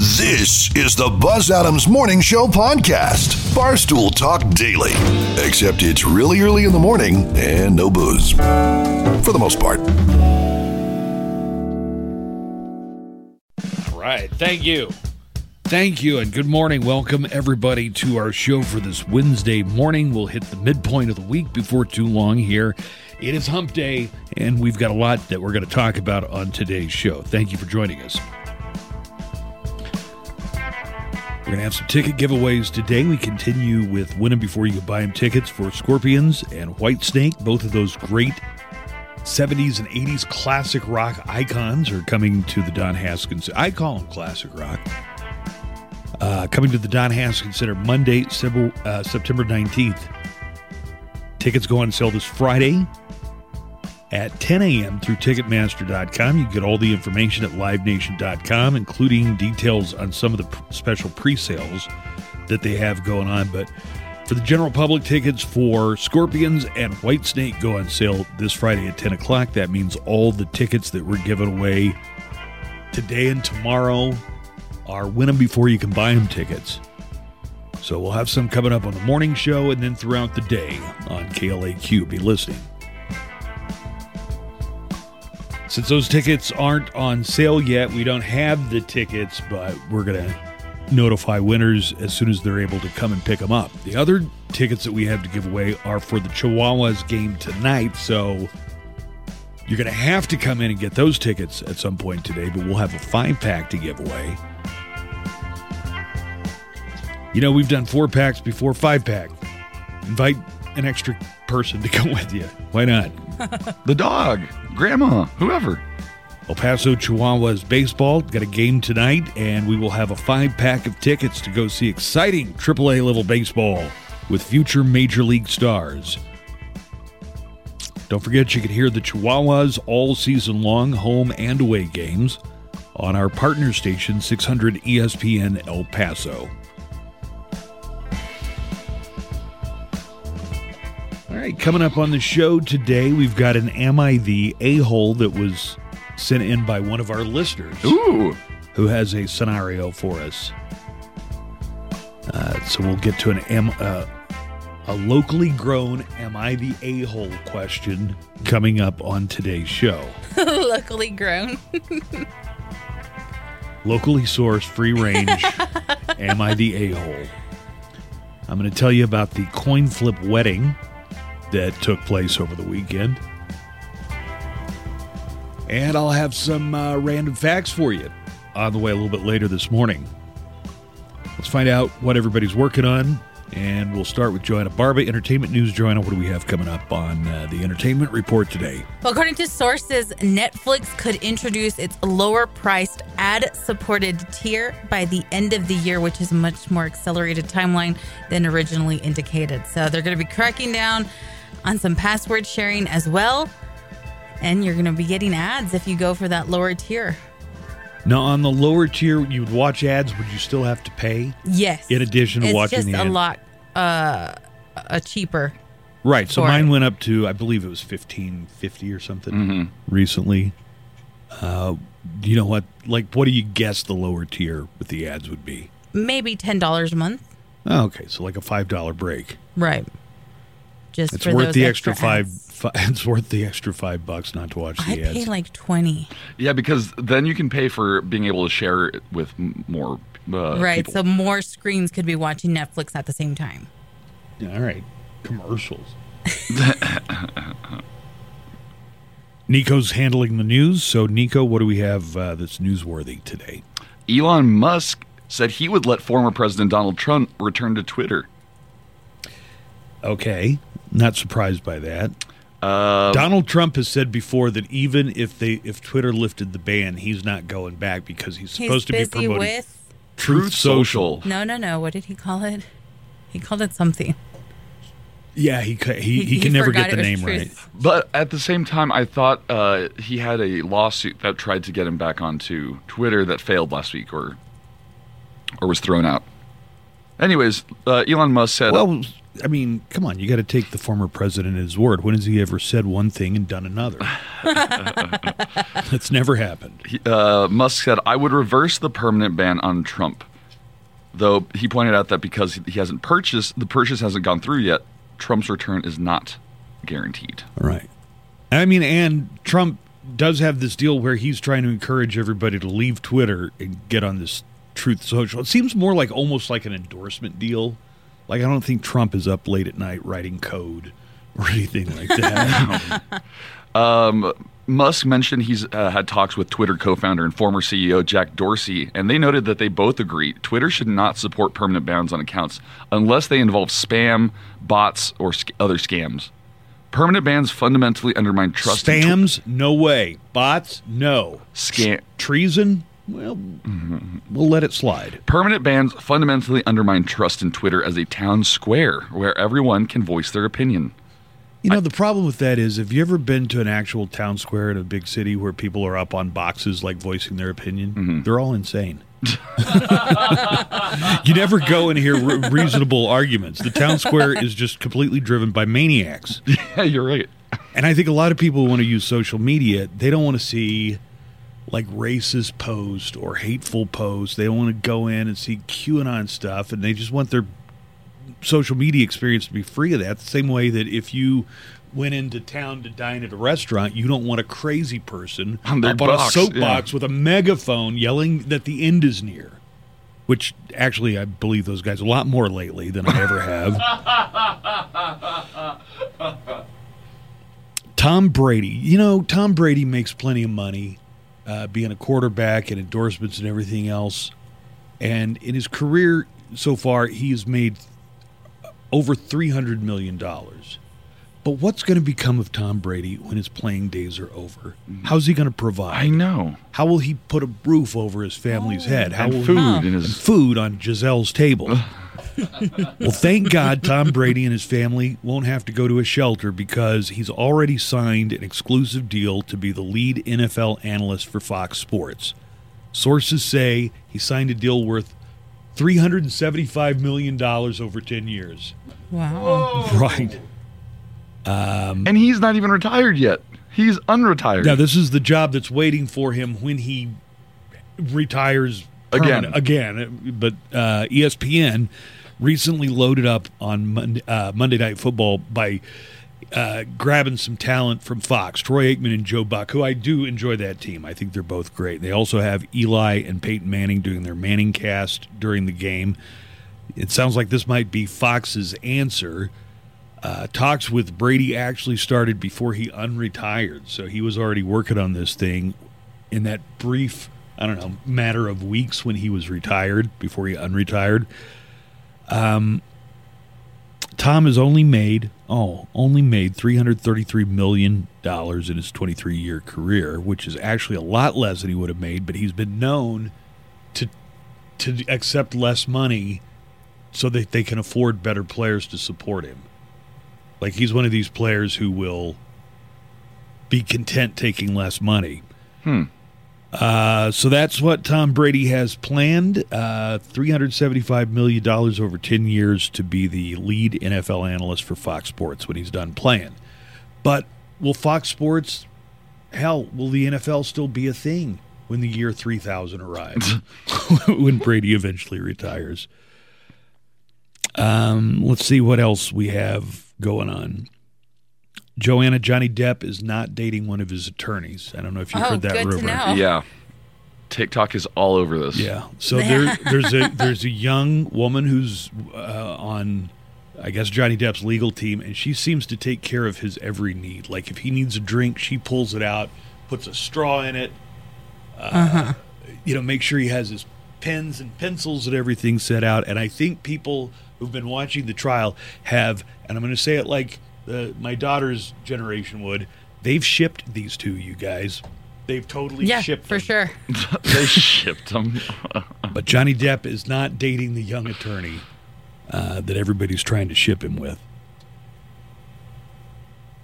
This is the Buzz Adams Morning Show podcast. Barstool Talk Daily. Except it's really early in the morning and no booze. For the most part. Right. Thank you. Thank you and good morning. Welcome everybody to our show for this Wednesday morning. We'll hit the midpoint of the week before too long here. It is hump day and we've got a lot that we're going to talk about on today's show. Thank you for joining us. We're going to have some ticket giveaways today. We continue with Win 'em Before You Buy 'em tickets for Scorpions and White Snake. Both of those great 70s and 80s classic rock icons are coming to the Don Haskins. I call them classic rock. Uh, coming to the Don Haskins Center Monday, Sep- uh, September 19th. Tickets go on sale this Friday at 10 a.m. through Ticketmaster.com. You can get all the information at LiveNation.com, including details on some of the p- special pre sales that they have going on. But for the general public, tickets for Scorpions and Whitesnake go on sale this Friday at 10 o'clock. That means all the tickets that were given away today and tomorrow are win them before you can buy them tickets. So we'll have some coming up on the morning show and then throughout the day on KLAQ. Be listening. Since those tickets aren't on sale yet, we don't have the tickets, but we're going to notify winners as soon as they're able to come and pick them up. The other tickets that we have to give away are for the Chihuahuas game tonight, so you're going to have to come in and get those tickets at some point today, but we'll have a five pack to give away. You know, we've done four packs before, five pack. Invite an extra person to come with you. Why not? the dog, grandma, whoever. El Paso Chihuahuas baseball got a game tonight, and we will have a five pack of tickets to go see exciting AAA level baseball with future major league stars. Don't forget, you can hear the Chihuahuas all season long, home and away games, on our partner station, E 600 ESPN El Paso. All right, coming up on the show today, we've got an Am I the A hole that was sent in by one of our listeners Ooh, who has a scenario for us. Uh, so we'll get to an am, uh, a locally grown "Am I the a hole?" question coming up on today's show. Luckily grown. Locally sourced, free range. am I the a hole? I'm going to tell you about the coin flip wedding that took place over the weekend. And I'll have some uh, random facts for you on the way a little bit later this morning. Let's find out what everybody's working on. And we'll start with Joanna Barba, Entertainment News. Joanna, what do we have coming up on uh, the Entertainment Report today? Well, according to sources, Netflix could introduce its lower priced ad supported tier by the end of the year, which is a much more accelerated timeline than originally indicated. So they're going to be cracking down on some password sharing as well. And you're going to be getting ads if you go for that lower tier. Now, on the lower tier, you would watch ads. Would you still have to pay? Yes. In addition to it's watching just the a ad. lot uh, a cheaper. Right. So for mine it. went up to I believe it was fifteen fifty or something recently. Uh, you know what? Like, what do you guess the lower tier with the ads would be? Maybe $10 a month. Oh, okay, so like a five dollar break. Right. Just It's for worth those the extra, five, ads. fi It's worth the extra five bucks not to watch the I ads. pay like 20. yeah, because then you can pay for being able to share it with m- more uh, right. people. So more screens could be watching Netflix at the same time. All right, commercials. Nico's handling the news. So, Nico, what do we have uh, that's newsworthy today? Elon Musk said he would let former President Donald Trump return to Twitter. Okay, not surprised by that. Uh, Donald Trump has said before that even if they if Twitter lifted the ban, he's not going back because he's He's supposed to be busy promoting with Truth Social. no, no, no. What did he call it? He called it something. Yeah, he ca- he, he, can never forgot get it the was name right. truth. But at the same time, I thought uh, he had a lawsuit that tried to get him back onto Twitter that failed last week, or or was thrown out. Anyways, uh, Elon Musk said, Well, I mean, come on, you got to take the former president at his word. When has he ever said one thing and done another? That's never happened. He- uh, Musk said, I would reverse the permanent ban on Trump. Though he pointed out that because he- he hasn't purchased, the purchase hasn't gone through yet, Trump's return is not guaranteed. All right. I mean, and Trump does have this deal where he's trying to encourage everybody to leave Twitter and get on this Truth Social. It seems more like almost like an endorsement deal. Like I don't think Trump is up late at night writing code or anything like that. Musk mentioned he's uh, had talks with Twitter co founder and former CEO Jack Dorsey, and they noted that they both agree Twitter should not support permanent bans on accounts unless they involve spam, bots, or sc- other scams. Permanent bans fundamentally undermine trust. in Tw- Spams, no way. Bots, no. Scam- Mm-hmm. Treason, well, we'll let it slide. Permanent bans fundamentally undermine trust in Twitter as a town square where everyone can voice their opinion. You know, the problem with that is have you ever been to an actual town square in a big city where people are up on boxes like voicing their opinion? They're all insane. you never go and hear re- reasonable arguments. The town square is just completely driven by maniacs. Yeah, you're right. And I think a lot of people who want to use social media, they don't want to see like racist posts or hateful posts. They don't want to go in and see QAnon stuff, and they just want their social media experience to be free of that. The same way that if you went into town to dine at a restaurant, you don't want a crazy person On their up box, on yeah. a soapbox with a megaphone yelling that the end is near. Which actually, I believe those guys a lot more lately than I ever have. Tom Brady. You know, Tom Brady makes plenty of money uh, being a quarterback and endorsements and everything else. And in his career so far, he has made over $300 million. But what's going to become of Tom Brady when his playing days are over? How's he going to Mm. I provide? know. How will he put a roof over his family's head? How will And he- food in and his. food on Giselle's table. well, thank God Tom Brady and his family won't have to go to a shelter because he's already signed an exclusive deal to be the lead NFL analyst for Fox Sports. Sources say he signed a deal worth $375 million over 10 years. Wow. Right. And he's not even retired yet. He's unretired. Now, this is the job that's waiting for him when he retires permanent- Again, but uh, ESPN recently loaded up on Monday, uh, Monday Night Football by uh, grabbing some talent from Fox, Troy Aikman and Joe Buck, who I do enjoy that team. I think they're both great. They also have Eli and Peyton Manning doing their Manning cast during the game. It sounds like this might be Fox's answer. Uh, talks with Brady actually started before he unretired, so he was already working on this thing in that brief, I don't know, matter of weeks when he was retired before he unretired. Um, Tom has only made oh, only made three hundred thirty three million dollars in his twenty three year career, which is actually a lot less than he would have made. But he's been known to to accept less money so that they can afford better players to support him. Like he's one of these players who will be content taking less money. Uh, so that's what Tom Brady has planned. Uh, $375 million over 10 years to be the lead NFL analyst for Fox Sports when he's done playing. But will Fox Sports, hell, will the NFL still be a thing when the year 3000 arrives? when Brady eventually retires? Um, let's see what else we have going on. Joanna, Johnny Depp is not dating one of his attorneys. I don't know if you Oh, heard that good to rumor. know. Yeah. TikTok is all over this. Yeah. So there, there's a there's a young woman who's uh, on, I guess Johnny Depp's legal team, and she seems to take care of his every need. Like if he needs a drink, she pulls it out, puts a straw in it. Uh, Uh-huh. You know, make sure he has his pens and pencils and everything set out. And I think people who've been watching the trial have, and I'm going to say it like the, my daughter's generation would, they've shipped these two, you guys. They've totally Yeah, shipped for them. sure. they shipped them. But Johnny Depp is not dating the young attorney uh, that everybody's trying to ship him with.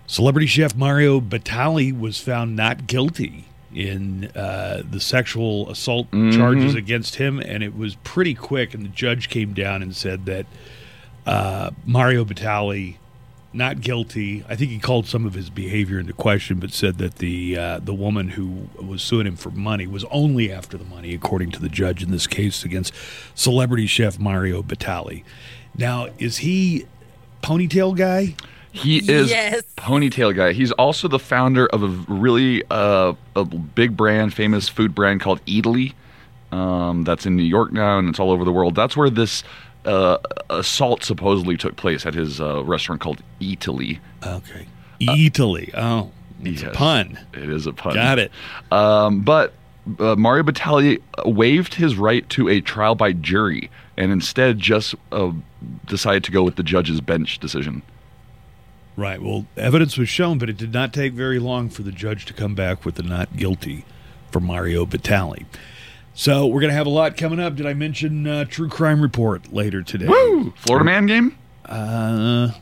Celebrity chef Mario Batali was found not guilty in uh, the sexual assault charges against him, and it was pretty quick. And the judge came down and said that uh, Mario Batali not guilty. I think he called some of his behavior into question, but said that the uh, the woman who was suing him for money was only after the money, according to the judge in this case against celebrity chef Mario Batali. Now, is he ponytail guy? He is Yes. ponytail guy. He's also the founder of a really uh, a big brand, famous food brand called Eataly. Um, that's in New York now, and it's all over the world. That's where this uh, assault supposedly took place at his uh, restaurant called Eataly. Okay, Italy. Oh, it's a Yes. pun. It is a pun. Got it. Um, but uh, Mario Batali waived his right to a trial by jury and instead just uh, decided to go with the judge's bench decision. Right. Well, evidence was shown, but it did not take very long for the judge to come back with the not guilty for Mario Batali. So we're going to have a lot coming up. Did I mention uh, True Crime Report later today? Florida man game? Uh,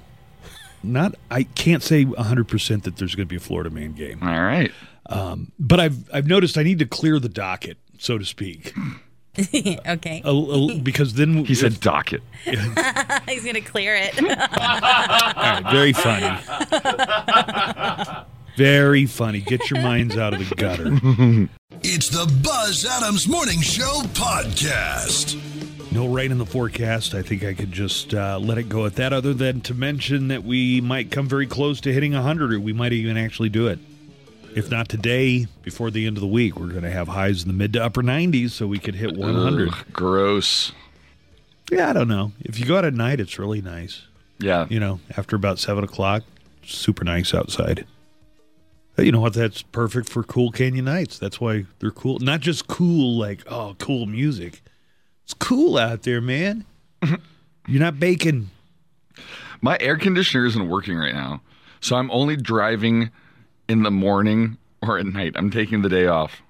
not. I can't say 100 percent that there's going to be a Florida man game, All right. but I've I've noticed I need to clear the docket, so to speak, okay. a, a- because then He said docket. He's going to clear it. All right, very funny. Very funny. Get your minds out of the gutter. It's the Buzz Adams Morning Show podcast. No rain in the forecast. I think I could just uh, let it go at that, other than to mention that we might come very close to hitting 100, or we might even actually do it. If not today, before the end of the week, we're going to have highs in the mid to upper 90s, so we could hit 100. Ugh, gross. Yeah, I don't know. If you go out at night, it's really nice. Yeah. You know, after about 7 o'clock, super nice outside. But You know what? That's perfect for cool canyon nights. That's why they're cool. Not just cool, like, oh, cool music. It's cool out there, man. You're not baking. My air conditioner isn't working right now. So I'm only driving in the morning or at night. I'm taking the day off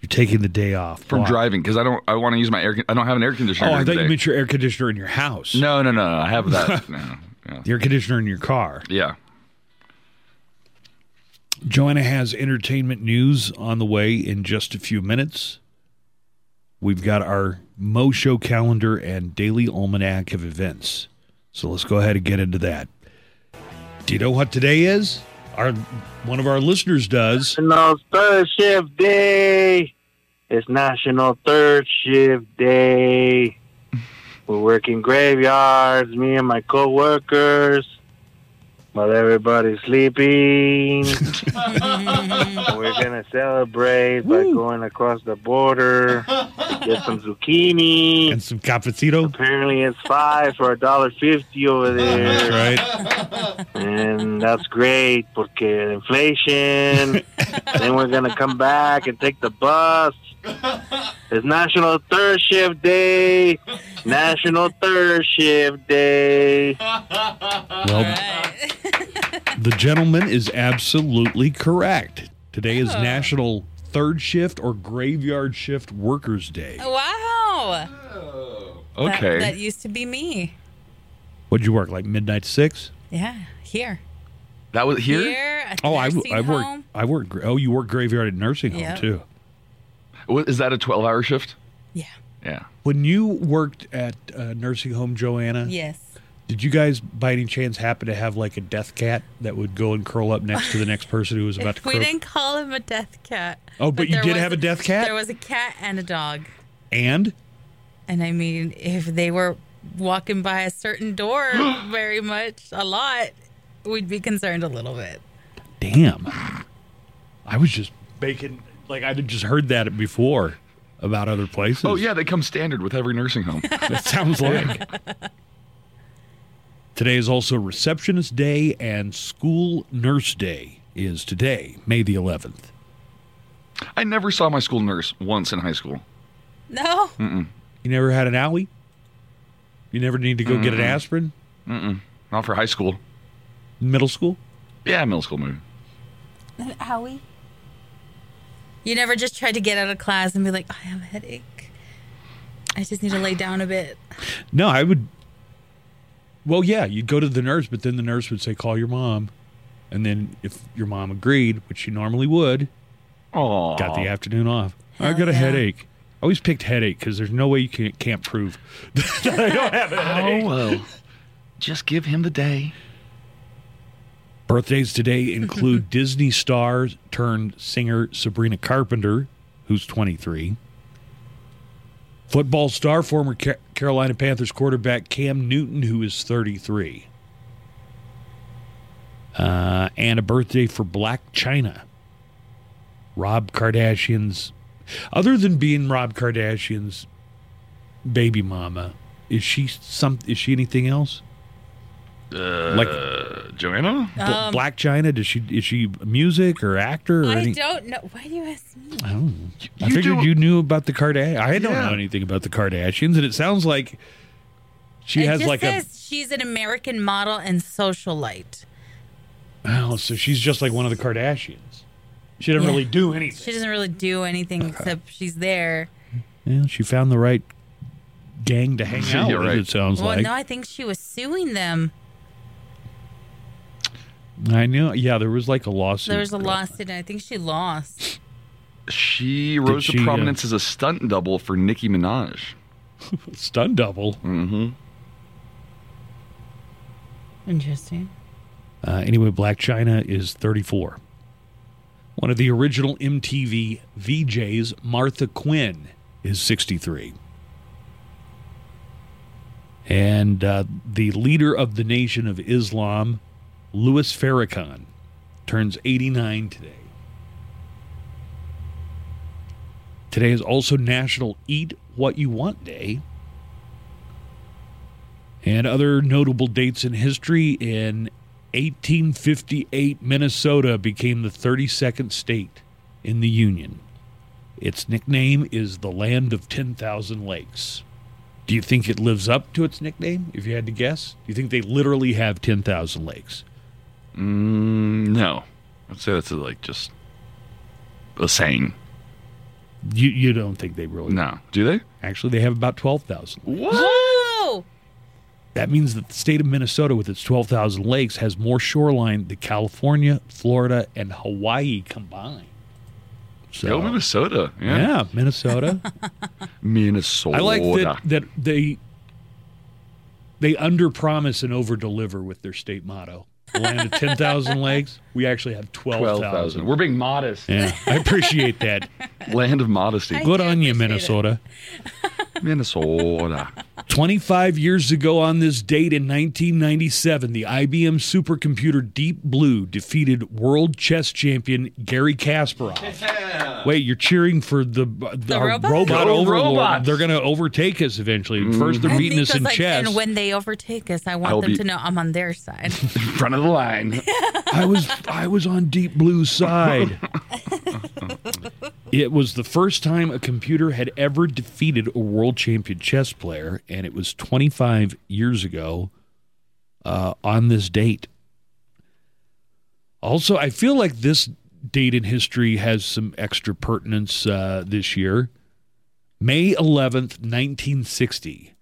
You're taking the day off from Why? driving because I don't I want to use my air con- I don't have an air conditioner. Oh, I during the thought you day. meant your air conditioner in your house. No, no, no, no. I have that. no, no. The air conditioner in your car. Yeah. Joanna has entertainment news on the way in just a few minutes. We've got our Mo Show calendar and daily almanac of events. So let's go ahead and get into that. Do you know what today is? Our one of our listeners does. National Third Shift Day. It's National Third Shift Day. We're working graveyards, me and my coworkers, while everybody's sleeping. We're gonna celebrate by going across the border, get some zucchini. And some cafecito. Apparently, it's five for a dollar fifty over there. Right. And that's great porque inflation. then we're gonna come back and take the bus. It's National Third Shift Day. National Third Shift Day. Well, The gentleman is absolutely correct. Today is National Third Shift or Graveyard Shift Workers Day. wow. That- Okay. That, used to be me. What'd you work like midnight to six? Yeah. Here. That was here? at Oh, I, nursing I home. worked. I worked. gra- Oh, you worked graveyard at nursing home Yeah. too. Wa- Is that a 12 hour shift? Yeah. Yeah. When you worked at uh, nursing home, Joanna, Yes. did you guys by any chance happen to have like a death cat that would go and curl up next to the next person who was about to we croak? didn't call him a death cat. Oh, but you there did was have a death cat? There was a cat and a dog. And And I mean, if they were walking by a certain door very much, a lot, we'd be concerned a little bit. damn, I was just baking. Like I'd just heard that before about other places. Oh, yeah. They come standard with every nursing home. That sounds like. today is also Receptionist Day and School Nurse Day is today, May the 11th. I never saw my school nurse once in high school. No. Hmm. You never had an owie? You never need to go get an aspirin? Not for high school. in Middle school? Yeah, middle school movie. Howie. You never just tried to get out of class and be like, I have a headache. I just need to lay down a bit. No, I would. Well, yeah, you'd go to the nurse, but then the nurse would say, call your mom. And then if your mom agreed, which she normally would, Oh, got the afternoon off. I Hell got a yeah. headache. I always picked headache because there's no way you can, can't prove that I don't have a headache. Oh well. Just give him the day. Birthdays today include Disney star turned singer Sabrina Carpenter, who's 23. Football star, former Ca- Carolina Panthers quarterback Cam Newton, who is 33. Uh, and a birthday for Black China, Rob Kardashian's. Other than being Rob Kardashian's baby mama, is she some? Is she anything else? like Uh, Joanna? Bl- Black China? Does she is she music or actor or Um, I any? don't know. Why do you ask me? I don't. know. I You figured do- you knew about the Kardashians. I don't Yeah. know anything about the Kardashians, and it sounds like she it has just like says she's an American model and a socialite. oh, so she's just like one of the Kardashians. She didn't Yeah. really do anything. She doesn't really do anything except she's there. Yeah, she found the right gang to hang Yeah, out you're with. right. It sounds Well, like no, I think she was suing them. I knew. Yeah, there was like a lawsuit. There was a lawsuit, and I think she lost. She rose she, uh, to prominence as a stunt double for Nicki Minaj. Mm-hmm. stun double. Interesting. Uh, anyway, Black China is 34. One of the original MTV VJs, Martha Quinn, is 63. And uh, the leader of the Nation of Islam, Louis Farrakhan, turns 89 today. Today is also National Eat What You Want Day. And other notable dates in history in 1858, Minnesota became the 32nd state in the Union. Its nickname is the Land of 10,000 Lakes. Do you think it lives up to its nickname, if you had to guess? Do you think they literally have 10,000 lakes? Mm, no. I'd say that's like just a saying. You, you don't think they really No. Do they? Actually, they have about 12,000. What? Oh, That means that the state of Minnesota, with its 12,000 lakes, has more shoreline than California, Florida, and Hawaii combined. So, Go Minnesota. Yeah. yeah, Minnesota. Minnesota. I like that that they they under promise and over deliver with their state motto. The land of ten thousand lakes. We actually have twelve 12,000. thousand. We're being modest. Yeah, I appreciate that. Land of modesty. Good on you, appreciate it. Minnesota. Minnesota. 25 years ago on this date in 1997, the IBM supercomputer Deep Blue defeated world chess champion Gary Kasparov. Wait, you're cheering for the, the, our robots? robot Go overlord. robots. They're going to overtake us eventually. First, they're I beating think us in 'cause, like, chess. And when they overtake us, I want I'll them be- to know I'm on their side. Front of the line. I was I was on Deep Blue's side. it was the first time a computer had ever defeated a world champion chess player, and it was 25 years ago uh, on this date. Also, I feel like this date in history has some extra pertinence uh, this year. May 11th, 1960,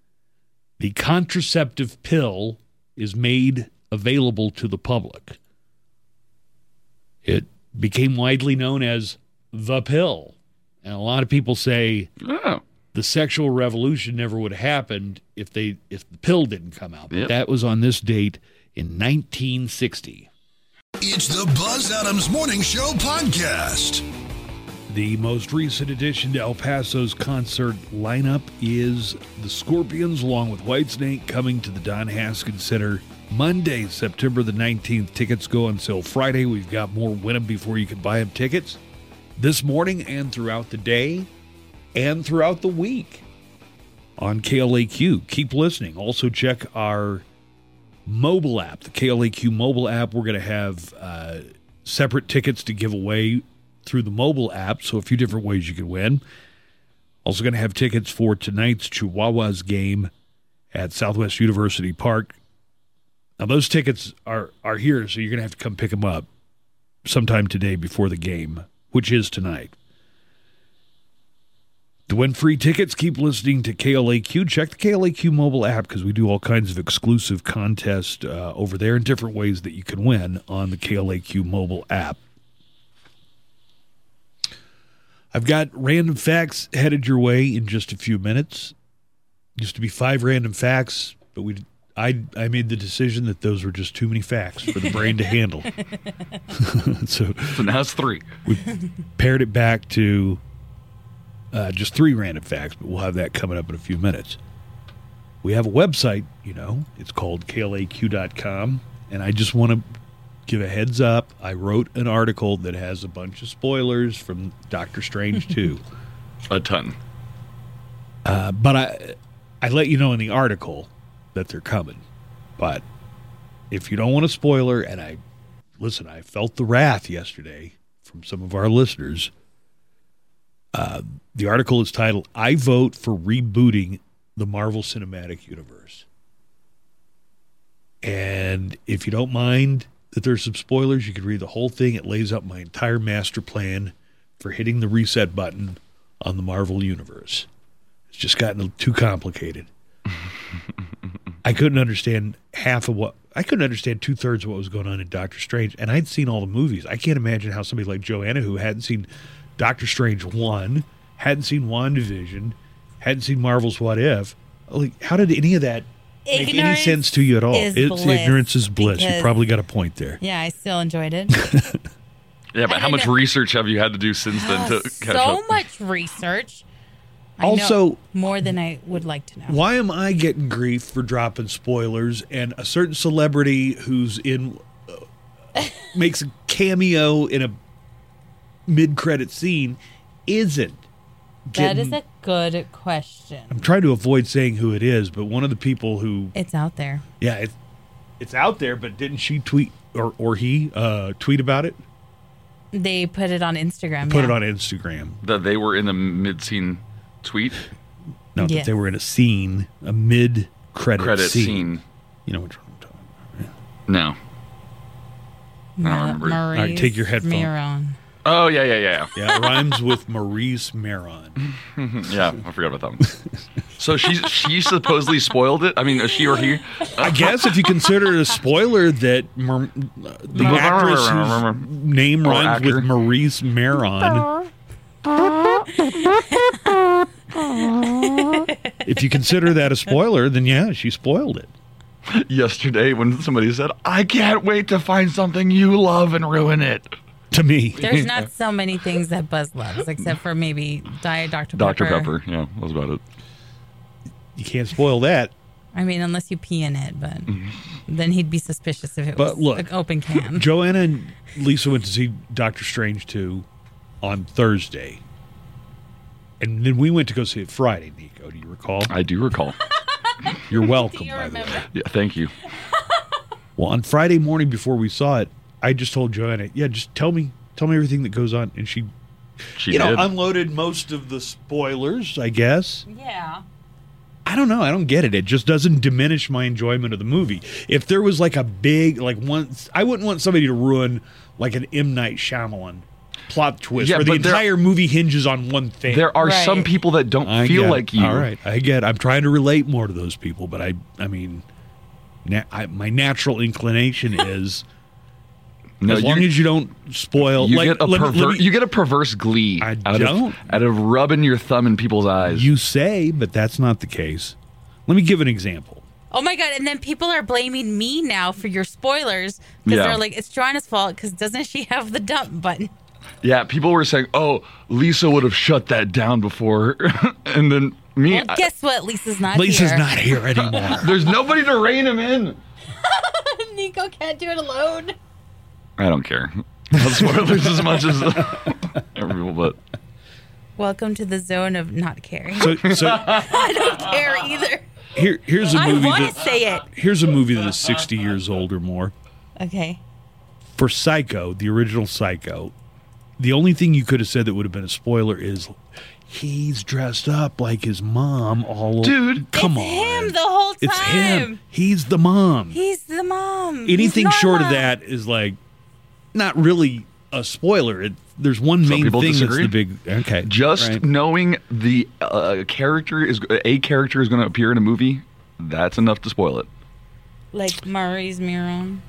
the contraceptive pill is made available to the public. It became widely known as the pill. And a lot of people say Oh. the sexual revolution never would have happened if they if the pill didn't come out. But Yep. that was on this date in 1960. It's the Buzz Adams Morning Show podcast. The most recent addition to El Paso's concert lineup is the Scorpions, along with Whitesnake, coming to the Don Haskins Center Monday, September the 19th. Tickets go on sale Friday. We've got more win 'em before you can buy 'em tickets this morning and throughout the day and throughout the week on KLAQ. Keep listening. Also, check our mobile app, the KLAQ mobile app. We're going to have uh, separate tickets to give away through the mobile app. So, a few different ways you can win. Also, going to have tickets for tonight's Chihuahuas game at Southwest University Park. Now, those tickets are, are here, so you're going to have to come pick them up sometime today before the game, which is tonight. To win free tickets, keep listening to KLAQ. Check the KLAQ mobile app because we do all kinds of exclusive contests uh, over there and different ways that you can win on the KLAQ mobile app. I've got random facts headed your way in just a few minutes. Used to be five random facts, but we I I made the decision that those were just too many facts for the brain to handle. so So now it's three. pared it back to uh, just three random facts, but we'll have that coming up in a few minutes. We have a website, you know, it's called klaq.com. And I just want to give a heads up I wrote an article that has a bunch of spoilers from Doctor Strange 2. A ton. Uh, but I, I let you know in the article that they're coming. But if you don't want a spoiler, and I listen, I felt the wrath yesterday from some of our listeners. Uh, the article is titled "I Vote for Rebooting the Marvel Cinematic Universe," and if you don't mind that there's some spoilers, you could read the whole thing. It lays out my entire master plan for hitting the reset button on the Marvel Universe. It's just gotten too complicated. I couldn't understand half of what I couldn't understand two thirds of what was going on in Doctor Strange, and I'd seen all the movies. I can't imagine how somebody like Joanna, who hadn't seen Doctor Strange one, hadn't seen WandaVision, hadn't seen Marvel's What If, like how did any of that make any Ignorance sense to you at all? is it's bliss, ignorance is bliss. You because- probably got a point there. Yeah, I still enjoyed it. Yeah, but I how much didn't- research have you had to do since then to catch so up? much research. I know Also- more than I would like to know. Why am I getting grief for dropping spoilers and a certain celebrity who's in uh, makes a cameo in a mid-credit scene isn't? That is getting- a good question. I'm trying to avoid saying who it is, but one of the people who It's out there. yeah, it, it's out there, but didn't she tweet or or he uh, tweet about it? They put it on Instagram. Put yeah. it on Instagram. That they were in the mid scene tweet No, that Yes. they were in a scene, a mid-credit credit scene. scene. You know which one I'm talking about. No. I don't Ma- remember. Maurice All right, take your headphone. Miron. Oh yeah, yeah, yeah, Yeah, it rhymes with Maurice Maron. yeah. Hmm, yeah. I forgot about that one. So she she supposedly spoiled it. I mean, she or he? Uh, I guess if you consider it a spoiler that Mer- the actress whose name Or rhymes actor. with Maurice Maron. if you consider that a spoiler, then yeah, she spoiled it. Yesterday, when somebody said, "I can't wait to find something you love and ruin it," To me, There's not so many things that Buzz loves, except for maybe Diet Dr. Pepper. Dr. Pepper. Yeah, that was about it. you can't spoil that. I mean, unless you pee in it, but Mm-hmm. then he'd be suspicious if it But was look, an open can. Joanna and Lisa went to see Doctor Strange 2 on Thursday. And then we went to go see it Friday, Nico. Do you recall? I do recall. You're welcome, you by the way. remember? Yeah, thank you. Well, on Friday morning before we saw it, I just told Joanna, "Yeah, just tell me, tell me everything that goes on." And she, She you know, did. unloaded most of the spoilers. I guess Yeah. I don't know. I don't get it. It just doesn't diminish my enjoyment of the movie. If there was like a big, like one, I wouldn't want somebody to ruin like an M Night Shyamalan plot twist Yeah, where the but there- entire movie hinges on one thing. there are Right. some people that don't I feel get it. like you. All right, I get. it. I'm trying to relate more to those people, but I, I mean, na- I, my natural inclination is. No, as you, long as you don't spoil, you like, get a let me- perver- let me- you get a perverse glee I out don't. of out of rubbing your thumb in people's eyes. you say, but that's not the case. Let me give an example. Oh my god! And then people are blaming me now for your spoilers because Yeah. they're like, "It's Joanna's fault because doesn't she have the dump button?" yeah, people were saying, "Oh, Lisa would have shut that down before," and then me. Well, I- guess what? Lisa's not Lisa's here. not here anymore. there's nobody to rein him in. Nico can't do it alone. I don't care. About spoilers as much as everyone, but Welcome to the zone of not caring. so, so I don't care either. here, here's a I movie. want to That, say it. here's a movie that's 60 years old or more. Okay. For Psycho, the original Psycho, the only thing you could have said that would have been a spoiler is he's dressed up like his mom all Dude. Come it's on, him the whole time. it's him. He's the mom. He's the mom. anything He's short of Norma. that is like not really a spoiler. It, there's one main people thing disagree. that's the big okay. just right. knowing the uh, character is a character is going to appear in a movie, that's enough to spoil it. like Maurice Miron.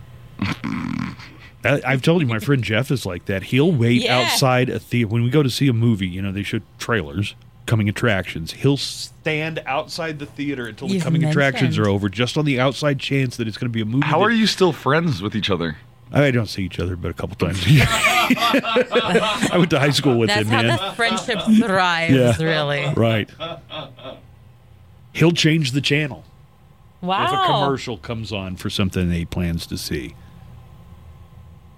I, I've told you, my friend Jeff is like that. He'll wait Yeah. outside a theater. When we go to see a movie, you know, they show trailers, coming attractions. He'll stand outside the theater until the You've coming attractions mentioned. are over, just on the outside chance that it's going to be a movie. How are that- you still friends with each other? I don't see each other but a couple times a year. I went to high school with That's him, how man. the friendship thrives, Yeah. really. Right. He'll change the channel if a Wow. commercial comes on for something that he plans to see.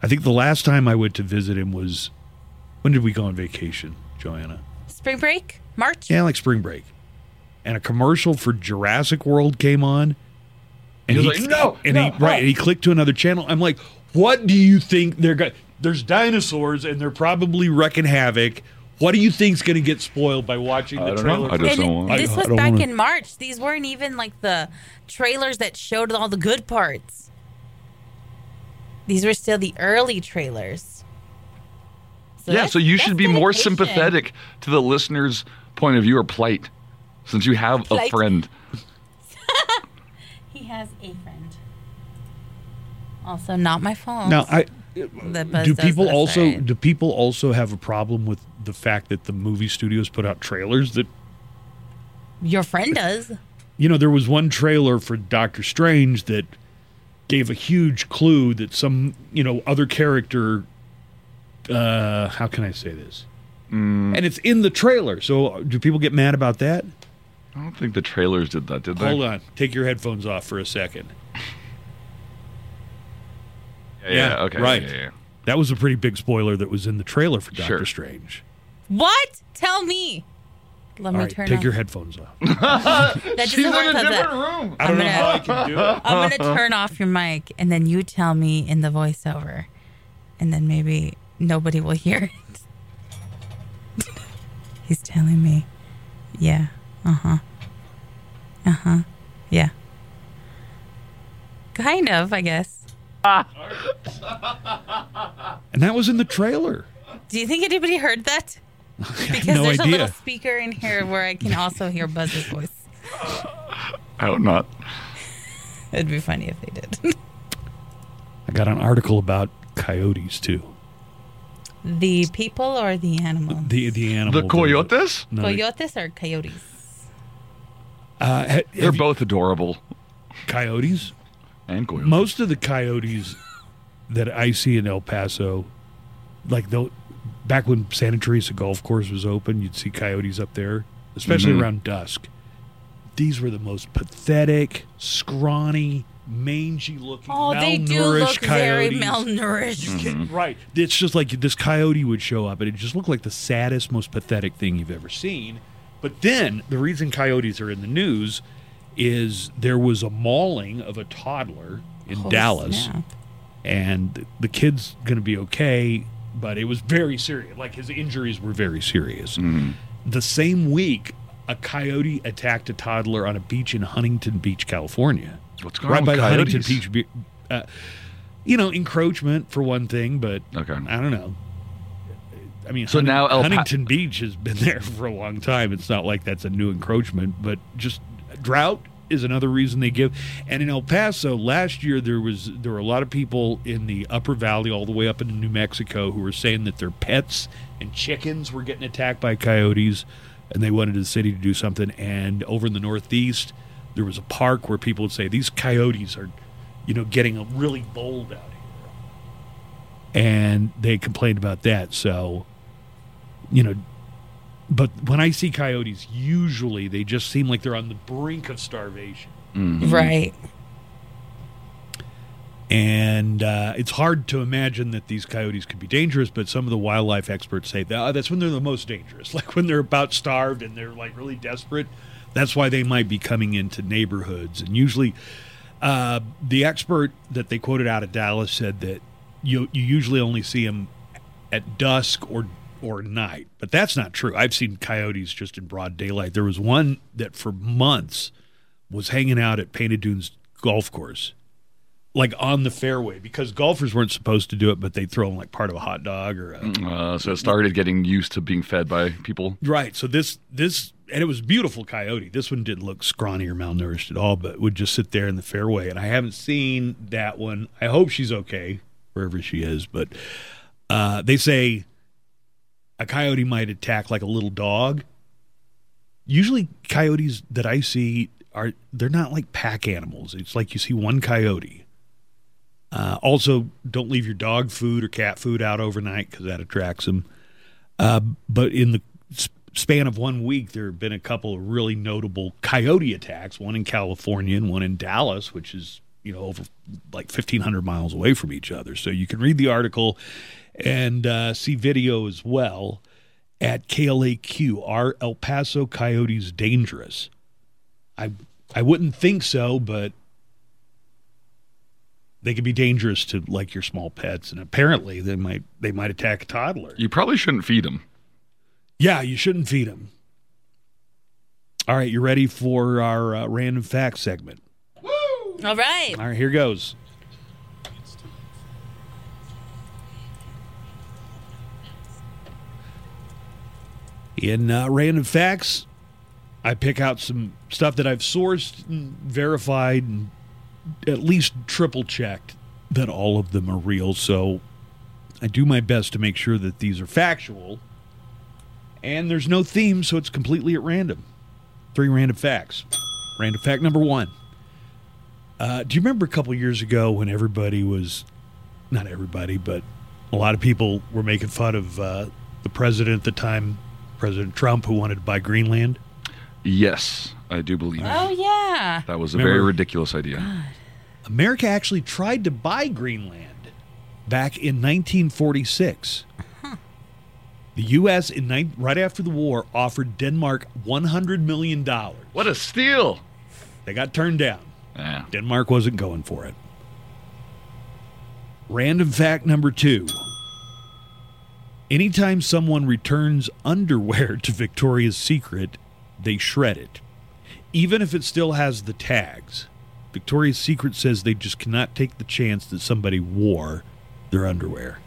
I think the last time I went to visit him was when did we go on vacation, Joanna? Spring break? March? Yeah, like spring break. And a commercial for Jurassic World came on. And He was like, "No, and no, he no." right, and he clicked to another channel. I'm like, what do you think they're going there's dinosaurs and they're probably wrecking havoc. What do you think's gonna get spoiled by watching I the don't know. trailer? I just don't And want. this I was don't back wanna- in March. These weren't even like the trailers that showed all the good parts. These were still the early trailers. So yeah, that's- so you that's should be more dedication. sympathetic to the listener's point of view or plight, since you have Plight. a friend. He has a friend. Also, not my fault. Now I That Buzz do does people this, also right? do people also have a problem with the fact that the movie studios put out trailers that Your friend does. you know there was one trailer for Doctor Strange that gave a huge clue that some you know other character uh how can I say this and it's in the trailer so do people get mad about that I don't think the trailers did that, did they? hold on take your headphones off for a second Yeah, yeah, Yeah, okay. right. Yeah, yeah, that was a pretty big spoiler that was in the trailer for Doctor Sure. Strange What? Tell me. Let all me right turn take off. your headphones off that She's in doesn't work a like that. different room. I don't I'm know gonna- how I can do it I'm gonna turn off your mic, and then you tell me in the voiceover, and then maybe nobody will hear it. He's telling me, yeah, uh huh, uh huh, yeah. Kind of, I guess. and that was in the trailer Do you think anybody heard that? Because no there's a idea. little speaker in here where I can also hear Buzz's voice. I hope not. It'd be funny if they did. I got an article about coyotes too. the people or the animal? The the animal. The coyotes? No, they- Coyotes or coyotes? uh, ha- They're have you- both adorable. coyotes. And coyotes. Most of the coyotes that I see in El Paso, like they'll back when Santa Teresa Golf Course was open, you'd see coyotes up there, especially Mhm. around dusk. These were the most pathetic, scrawny, mangy-looking, Oh, malnourished they do look very coyotes. Mm-hmm. malnourished. Right. It's just like this coyote would show up and it just looked like the saddest, most pathetic thing you've ever seen. But then the reason coyotes are in the news is there was a mauling of a toddler in Holy Dallas snap. and the kid's going to be okay, but it was very serious. Like his injuries were very serious. Mm-hmm. The same week, a coyote attacked a toddler on a beach in Huntington Beach, California What's going right on by with the Huntington coyotes? Beach. Be- Uh, you know, encroachment for one thing, but Okay. I don't know. I mean, So Hunting- now El Pa- Huntington Beach has been there for a long time. It's not like that's a new encroachment, but just drought is another reason they give. And in El Paso last year, there was there were a lot of people in the Upper Valley, all the way up into New Mexico, who were saying that their pets and chickens were getting attacked by coyotes, and they wanted the city to do something. And over in the Northeast, there was a park where people would say these coyotes are, you know, getting really bold out here and they complained about that. So, you know, but when I see coyotes, usually they just seem like they're on the brink of starvation, Mm. Mm-hmm. Right. and uh, it's hard to imagine that these coyotes could be dangerous. But some of the wildlife experts say that "Oh, that's when they're the most dangerous, like when they're about starved and they're like really desperate. That's why they might be coming into neighborhoods, and usually. Uh, the expert that they quoted out of Dallas said that you you usually only see them at dusk or or night, but that's not true. I've seen coyotes just in broad daylight. There was one that for months was hanging out at Painted Dunes Golf Course, like on the fairway, because golfers weren't supposed to do it, but they throw them like part of a hot dog or a, Uh, so it started getting used to being fed by people. Right. So this this and it was beautiful coyote. This one didn't look scrawny or malnourished at all, but would just sit there in the fairway. And I haven't seen that one. I hope she's okay. wherever she is. But uh, they say a coyote might attack like a little dog. Usually, coyotes that I see are they're not like pack animals. It's like you see one coyote. Uh, also, don't leave your dog food or cat food out overnight because that attracts them. Uh, but in the s- span of one week, there have been a couple of really notable coyote attacks. One in California and one in Dallas, which is you know over like fifteen hundred miles away from each other. So you can read the article and uh, see video as well at KLAQ. Are El Paso coyotes dangerous? I I wouldn't think so, but they could be dangerous to like your small pets, and apparently they might they might attack a toddler. You probably shouldn't feed them. Yeah, you shouldn't feed them. All right, you ready for our uh, random fact segment? All right. All right, here goes. In uh, random facts, I pick out some stuff that I've sourced and verified and at least triple checked that all of them are real. So I do my best to make sure that these are factual. And there's no theme, so it's completely at random. Three random facts. Random fact number one uh, do you remember a couple years ago when everybody was, not everybody, but a lot of people were making fun of uh, the president at the time, President Trump, who wanted to buy Greenland? Yes, I do believe Oh yeah. that was a Remember- very ridiculous idea. America actually tried to buy Greenland back in 1946. The U.S. in nine, right after the war offered Denmark 100 million dollars. What a steal! They got turned down. Yeah. Denmark wasn't going for it. Random fact number two. Anytime someone returns underwear to Victoria's Secret, they shred it. Even if it still has the tags, Victoria's Secret says they just cannot take the chance that somebody wore their underwear. And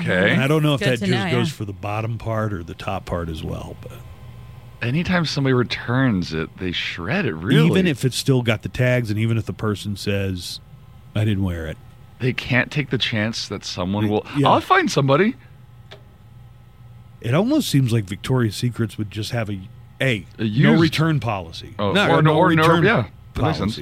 Okay. I don't know if Good that to just know, goes yeah. for the bottom part or the top part as well, but Anytime somebody returns it, they shred it. Really? even if it's still got the tags and even if the person says, I didn't wear it, they can't take the chance that someone will. Yeah. I'll find somebody. It almost seems like Victoria's Secrets would just have a a, A no used- return policy. Oh, or no- or no- yeah, that makes sense.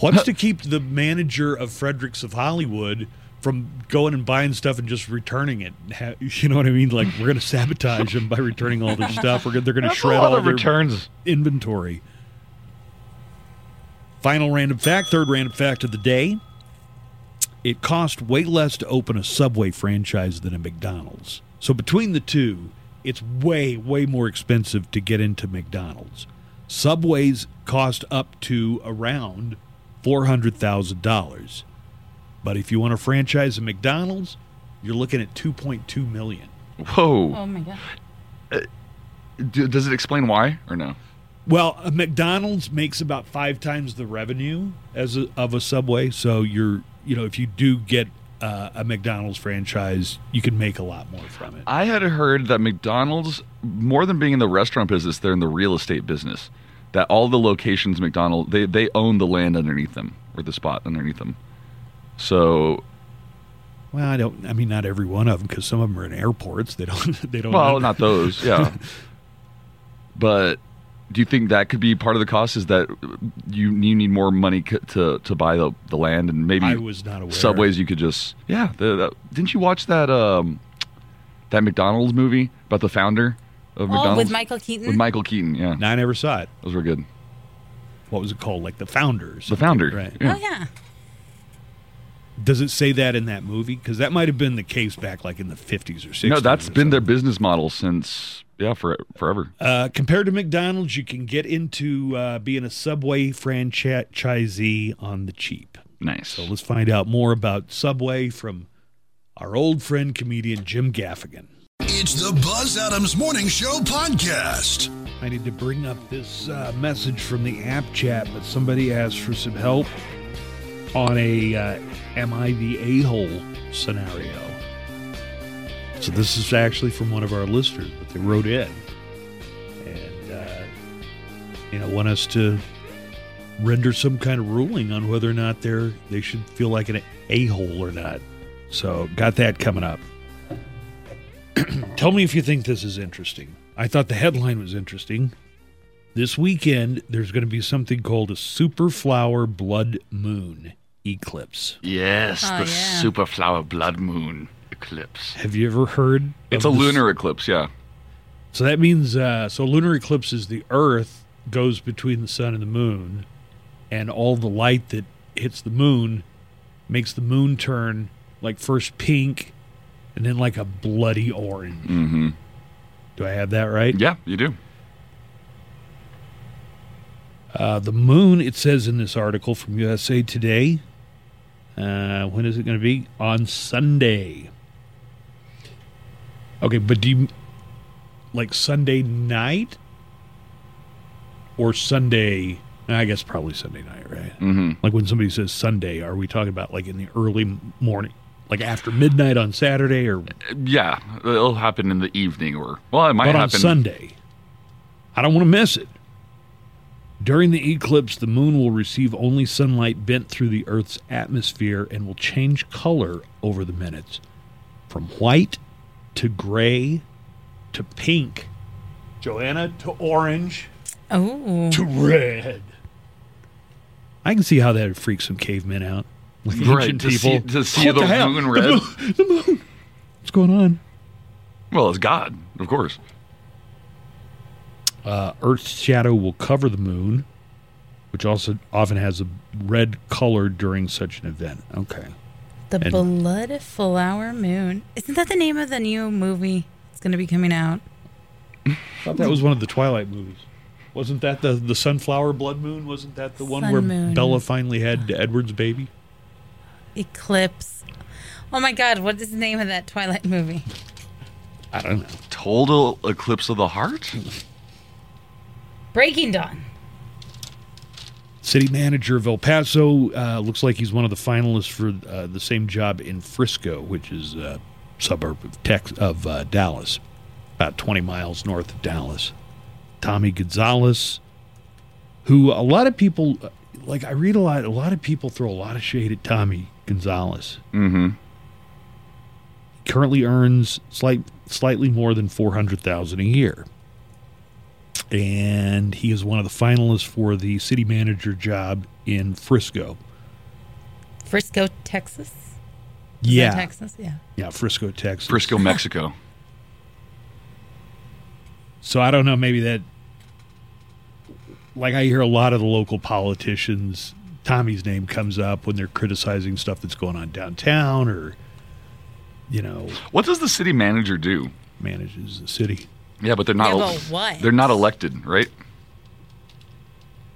What's to keep the manager of Fredericks of Hollywood from going and buying stuff and just returning it? Ha- You know what I mean? Like we're going to sabotage them by returning all their stuff. We're gonna, they're going to That's shred a lot all of their returns. inventory. Final random fact, third random fact of the day. It cost way less to open a Subway franchise than a McDonald's. So between the two, it's way, way more expensive to get into McDonald's. Subways cost up to around $400,000. But if you want to franchise a McDonald's, you're looking at 2.2 million. Whoa. Oh my god. D- does it explain why or no? Well, a McDonald's makes about five times the revenue as a, of a Subway. So you're, you know, if you do get uh, a McDonald's franchise, you can make a lot more from it. I had heard that McDonald's, more than being in the restaurant business, they're in the real estate business. That all the locations McDonald they they own the land underneath them or the spot underneath them. So Well, I don't. I mean, not every one of them, because some of them are in airports. They don't. They don't. well, not those, yeah. but do you think that could be part of the cost? Is that you you need more money c- to to buy the the land and maybe I was not aware. subways you could just yeah. The, the, didn't you watch that um that McDonald's movie about the founder of Oh, McDonald's with Michael Keaton. With Michael Keaton? Yeah, No, I never saw it. those were good. What was it called? Like the founders. The founder. Right. oh yeah. Does it say that in that movie? Because that might have been the case back, like in the fifties or sixties. No, or that's something. been their business model since yeah, for forever. Uh, compared to McDonald's, you can get into uh, being a Subway franchisee on the cheap. Nice. So let's find out more about Subway from our old friend comedian Jim Gaffigan. It's the Buzz Adams Morning Show podcast. I need to bring up this uh, message from the app chat, but somebody asked for some help on a uh, "Am I the a-hole?" scenario. So this is actually from one of our listeners, but they wrote in and uh, you know want us to render some kind of ruling on whether or not they're they should feel like an a hole or not. So got that coming up. Tell me if you think this is interesting. I thought the headline was interesting. This weekend, there's going to be something called a superflower blood moon eclipse. Yes, Oh, the yeah. superflower blood moon eclipse. Have you ever heard? It's a of this? lunar eclipse, yeah. So that means uh, so lunar eclipse is the Earth goes between the sun and the moon, and all the light that hits the moon makes the moon turn like first pink, and then like a bloody orange. hmm Do I have that right? Yeah, you do. Uh, the moon, it says in this article from USA Today. Uh, when is it going to be? On Sunday. Okay, but do you like Sunday night or Sunday? I guess probably Sunday night, right? hmm Like when somebody says Sunday, are we talking about like in the early morning, like after midnight on Saturday, or Yeah, it'll happen in the evening or, well, it might but on happen. Sunday. I don't want to miss it. During the eclipse, the moon will receive only sunlight bent through the Earth's atmosphere and will change color over the minutes from white to gray to pink, Joanna to orange Oh, to red. I can see how that would freak some cavemen out. Like Right, ancient to see- people. to see What the hell? moon red. moon- the moon. What's going on? Well, it's God, of course. Uh, Earth's shadow will cover the moon, which also often has a red color during such an event. Okay. the And- blood flower moon. Isn't that the name of the new movie? It's going to be coming out. Thought that was one of the Twilight movies. Wasn't that the, the sunflower blood moon? Wasn't that the one Sun where moon. Bella finally had Edward's baby? Eclipse. Oh my God! What is the name of that Twilight movie? I don't know. Total eclipse of the heart? Breaking Dawn. City manager of El Paso uh, looks like he's one of the finalists for uh, the same job in Frisco, which is a suburb of Tex of uh, Dallas, about 20 miles north of Dallas. Tommy Gonzalez, who a lot of people uh, like, I read a lot. A lot of people throw a lot of shade at Tommy Gonzalez. Mm-hmm. He currently earns slight, slightly more than 400,000 a year. And he is one of the finalists for the city manager job in Frisco. Frisco, Texas. Is that Yeah. Texas. Yeah. Yeah, Frisco, Texas. Frisco, Mexico. So I don't know, maybe that like I hear a lot of the local politicians, Tommy's name comes up when they're criticizing stuff that's going on downtown or you know, what does the city manager do? manages the city. Yeah, but they're not. Yeah, but what? They're not elected, right?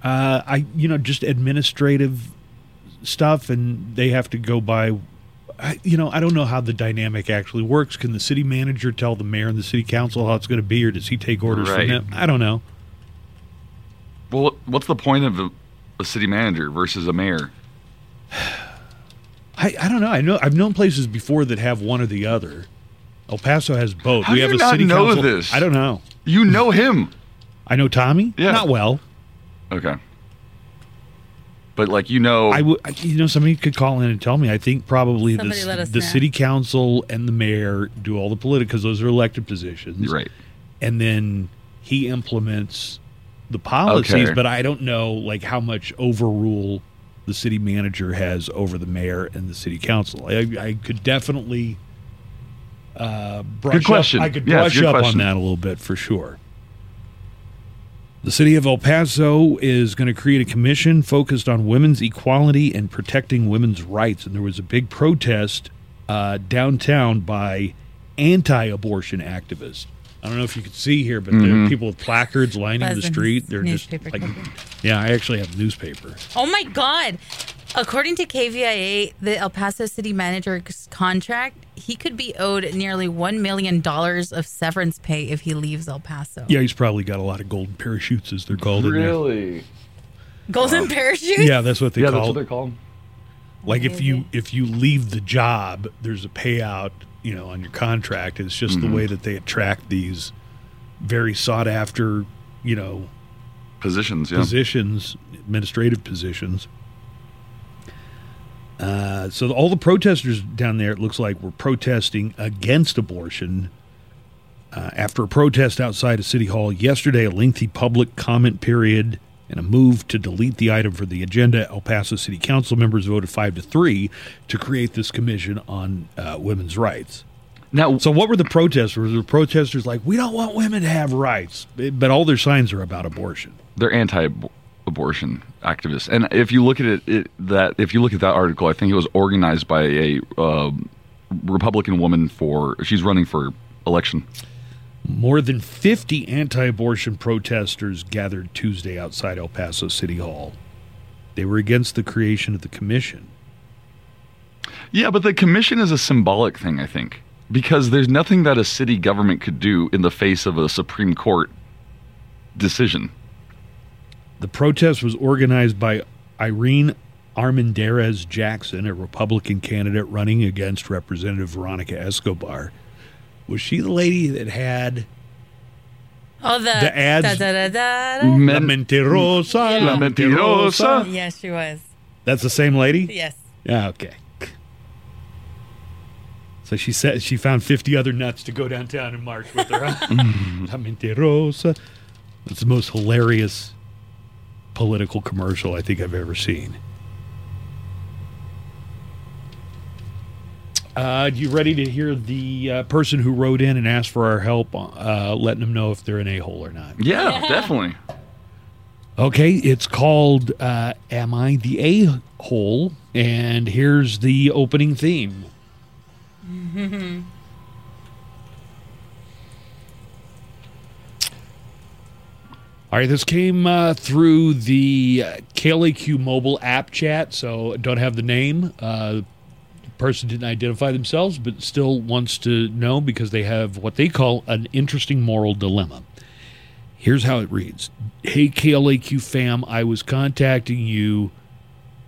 Uh, I you know just administrative stuff, and they have to go by. I, you know, I don't know how the dynamic actually works. Can the city manager tell the mayor and the city council how it's going to be, or does he take orders Right. from them? I don't know. Well, what's the point of a, a city manager versus a mayor? I, I don't know. I know I've known places before that have one or the other. El Paso has both. How we do have you a not city know council. this? I don't know. You know him. I know Tommy. Yeah. Not well. Okay. But like you know, I would. You know, somebody could call in and tell me. I think probably the, Somebody let us the know. city council and the mayor do all the political because those are elected positions. you're right. and then he implements the policies Okay. but i don't know like how much overrule the city manager has over the mayor and the city council i, I could definitely uh, brush Good question. Up, I could Yeah, brush good up question. on that a little bit for sure. The city of El Paso is going to create a commission focused on women's equality and protecting women's rights. And there was a big protest uh, downtown by anti-abortion activists. I don't know if you could see here, but there are Mm-hmm. people with placards lining the Pleasant street. They're just newspaper like, clipping. yeah, I actually have newspaper. Oh my God. According to KVIA, the El Paso city manager's contract, he could be owed nearly $1 million of severance pay if he leaves El Paso. Yeah, he's probably got a lot of golden parachutes, as they're called. in there. Golden parachute? Yeah, that's what they Yeah, that's call what they're called. Like if you if you leave the job, there's a payout, you know, on your contract. It's just the way that they attract these very sought after, you know, Positions, yeah. positions, administrative positions. Uh, so all the protesters down there, it looks like, were protesting against abortion. Uh, after a protest outside of City Hall yesterday, a lengthy public comment period, and a move to delete the item from the agenda, El Paso City Council members voted five to three to create this commission on uh, women's rights. Now, So what were the protesters? Were the protesters like, we don't want women to have rights, but all their signs are about abortion? they're anti-abortion activists, and if you look at it, it that if you look at that article, I think it was organized by a uh, Republican woman for she's running for election. More than 50 anti abortion protesters gathered Tuesday outside El Paso City Hall. They were against the creation of the commission. Yeah, but the commission is a symbolic thing, I think, because there's nothing that a city government could do in the face of a Supreme Court decision. The protest was organized by Irene Armendariz Jackson, a Republican candidate running against Representative Veronica Escobar. Was she the lady that had Oh, the, The ads- Mm-hmm. Da, da, da, da, da. La Men- Mentirosa? Yeah. La mentirosa. Yes, she was. That's the same lady? Yes. Yeah, okay. So she said she found 50 other nuts to go downtown and march with her. huh? La mentirosa. That's the most hilarious political commercial I think I've ever seen. Uh, you ready to hear the uh, person who wrote in and asked for our help, uh, letting them know if they're an a hole or not? Yeah, definitely. Okay, it's called uh, Am I the A Hole? And here's the opening theme. All right, this came uh, through the uh, KLAQ mobile app chat, so don't have the name. Uh, person didn't identify themselves, but still wants to know because they have what they call an interesting moral dilemma. Here's how it reads Hey, KLAQ fam, I was contacting you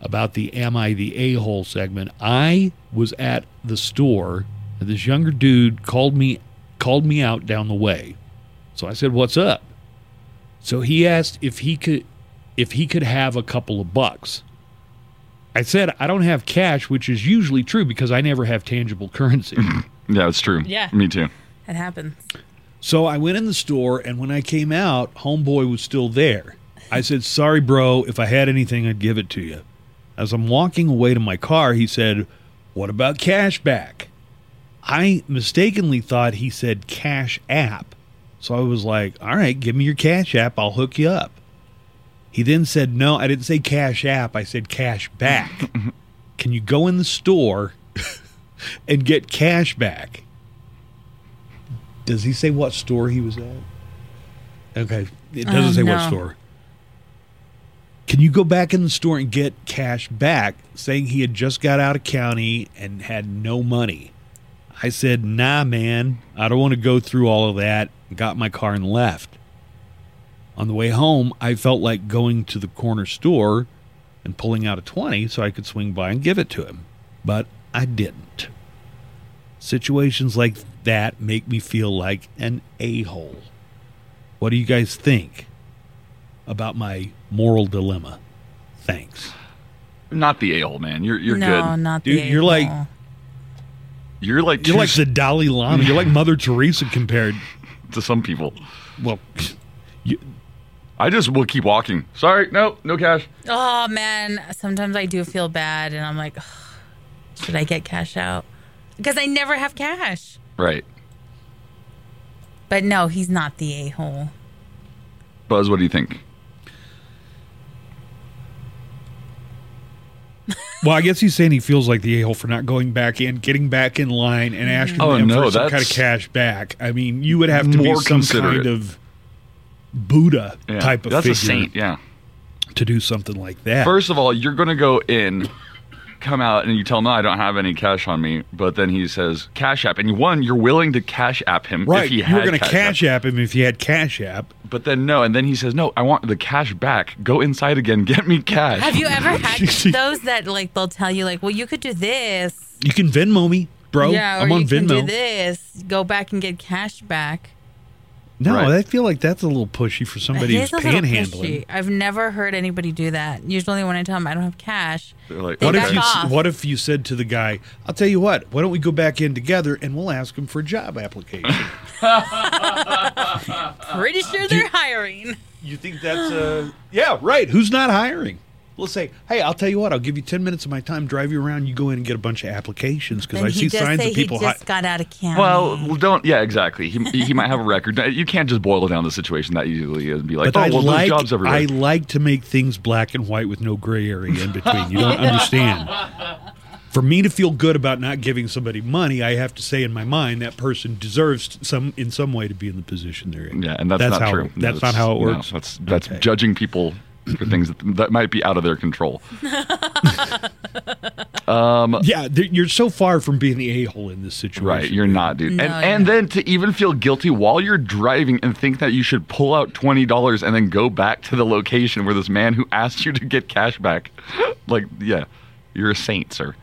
about the Am I the A hole segment. I was at the store, and this younger dude called me, called me out down the way. So I said, What's up? So he asked if he could if he could have a couple of bucks. I said I don't have cash, which is usually true because I never have tangible currency. Yeah, it's true. Yeah. me too. It happens. So I went in the store, and when I came out, Homeboy was still there. I said, Sorry, bro. If I had anything, I'd give it to you. As I'm walking away to my car, he said, What about cash back? I mistakenly thought he said cash app. So I was like, All right, give me your cash app. I'll hook you up. He then said, No, I didn't say cash app. I said cash back. Can you go in the store and get cash back? Does he say what store he was at? Okay. It doesn't Oh, say what no. store. Can you go back in the store and get cash back? Saying he had just got out of county and had no money. I said, nah, man, I don't want to go through all of that. Got my car and left. On the way home, I felt like going to the corner store and pulling out a 20 so I could swing by and give it to him, but I didn't. Situations like that make me feel like an a hole. What do you guys think about my moral dilemma? Thanks. Not the a hole, man. You're you're no, good. not Dude, the you're like- A-hole. You're like You're too like s- the Dalai Lama. You're like Mother Teresa compared. to some people. Well, I just will keep walking. Sorry, no, no cash. Oh man, sometimes I do feel bad, and I'm like, "Ugh, should I get cash out? Because I never have cash. Right, But no, he's not the a hole. Buzz. What do you think? well, I guess he's saying he feels like the a hole for not going back in, getting back in line, and asking Oh, them no, for some that's- kind of cash back. I mean, you would have to be More some considerate. kind of Buddha Yeah. type of That's figure a saint. Yeah. to do something like that. First of all, you're gonna go in, come out, and you tell him, "No, I don't have any cash on me." But then he says, "Cash app," and one, you're willing to cash app him right? if he you were had going to cash, cash app. app him if you had cash app. But then no, and then he says, "No, I want the cash back. Go inside again. Get me cash." Have you ever had those that like they'll tell you like, well, you could do this, You can Venmo me, bro. yeah, or I'm on you Venmo. can do this. Go back and get cash back. No, Right. I feel like that's a little pushy for somebody It who's is a little panhandling. pushy. I've never heard anybody do that. Usually, when I tell them I don't have cash, They're like, They What back if you off. What if you said to the guy, "I'll tell you what. Why don't we go back in together and we'll ask him for a job application." Uh, pretty sure they're hiring. you think that's uh yeah right? Who's not hiring? Let's say, hey, I'll tell you what. I'll give you ten minutes of my time. Drive you around. You go in and get a bunch of applications because Then I he see just signs say of people. he Hi- just got out of camp. Well, well, don't. Yeah, exactly. He, he might have a record. You can't just boil down the situation that easily and be like, but I oh, well, like there's jobs everywhere. I like to make things black and white with no gray area in between. You don't understand. For me to feel good about not giving somebody money, I have to say in my mind that person deserves some in some way to be in the position they're in. yeah, and that's, not how, true. No, That's, not how it no, works. that's that's Okay. judging people for things that, that might be out of their control. yeah, th- you're so far from being the a hole in this situation. Right, you're not, dude. No, and you're and then to even feel guilty while you're driving and think that you should pull out twenty dollars and then go back to the location where this man who asked you to get cash back, like, yeah, you're a saint, sir.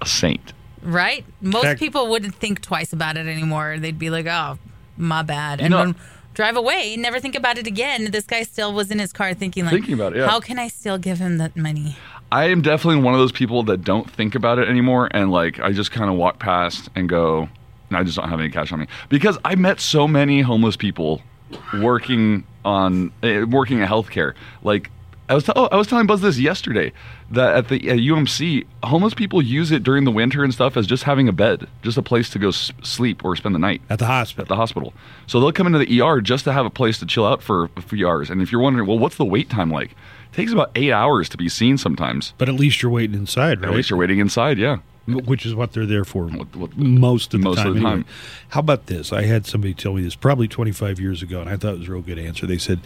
a saint. right? Most Fact- people wouldn't think twice about it anymore. They'd be like, "Oh, my bad," and know- then drive away, and never think about it again. This guy still was in his car thinking like, Thinking about it, yeah. How can I still give him that money? I am definitely one of those people that don't think about it anymore, and like I just kind of walk past and go, and I just don't have any cash on me because I met so many homeless people working on eh, working in healthcare. Like I was, oh, I was telling Buzz this yesterday that at the at UMC, homeless people use it during the winter and stuff as just having a bed, just a place to go s- sleep or spend the night at the at the hospital. hospital. So they'll come into the ER just to have a place to chill out for a few hours. And if you're wondering, well, what's the wait time like? It takes about eight hours to be seen sometimes. But at least you're waiting inside, right? At least you're waiting inside, yeah. M- which is what they're there for what- most of the most of time. the anyway. time. How about this? I had somebody tell me this probably 25 years ago, and I thought it was a real good answer. They said,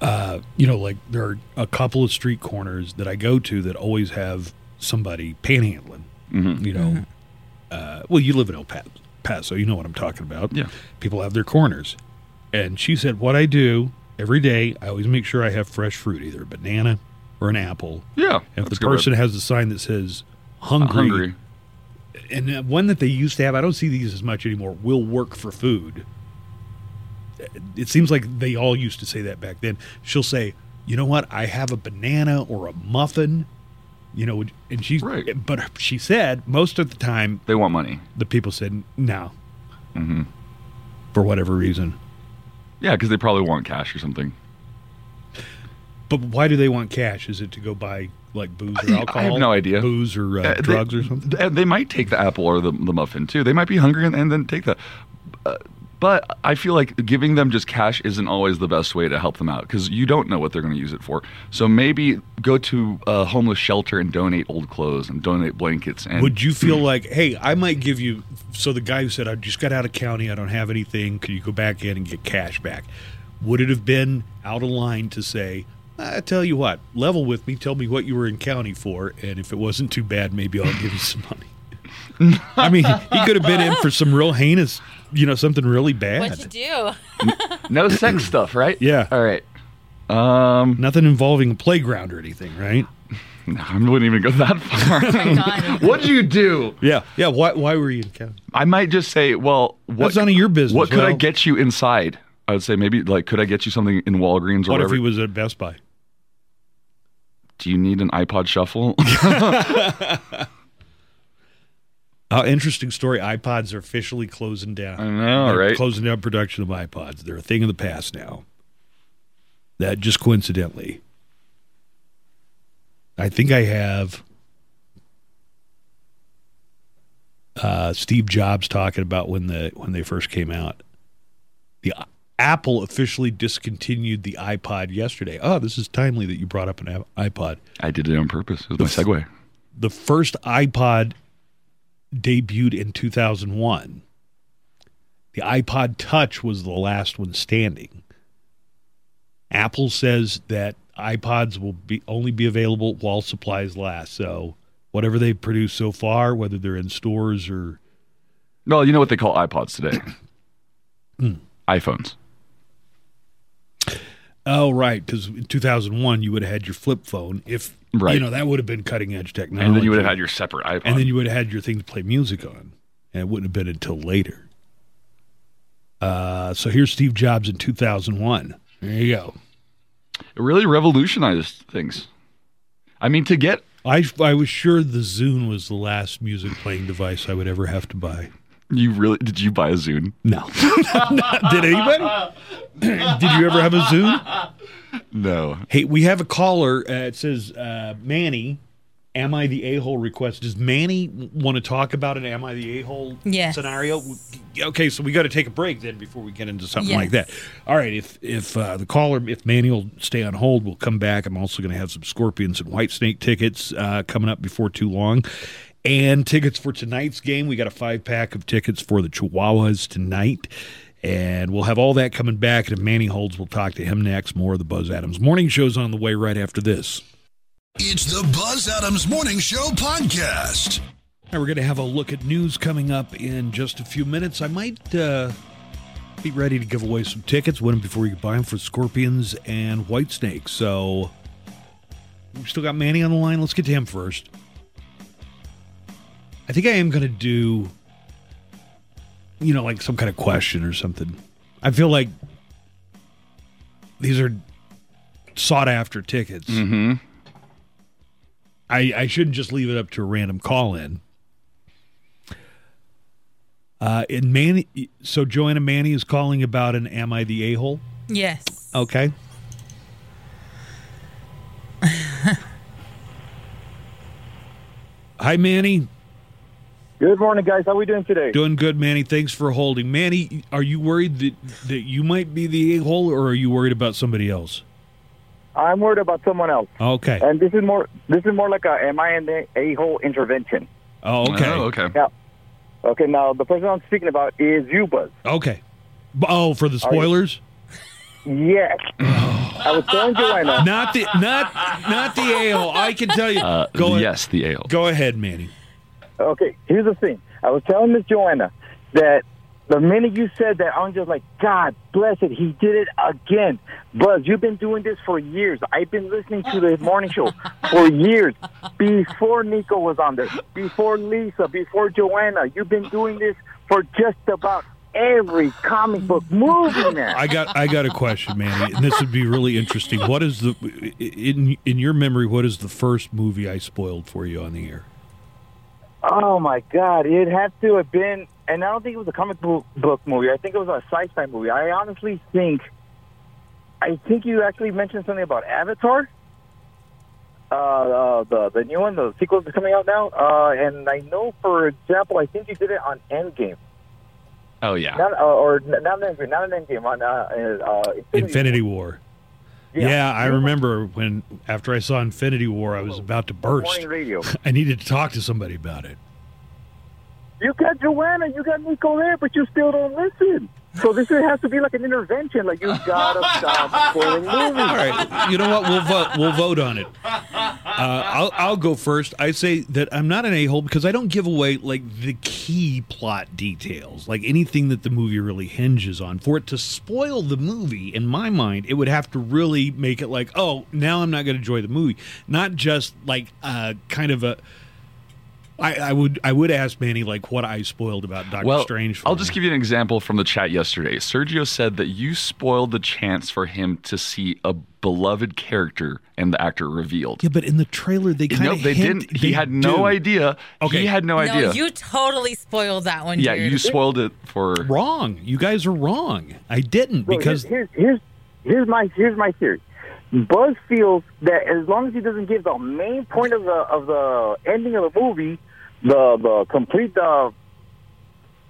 uh, you know, like there are a couple of street corners that I go to that always have somebody panhandling. Mm-hmm. You know, uh, well, you live in El Pa- Paso, you know what I'm talking about. Yeah. people have their corners, and she said, what I do every day, I always make sure I have fresh fruit, either a banana or an apple. Yeah. If the that's a good word. person has a sign that says I'm hungry. and uh, one that they used to have, I don't see these as much anymore, will work for food. It seems like they all used to say that back then. She'll say, you know what? I have a banana or a muffin, you know, and she's Right. But she said most of the time They want money. the people said no Mm-hmm. for whatever reason. Yeah, because they probably want cash or something. But why do they want cash? Is it to go buy like booze or I- I alcohol? have no idea. Booze or uh, Uh, they- drugs or something? th- They might take the apple or the, the muffin too. They might be hungry and, and then take that. Uh, But I feel like giving them just cash isn't always the best way to help them out because you don't know what they're going to use it for. So maybe go to a homeless shelter and donate old clothes and donate blankets. And Would you feel like, hey, I might give you? So the guy who said, I just got out of county, I don't have anything. Could you go back in and get cash back? Would it have been out of line to say, I tell you what, level with me, tell me what you were in county for, and if it wasn't too bad, maybe I'll give you some money. I mean, he could have been in for some real heinous, you know, something really What you bad. do? no sex stuff, right? Yeah. All right. Um, Nothing involving a playground or anything, right? no, I wouldn't even go that far. God. What'd you do? Yeah, yeah. Why, why were you in county? I might just say, well, what, That's none of your business. What could I Well- get you inside? I would say maybe like, could I get you something in Walgreens or What if whatever? he was at Best Buy? Do you need an iPod Shuffle? Uh, interesting story. iPods are officially closing down. I know, They're right? Closing down production of iPods. They're a thing of the past now. That just coincidentally. I think I have uh, Steve Jobs talking about when the when they first came out. The i- Apple officially discontinued the iPod yesterday. Oh, this is timely that you brought up an i- iPod I did it on purpose. It was my segue. the first iPod debuted in 2001. The iPod Touch was the last one standing. Apple says that iPods will be only be available while supplies last. So, whatever they produce so far, whether they're in stores or Well, you know what they call iPods today? Hmm. iPhones. oh right, because in 2001 you would have had your flip phone. If Right. you know that would have been cutting edge technology, And then you would have had your separate iPod. and then you would have had your thing to play music on, and it wouldn't have been until later. Uh, so here's Steve Jobs in 2001. There you go. It really revolutionized things. I mean, to get I, I was sure the Zune was the last music playing device I would ever have to buy. you really did you buy a Zune? No. Did anybody? Did you ever have a Zune? No. Hey, we have a caller. Uh, it says, uh, Manny, am I the a hole request? Does Manny want to talk about an am I the a hole Yes. scenario? Okay, so we got to take a break then before we get into something Yes. like that. All right, if if uh, the caller, if Manny will stay on hold, we'll come back. I'm also going to have some Scorpions and White Snake tickets uh, coming up before too long. And tickets for tonight's game. We got a five pack of tickets for the Chihuahuas tonight. And we'll have all that coming back. And if Manny holds, we'll talk to him next. More of the Buzz Adams Morning Show's on the way right after this. It's the Buzz Adams Morning Show podcast. Now we're going to have a look at news coming up in just a few minutes. I might uh, be ready to give away some tickets, win them before you can buy them for Scorpions and White Snake. So we've still got Manny on the line. Let's get to him first. I think I am going to do, you know, like some kind of question or something. I feel like these are sought after tickets. Mm-hmm. I, I shouldn't just leave it up to a random call in. Uh, and Manny, so Joanna Manny is calling about an "Am I the a hole?" Yes. Okay, hi Manny, Good morning, guys. How we doing today? doing good, Manny. Thanks for holding, Manny. Are you worried that that you might be the a hole, or are you worried about somebody else? I'm worried about someone else, Okay, and this is more. This is more like a am I in the a hole intervention? oh okay, Oh, okay. Now, okay. Now the person I'm speaking about is you, Buzz. okay. Oh, for the spoilers. Yes, I was telling Joanna. not the not not the a hole. I can tell you. Uh, go ahead. yes, the ale. Go ahead, Manny. Okay, here's the thing. I was telling Miss Joanna that the minute you said that, I'm just like, God bless it. He did it again. Buzz, you've been doing this for years. I've been listening to the morning show for years. Before Nico was on there, before Lisa, before Joanna, you've been doing this for just about every comic book movie now. I got I got a question, Manny, and this would be really interesting. What is the in in your memory? What is the first movie I spoiled for you on the air? Oh my God! It had to have been, and I don't think it was a comic book, book movie. I think it was a sci-fi movie. I honestly think, I think you actually mentioned something about Avatar, uh, uh, the the new one, the sequel that's coming out now. Uh, and I know, for example, I think you did it on Endgame, Oh yeah. not uh, or n- not Endgame, not an Endgame on uh, uh, Infinity War. Yeah. Yeah. I remember when after I saw Infinity War, I was about to burst. Morning radio. I needed to talk to somebody about it. You got Joanna, you got Nico there, but you still don't listen. So this has to be like an intervention. Like you gotta stop spoiling movies. All right, you know what? We'll vote. We'll vote on it. Uh, I'll I'll go first. I say that I'm not an a hole because I don't give away like the key plot details, like anything that the movie really hinges on. For it to spoil the movie, in my mind, it would have to really make it like, oh, now I'm not going to enjoy the movie. Not just like uh, kind of a. I, I would I would ask Manny like what I spoiled about Doctor Well, Strange. for I'll him. just give you an example from the chat yesterday. Sergio said that you spoiled the chance for him to see a beloved character and the actor revealed. yeah, but in the trailer they kind nope, of they didn't. He had no idea. Okay. He had no, idea. No, you totally spoiled that one. yeah, dude. you spoiled it for. wrong. You guys are wrong. I didn't Well, because here's, here's here's here's my here's my theory. Buzz feels that as long as he doesn't give the main point of the of the ending of the movie, the the complete the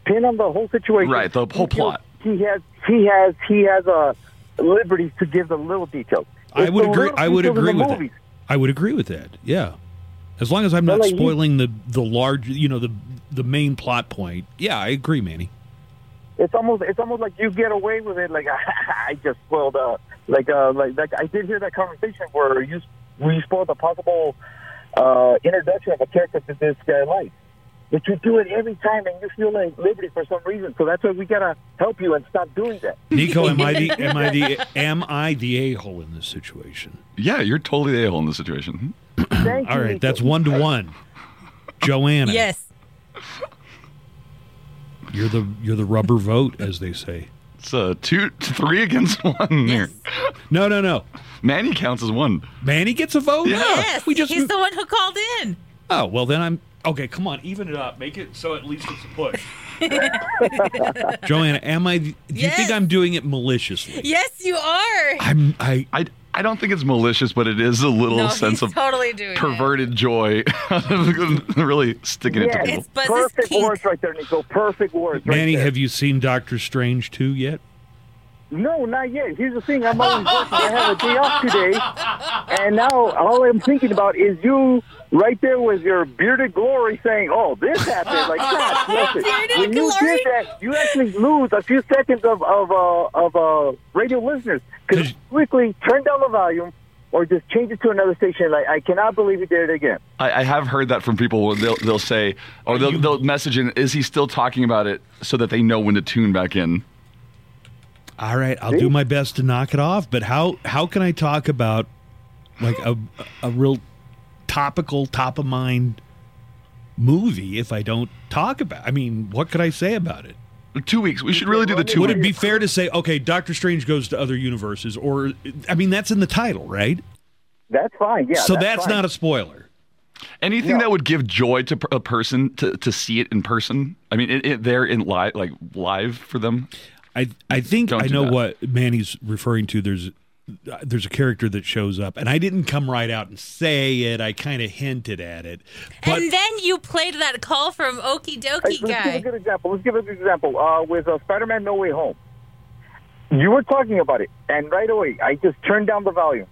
pin on the whole situation, Right, the whole he feels plot. He has he has he has a liberty to give the little details. I It's would the agree. little I would details in agree the with movies. that. I would agree with that. Yeah, as long as I'm not Well, like you- spoiling the the large, you know, the the main plot point. Yeah, I agree, Manny. It's almost it's almost like you get away with it. Like I just spoiled uh like uh like like I did hear that conversation where you where you spoiled the possible uh, introduction of a character to this guy life. But you do it every time, and you feel like liberty for some reason. So that's why we gotta help you and stop doing that. Nico, am I the am I the am I the a hole in this situation? Yeah, you're totally the a-hole in this situation. Thank All you. right, Nico. that's one to one. Joanna, Yes. you're the you're the rubber vote, as they say. It's uh, two, three against one here. No, no, no. Manny counts as one. Manny gets a vote. Yeah. Yes, we just. he's the one who called in. oh well, then I'm okay. Come on, even it up. Make it so at least it's a push. Joanna, am I? Do you Yes. think I'm doing it maliciously? Yes, you are. I'm. I. I, I don't think it's malicious, but it is a little no, sense he's of totally doing It. perverted joy. really sticking it to Yes. people. It's Buzz's Perfect kink. words right there, Nico. Perfect words right Manny, there. have you seen Doctor Strange two yet? No, not yet. Here's the thing. I'm always working. I have a day off today. And now all I'm thinking about is you right there with your bearded glory saying, oh, this happened. Like, God bless Bearded it. When you glory? did that, you actually lose a few seconds of, of, uh, of uh, radio listeners. Did Because you- quickly turn down the volume or just change it to another station. Like, I cannot believe you did it again. I, I have heard that from people. where They'll, they'll say, or they'll, they'll message in, is he still talking about it so that they know when to tune back in? All right, I'll do my best to knock it off. But how how can I talk about like a a real topical, top of mind movie if I don't talk about? I mean, what could I say about it? Two weeks. We should really do the two Would weeks. it be fair to say, okay, Doctor Strange goes to other universes, or I mean, that's in the title, right? That's fine. Yeah. so that's, fine. not a spoiler. Anything No. that would give joy to per- a person to, to see it in person. I mean, it, it, they're in live, like live for them. I I think Don't I do know that. what Manny's referring to. There's uh, there's a character that shows up, and I didn't come right out and say it. I kind of hinted at it, but and then you played that call from Okie Hey, Dokie let's give a guy. good example. Let's give a good example uh, with uh, Spider-Man: No Way Home. You were talking about it, and right away I just turned down the volume,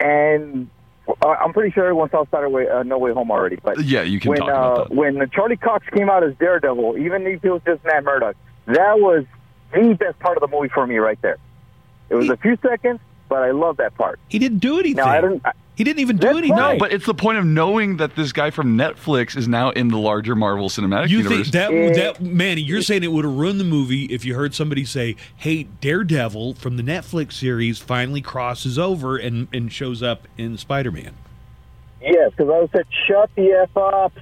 and uh, I'm pretty sure everyone saw Spider Way uh, No Way Home already. But Yeah, you can when talk about uh, that. when Charlie Cox came out as Daredevil, even if he was just Matt Murdock, that was the best part of the movie for me right there. It was a few seconds, but I love that part. he didn't do anything. Now I don't. I, he didn't even do That's anything. right. But it's the point of knowing that this guy from Netflix is now in the larger Marvel Cinematic You Universe. think that Eh. that Manny? You're saying it would have ruined the movie if you heard somebody say, "Hey, Daredevil from the Netflix series finally crosses over and and shows up in Spider-Man." yes, because I said, "Shut the f up."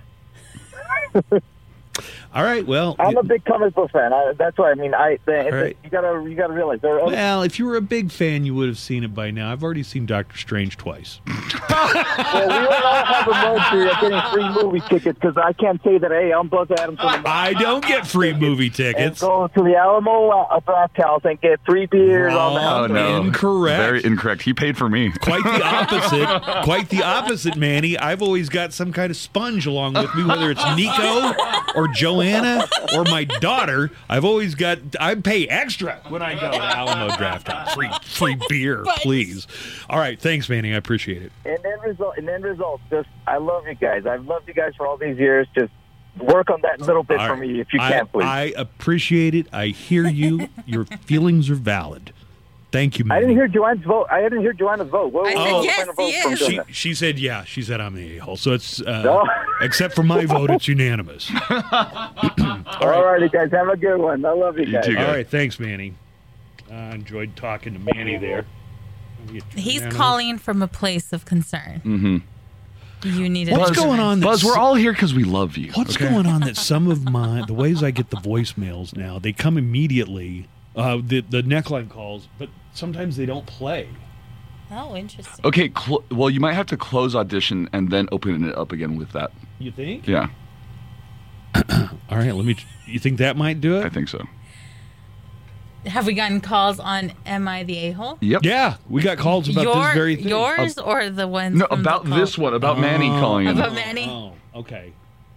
All right, well, I'm a big comic book fan. I, that's what I mean. I the, right. you gotta you gotta realize there are other well, if you were a big fan, you would have seen it by now. I've already seen Doctor Strange twice. Well, we don't all have the luxury of getting free movie tickets because I can't say that, hey, I'm Buzz Adams from the I don't get free movie and tickets. go to the Alamo uh, draft house and get three beers on the Oh house. no! Incorrect. Very incorrect. He paid for me. Quite the opposite. Quite the opposite, Manny. I've always got some kind of sponge along with me, whether it's Nico or Joanna or my daughter. I've always got. I pay extra when I go to Alamo Draft House. Free, free beer, please. All right, thanks, Manny. I appreciate it. And end result, and end result, just I love you guys. I've loved you guys for all these years. Just work on that little bit All for right. me if you I- can, please. I, I appreciate it. I hear you. Your feelings are valid. Thank you, Manny. didn't hear Joanne's vote. I didn't hear Joanna's vote. What, I what said was the yes, final vote he from is. She, Joanna? she said, yeah, she said I'm the a-hole. So it's, uh, No. except for my vote, it's unanimous. All righty, guys, have a good one. I love you You guys. too. All right, thanks, Manny. I enjoyed talking to Manny there. He's Unanimous. calling from a place of concern. Mm-hmm. You need. What's a- going on? Buzz, that's- we're all here because we love you. What's going on that some of my the ways I get the voicemails now they come immediately. Uh, the the neckline calls, but sometimes they don't play. Oh, interesting. Okay, cl- well, you might have to close audition and then open it up again with that. You think? Yeah, All right, let me. You think that might do I it? think so. Have we gotten calls on "Am I the a-hole"? Yep. Yeah, we got calls about Your- this very thing. yours or the ones? No, from about the call? this one, about Manny Oh. calling in. About Manny. Oh, okay.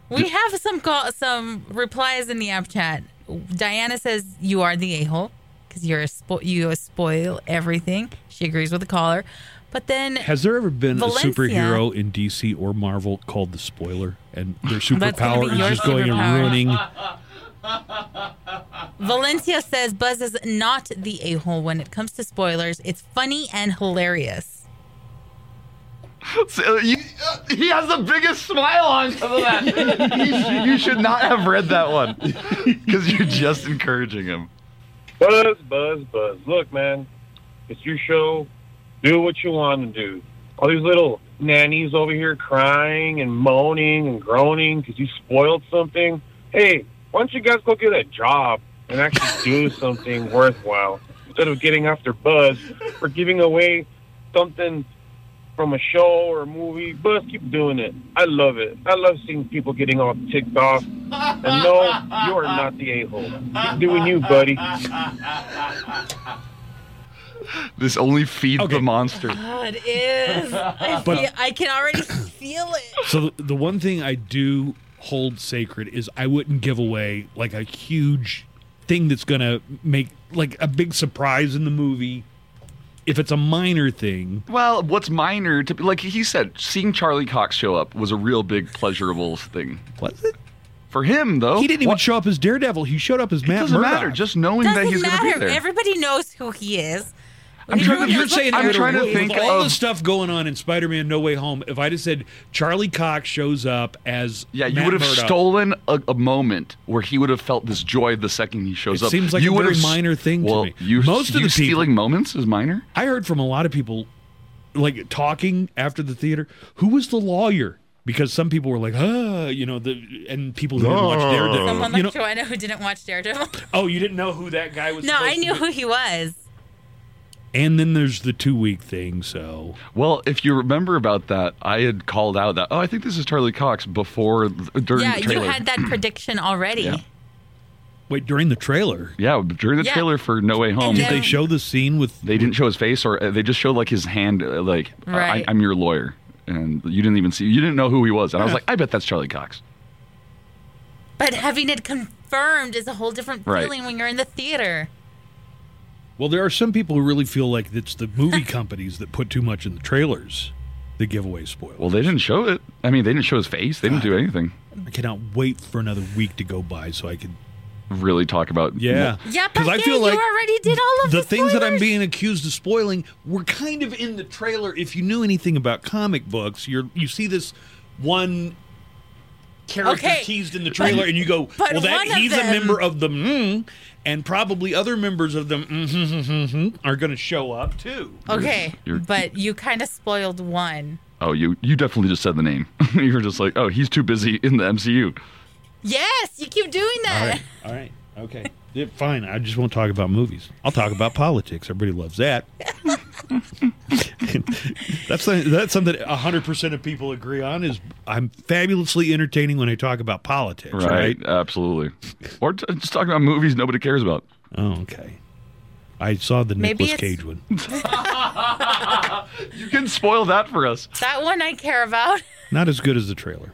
We have some call, some replies in the app chat. Diana says you are the a hole because you're a spo- you spoil everything. She agrees with the caller, but then Has there ever been Valencia. a superhero in DC or Marvel called the Spoiler, and their That's gonna be superpower is your just going superpower. and ruining? Valencia says Buzz is not the a hole when it comes to spoilers. It's funny and hilarious. So, you- uh, he has the biggest smile on top of that. you, sh- you should not have read that one because you're just encouraging him. Buzz, buzz, buzz. Look, man, it's your show. Do what you want to do. All these little nannies over here crying and moaning and groaning because you spoiled something. Hey, why don't you guys go get a job? and actually do something worthwhile instead of getting after Buzz for giving away something from a show or a movie. Buzz, keep doing it. I love it. I love seeing people getting all ticked off. And no, you are not the a hole. Keep doing you, buddy. This only feeds Okay. the monster. Oh, it is. I, But- feel, I can already feel it. So the, the one thing I do hold sacred is I wouldn't give away like a huge thing that's going to make like a big surprise in the movie. If it's a minor thing, Well, what's minor to like he said, seeing Charlie Cox show up was a real big pleasurable thing was it? for him, though. He didn't even what- show up as Daredevil. He showed up as It Matt doesn't Murdock. matter. Just knowing that Doesn't he's going to be matter. there. Everybody knows who he is. I'm trying to- you're saying I'm it trying to with think all the of- stuff going on in Spider-Man: No Way Home. If I just said Charlie Cox shows up as yeah, you Matt would have Murdock, stolen a, a moment where he would have felt this joy the second he shows It up. seems like you a would very have s- minor thing to well, me. You, Most of you the people- stealing moments is minor. I heard from a lot of people, like talking after the theater. Who was the lawyer? Because some people were like, ah, you know, the and people who didn't watch Daredevil. Someone you like know, Joanna who didn't watch Daredevil. oh, you didn't know who that guy was. no, supposed I to knew be?" who he was. And then there's the two week thing. So Well, if you remember about that, I had called out that oh, I think this is Charlie Cox before during Yeah, the you trailer. had that prediction already. Yeah. wait, during the trailer, yeah, during the Yeah. trailer for No Way Home. then- did they Um, show the scene with? they didn't show his face or uh, they just showed like his hand uh, like uh, Right. I, i'm your lawyer and you didn't even see you didn't know who he was and i was like i bet that's charlie cox But having it confirmed is a whole different Right. feeling when you're in the theater. Well, there are some people who really feel like it's the movie companies that put too much in the trailers. that give away spoilers. well they didn't show it i mean they didn't show his face they didn't do anything I cannot wait for another week to go by so I can. really talk about Yeah. Yeah, 'Cause but I yeah, feel like you already did all of the the, things that I'm spoilers. being accused of spoiling were kind of in the trailer. If you knew anything about comic books, you're you see this one character Okay, teased in the trailer, and you go, but "Well, that one of he's a them- member of the mm, and probably other members of the mm-hmm, mm, are going to show up too." Okay, You're- but you kind of spoiled one. oh you you definitely just said the name you were just like oh he's too busy in the mcu Yes, you keep doing All that. right, all right, okay, Yeah, fine. I just won't talk about movies. I'll talk about politics. Everybody loves that. that's that's something hundred percent of people agree on. Is I'm fabulously entertaining when I talk about politics, right? right, absolutely or t- just talking about movies nobody cares about Oh, okay. I saw the Maybe Nicolas it's- Cage one. you can spoil that for us That one I care about. Not as good as the trailer.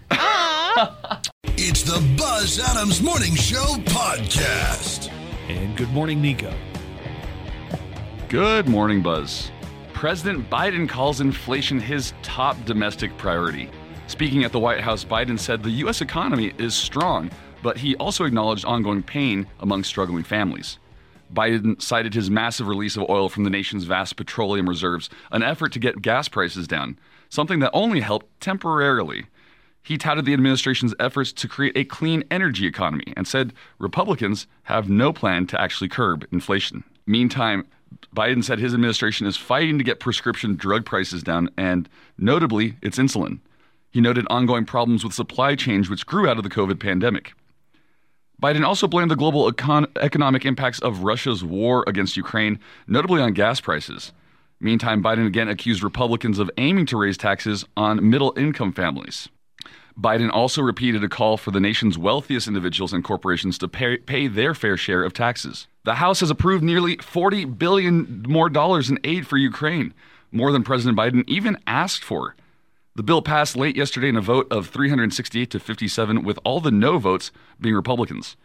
It's the Buzz Adams Morning Show podcast. and good morning, Nico. Good morning, Buzz. President Biden calls inflation his top domestic priority. Speaking at the White House, Biden said the U.S. economy is strong, but he also acknowledged ongoing pain among struggling families. Biden cited his massive release of oil from the nation's vast petroleum reserves, an effort to get gas prices down, something that only helped temporarily. He touted the administration's efforts to create a clean energy economy and said Republicans have no plan to actually curb inflation. Meantime, Biden said his administration is fighting to get prescription drug prices down, and notably, it's insulin. He noted ongoing problems with supply chains, which grew out of the COVID pandemic. Biden also blamed the global econ- economic impacts of Russia's war against Ukraine, notably on gas prices. Meantime, Biden again accused Republicans of aiming to raise taxes on middle income families. Biden also repeated a call for the nation's wealthiest individuals and corporations to pay, pay their fair share of taxes. The House has approved nearly 40 billion more dollars in aid for Ukraine, more than President Biden even asked for. The bill passed late yesterday in a vote of 368 to 57, with all the no votes being Republicans.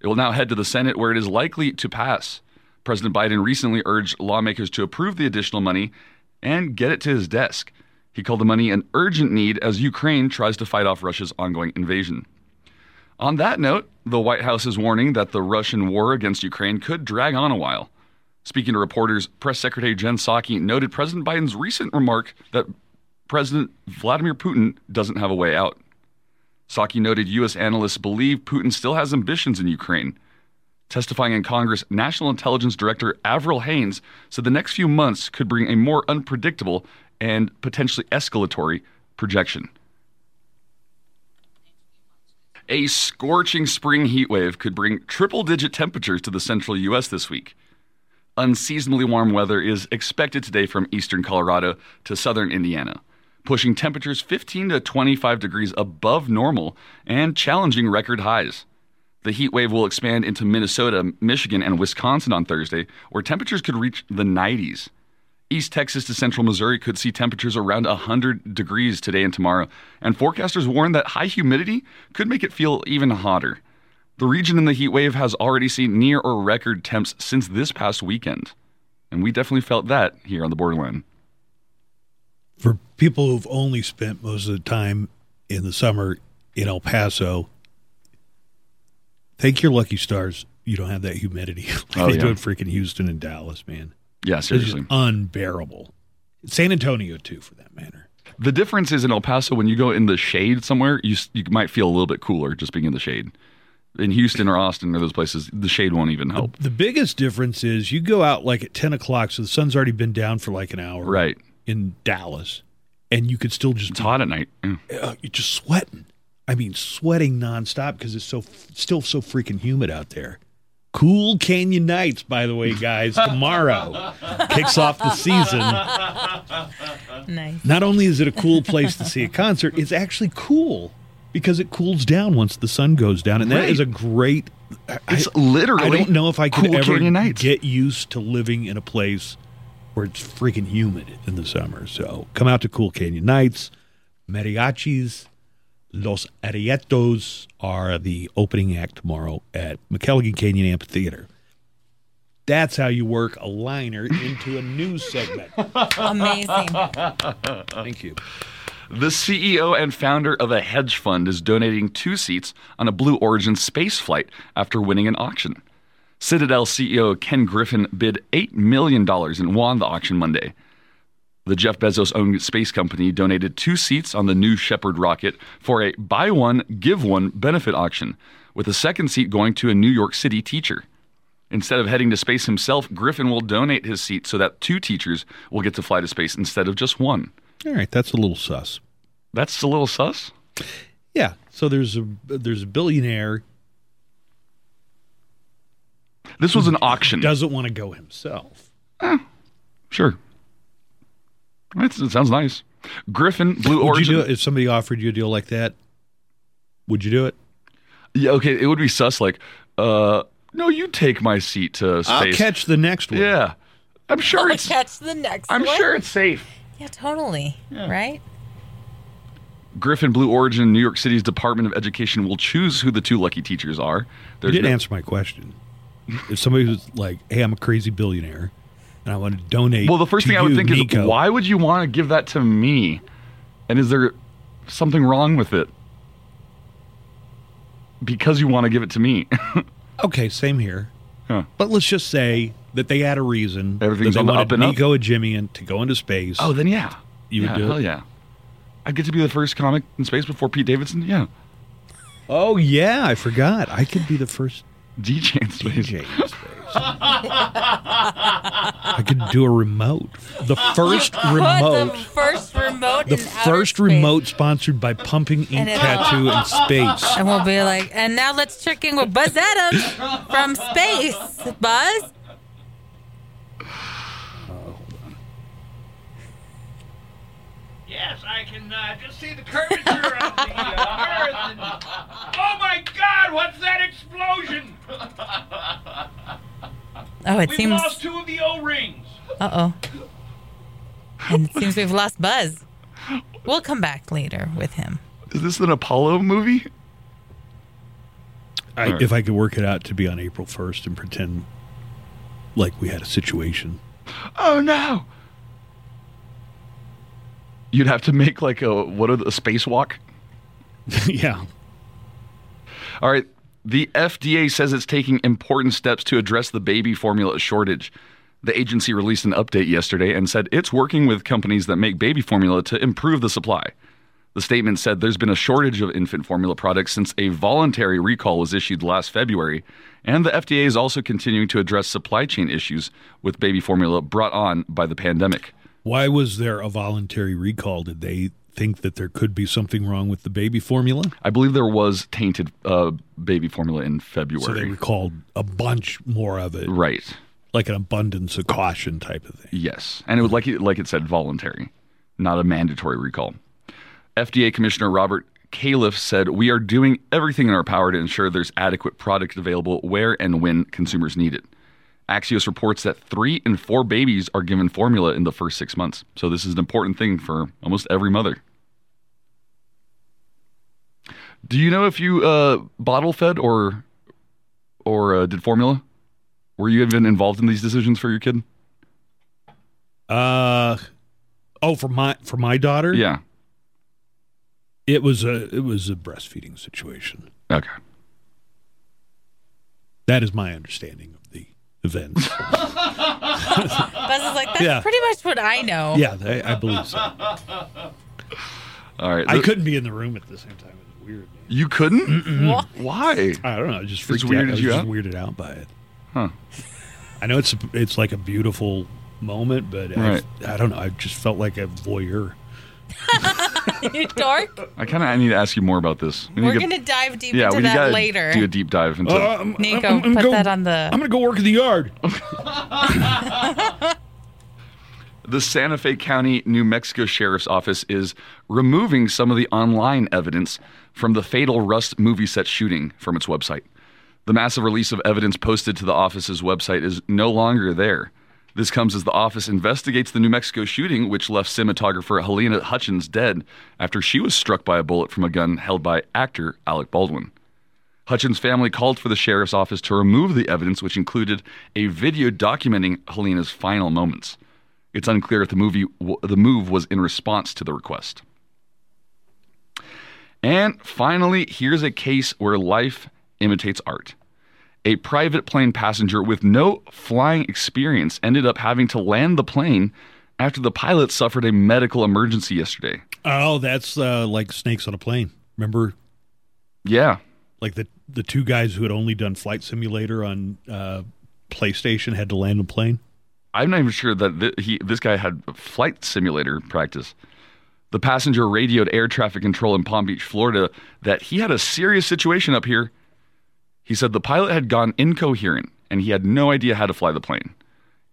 It will now head to the Senate, where it is likely to pass. President Biden recently urged lawmakers to approve the additional money and get it to his desk. He called the money an urgent need as Ukraine tries to fight off Russia's ongoing invasion. On that note, the White House is warning that the Russian war against Ukraine could drag on a while. Speaking to reporters, Press Secretary Jen Psaki noted President Biden's recent remark that President Vladimir Putin doesn't have a way out. Psaki noted U.S. analysts believe Putin still has ambitions in Ukraine. Testifying in Congress, National Intelligence Director Avril Haines said the next few months could bring a more unpredictable and potentially escalatory projection. A scorching spring heat wave could bring triple digit temperatures to the central U.S. this week. Unseasonably warm weather is expected today from eastern Colorado to southern Indiana, pushing temperatures 15 to 25 degrees above normal and challenging record highs. The heat wave will expand into Minnesota, Michigan, and Wisconsin on Thursday, where temperatures could reach the 90s. East Texas to central Missouri could see temperatures around 100 degrees today and tomorrow, and forecasters warn that high humidity could make it feel even hotter. The region in the heat wave has already seen near or record temps since this past weekend, and we definitely felt that here on the borderline. For people who've only spent most of the time in the summer in El Paso, thank your lucky stars you don't have that humidity like Oh, they yeah. do in freaking Houston and Dallas, man. Yeah, It's just seriously. unbearable. San Antonio too, for that matter. The difference is in El Paso when you go in the shade somewhere, you s- you might feel a little bit cooler just being in the shade. In Houston or Austin or those places, the shade won't even help. The biggest difference is you go out like at ten o'clock, so the sun's already been down for like an hour, Right. In Dallas, and you could still just It's hot at night. Yeah. uh, you're just sweating. I mean, sweating nonstop because it's so still so freaking humid out there. Cool Canyon Nights, by the way, guys. Tomorrow kicks off the season. Nice. Not only is it a cool place to see a concert, it's actually cool because it cools down once the sun goes down, and that Right. is a great. I- It's literally. I don't know if I could cool ever Canyon nights. get used to living in a place where it's freaking humid in the summer. So come out to Cool Canyon Nights. Mariachis, Los Arietos are the opening act tomorrow at McKelligan Canyon Amphitheater. That's how you work a liner into a news segment. Amazing. Thank you. The CEO and founder of a hedge fund is donating two seats on a Blue Origin space flight after winning an auction. Citadel CEO Ken Griffin bid $8 million and won the auction Monday. The Jeff Bezos owned space company donated two seats on the new Shepard rocket for a buy one, give one benefit auction, with the second seat going to a New York City teacher. Instead of heading to space himself, Griffin will donate his seat so that two teachers will get to fly to space instead of just one. All right, that's a little sus. That's a little sus. Yeah. So there's a there's a billionaire This was an Hmm. auction. doesn't want to go himself. sure. It's, it sounds nice. Griffin, Blue Would you Origin. do it if somebody offered you a deal like that? Would you do it? Yeah, okay, it would be sus like, uh, no, you take my seat to space. I'll catch the next one. Yeah. I'm sure I'll it's catch the next I'm one. sure it's safe. Yeah, totally. Right? Griffin Blue Origin and New York City's Department of Education will choose who the two lucky teachers are. You There's didn't no- answer my question. If somebody was like, "Hey, I'm a crazy billionaire, and I want to donate," well, the first to thing I would you, think Nico, is why would you want to give that to me? And is there something wrong with it? Because you want to give it to me. Okay, same here. Huh. But let's just say that they had a reason. that Everything's they on the wanted up and up. Nico and Jimmy and to go into space. Oh, then yeah. You would yeah, do it? Hell yeah. I'd get to be the first comic in space before Pete Davidson. Yeah. oh yeah, I forgot. I could be the first DJ in space. DJ in space. I could do a remote. The first The remote. first remote. The in outer first space. remote sponsored by Pumping Ink And it'll- Tattoo in Space. And we'll be like, and now let's check in with Buzz Adams from space. Buzz? Yes, I can uh, just see the curvature of the uh, earth. And, oh my God! What's that explosion? Oh, it We've seems. lost two of the O-rings. Uh oh. And it seems we've lost Buzz. We'll come back later with him. Is this an Apollo movie? I, Or- if I could work it out to be on April 1st and pretend like we had a situation. Oh no. You'd have to make like a what are the, a spacewalk? yeah. All right. The FDA says it's taking important steps to address the baby formula shortage. The agency released an update yesterday and said it's working with companies that make baby formula to improve the supply. The statement said there's been a shortage of infant formula products since a voluntary recall was issued last February, and the FDA is also continuing to address supply chain issues with baby formula brought on by the pandemic. Why was there a voluntary recall? Did they think that there could be something wrong with the baby formula. I believe there was tainted uh, baby formula in So they February. recalled a bunch more of it, right. like an abundance of caution type of thing. Yes, and it was like it, like it said, voluntary, not a mandatory recall. FDA Commissioner Robert Califf said, "We are doing everything in our power to ensure there's adequate product available where and when consumers need it." Axios reports that three in four babies are given formula in the first six months, so this is an important thing for almost every mother. Do you know if you uh, bottle fed or or uh, did formula? Were you even involved in these decisions for your kid? Uh, oh, for my for my daughter, Yeah. it was a it was a breastfeeding situation. Okay. That is my understanding of the events. Buzz is like, that's Yeah. pretty much what I know. yeah, they, I believe so. All right. I Th- couldn't be in the room at the same time. It was weird. Man. You couldn't? What? Why? I don't know. I just freaked out. weirded I was you just out? weirded out by it. Huh. I know it's it's like a beautiful moment, but Right. I, I don't know. I just felt like a voyeur. you dork. I kind of I need to ask you more about this. We need We're to- going to dive deep yeah, into we that gotta later. do a deep dive into. Uh, Nico, put that on the- Um, I'm gonna go work in the yard. the Santa Fe County, New Mexico Sheriff's Office is removing some of the online evidence from the fatal Rust movie set shooting from its website. The massive release of evidence posted to the office's website is no longer there. This comes as the office investigates the New Mexico shooting, which left cinematographer Helena Hutchins dead after she was struck by a bullet from a gun held by actor Alec Baldwin. Hutchins' family called for the sheriff's office to remove the evidence, which included a video documenting Helena's final moments. It's unclear if the movie w- the move was in response to the request. And finally, here's a case where life imitates art. A private plane passenger with no flying experience ended up having to land the plane after the pilot suffered a medical emergency yesterday. Oh, that's uh, like snakes on a plane. Remember, Yeah, like the the two guys who had only done flight simulator on uh, PlayStation had to land a plane. I'm not even sure that th- he this guy had flight simulator practice. The passenger radioed air traffic control in Palm Beach, Florida, that he had a serious situation up here. He said the pilot had gone incoherent and he had no idea how to fly the plane.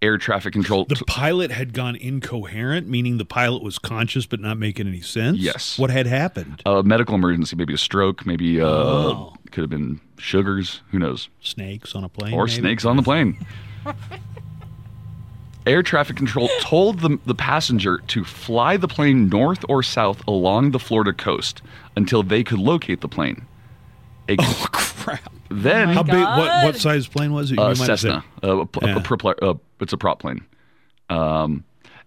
Air traffic control. The t- pilot had gone incoherent, meaning the pilot was conscious but not making any sense. Yes. what had happened? a medical emergency, maybe a stroke, maybe uh, Oh. could have been sugars. Who knows? Snakes on a plane, or maybe? snakes on the plane. Air traffic control told the, the passenger to fly the plane north or south along the Florida coast until they could locate the plane. A- Oh, crap! then How big? What God. what size plane was it? You uh, might have said- Cessna, uh, a, pl- a Yeah. propeller- uh, it's a prop plane. Um,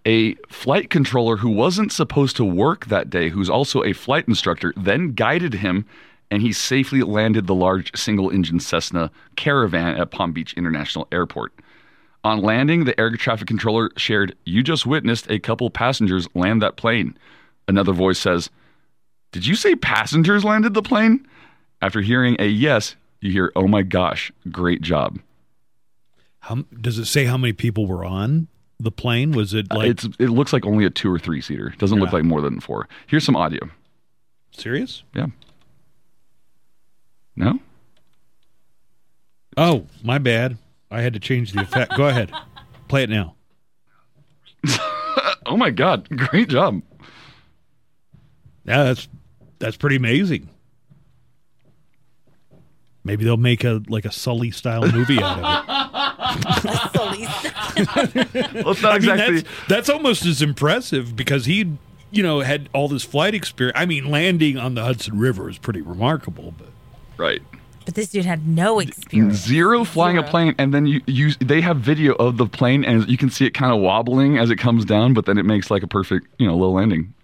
a flight controller who wasn't supposed to work that day, who's also a flight instructor, then guided him, and he safely landed the large single-engine Cessna Caravan at Palm Beach International Airport. On landing, the air traffic controller shared, "You just witnessed a couple passengers land that plane." Another voice says, "Did you say passengers landed the plane?" After hearing a yes, you hear, "Oh my gosh, great job." How does it say how many people were on the plane? Was it Uh, like it's it looks like only a two or three seater. It doesn't look Yeah. like more than four. Here's some audio. serious? Yeah. No? Oh, my bad. I had to change the effect. Go ahead, play it now. Oh my god. Great job. Yeah, that's that's pretty amazing. Maybe they'll make a like a Sully style movie out of it. Well, it's not I mean, exactly that's, that's almost as impressive because he, you know, had all this flight experience. I mean, landing on the Hudson River is pretty remarkable, but right. But this dude had no Mm. experience. Zero flying a Zero. plane and then you, you they have video of the plane and you can see it kind of wobbling as it comes down, but then it makes like a perfect, you know, low landing.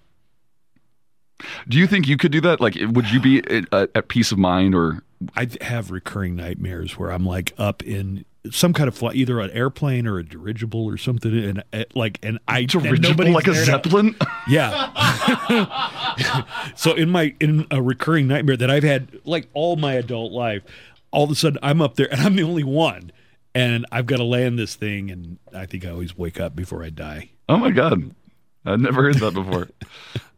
Do you think you could do that? Like, it- would you be at, at- at peace of mind or I have recurring nightmares where I'm like up in some kind of flight, either an airplane or a dirigible or something, and uh, like and I and dirigible nobody's like a there to- zeppelin? Yeah. so in my in a recurring nightmare that I've had like all my adult life, all of a sudden I'm up there and I'm the only one, and I've got to land this thing, and I think I always wake up before I die. Oh my god, I've never heard that before.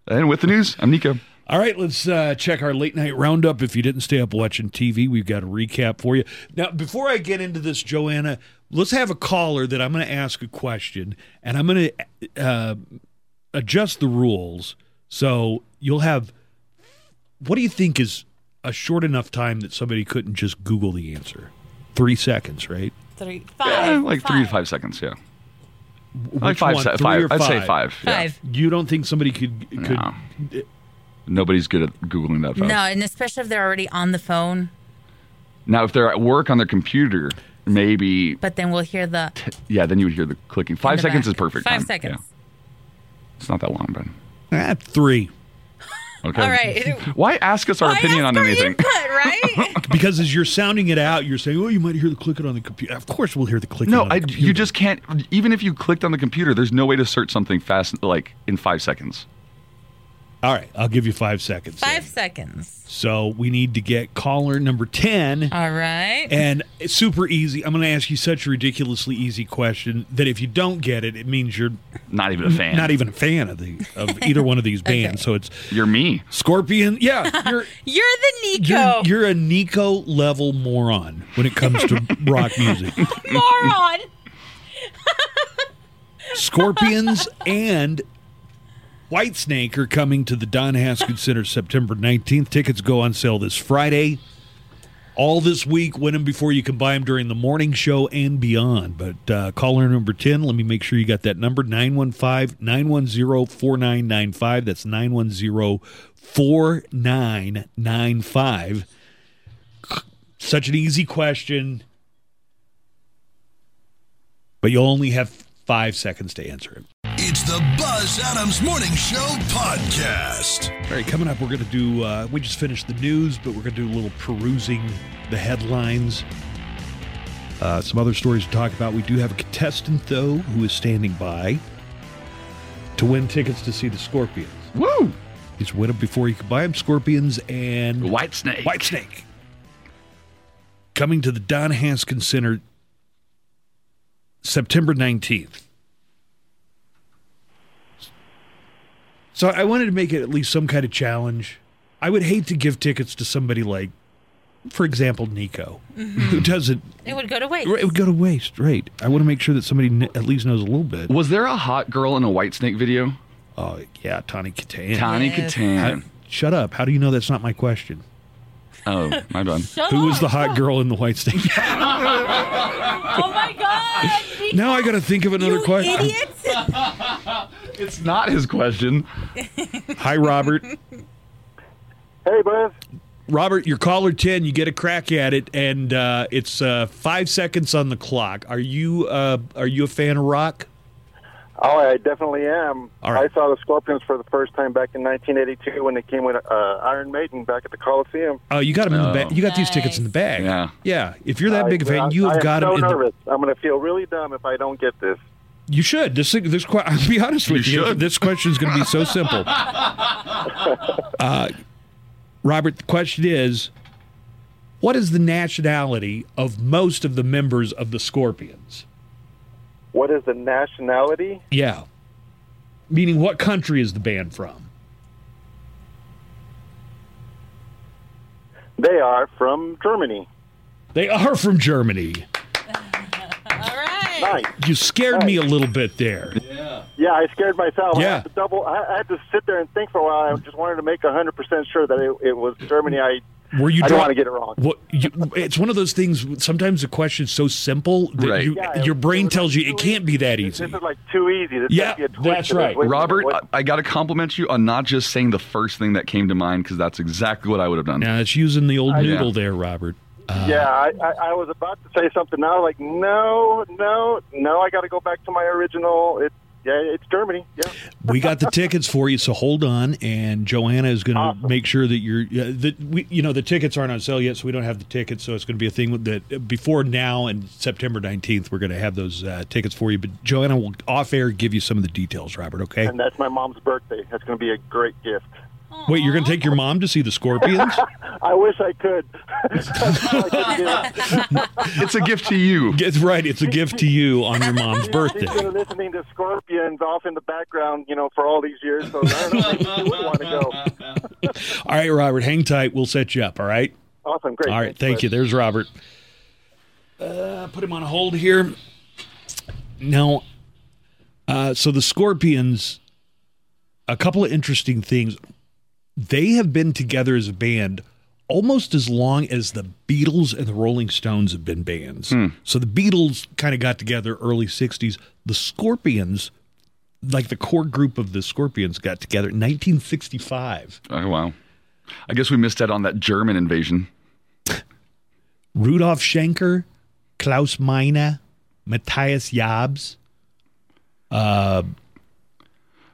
And with the news, I'm Nico. All right, let's uh, check our late night roundup. If you didn't stay up watching TV, we've got a recap for you. Now, before I get into this, Joanna, let's have a caller that I'm going to ask a question, and I'm going to uh, adjust the rules so you'll have. What do you think is a short enough time that somebody couldn't just Google the answer? Three seconds, right? Three, five, Eh, like three to five seconds, yeah. like Which five, one, se- three five. or I'd say five. yeah. Five. You don't think somebody could could No. Nobody's good at Googling that fast. No, and especially if they're already on the phone. Now, if they're at work on their computer, maybe, But then we'll hear the in yeah, then you would hear the clicking. Five the seconds back. is perfect. Five time, seconds. yeah. It's not that long, but Ah, three? okay. All right. Why ask us our Why opinion ask on our anything? Input, right? Because as you're sounding it out, you're saying, "Oh, you might hear the clicking on the computer." Of course, we'll hear the clicking. No, on the I, computer. you just can't. Even if you clicked on the computer, there's no way to search something fast, like in five seconds. All right, I'll give you five seconds. then. Five seconds. So we need to get caller number ten, All right. and it's super easy. I'm going to ask you such a ridiculously easy question that if you don't get it, it means you're Not even a fan. not even a fan of the of either one of these bands. So it's You're me. Scorpion. Yeah, you're. You're the Nico You're, you're a Nico level moron when it comes to rock music. moron. Scorpions and Whitesnake are coming to the Don Haskins Center September 19th. Tickets go on sale this Friday. All this week, win them before you can buy them during the morning show and beyond. But uh, caller number 10, let me make sure you got that number 915 910 4995. That's 910 4995. Such an easy question, but you'll only have five seconds to answer it. It's the Buzz Adams Morning Show podcast. All right, coming up, we're going to do, uh, we just finished the news, but we're going to do a little perusing the headlines. Uh, some other stories to talk about. We do have a contestant, though, who is standing by to win tickets to see the Scorpions. Woo! He's win them before you can buy them. Scorpions and White snake. White Snake. Coming to the Don Haskins Center September 19th. So I wanted to make it at least some kind of challenge. I would hate to give tickets to somebody like, for example, Nico, Mm-hmm. who doesn't. It would go to waste. It would go to waste, right? I want to make sure that somebody kn- at least knows a little bit. Was there a hot girl in a white snake video? Oh yeah, Tawny Katan. Tani Yes. Katan. Shut up! How do you know that's not my question? Oh, my bad. Shut Who up. was the hot girl in the white stain? Oh my god! Nico, now I got to think of another you question. Idiot. It's not his question. Hi, Robert. Hey, Buzz. Robert, you're caller 10. You get a crack at it, and uh, it's uh, five seconds on the clock. Are you uh, are you a fan of rock? Oh, I definitely am. All right. I saw the Scorpions for the first time back in 1982 when they came with uh, Iron Maiden back at the Coliseum. Uh, you got 'em in the No. bag. You got these tickets in the bag. Yeah. yeah. If you're that big a I, fan, you have I got them. am in so the, nervous. I'm going to feel really dumb if I don't get this. you should. This thing- this que- I'll be honest with you. should. This question's going to be so simple. uh, Robert, the question is, what is the nationality of most of the members of the Scorpions? What is the nationality? Yeah. Meaning, what country is the band from? They are from Germany. They are from Germany. All right. Nice. You scared me a little bit there. Yeah, I scared myself. Yeah. I had to double. I, I had to sit there and think for a while. I just wanted to make 100 percent sure that it, it was Germany. I Were you? I draw- don't want to get it wrong. What? You, it's one of those things. Sometimes the question's so simple that Right. you, Yeah, your it- brain it was tells you it really- can't be that This easy. is like too easy. This Yeah, must be a twist that's to this. right. Wait a minute, Robert, what- I, I got to compliment you on not just saying the first thing that came to mind because that's exactly what I would have done. Now it's using the old noodle Yeah. there, Robert. yeah, I, I, I was about to say something. Now, like, no, no, no. I got to go back to my original. It, yeah, it's Germany. Yeah. We got the tickets for you, so hold on. And Joanna is going to Awesome. make sure that you're. Uh, that we, you know, the tickets aren't on sale yet, so we don't have the tickets. So it's going to be a thing that uh, before now and September nineteenth, we're going to have those uh, tickets for you. But Joanna will off air give you some of the details, Robert. Okay. And that's my mom's birthday. That's going to be a great gift. Wait, you're going to take your mom to see the Scorpions? I wish I could. That's all I can do. It's a gift to you. It's right. It's a gift to you on your mom's She's birthday. been listening to Scorpions off in the background, you know, for all these years. So I don't know maybe she would want to go. All right, Robert, hang tight. We'll set you up. All right. Awesome, great. All right, thank you. There's Robert. Uh, put him on hold here. Now, uh, so the Scorpions, a couple of interesting things. They have been together as a band almost as long as the Beatles and the Rolling Stones have been bands. So the Beatles kind of got together early 60s. The Scorpions, like the core group of the Scorpions, got together in 1965. Oh wow. I guess we missed out on that German invasion. Rudolf Schenker, Klaus Meine, Matthias Jabs, uh,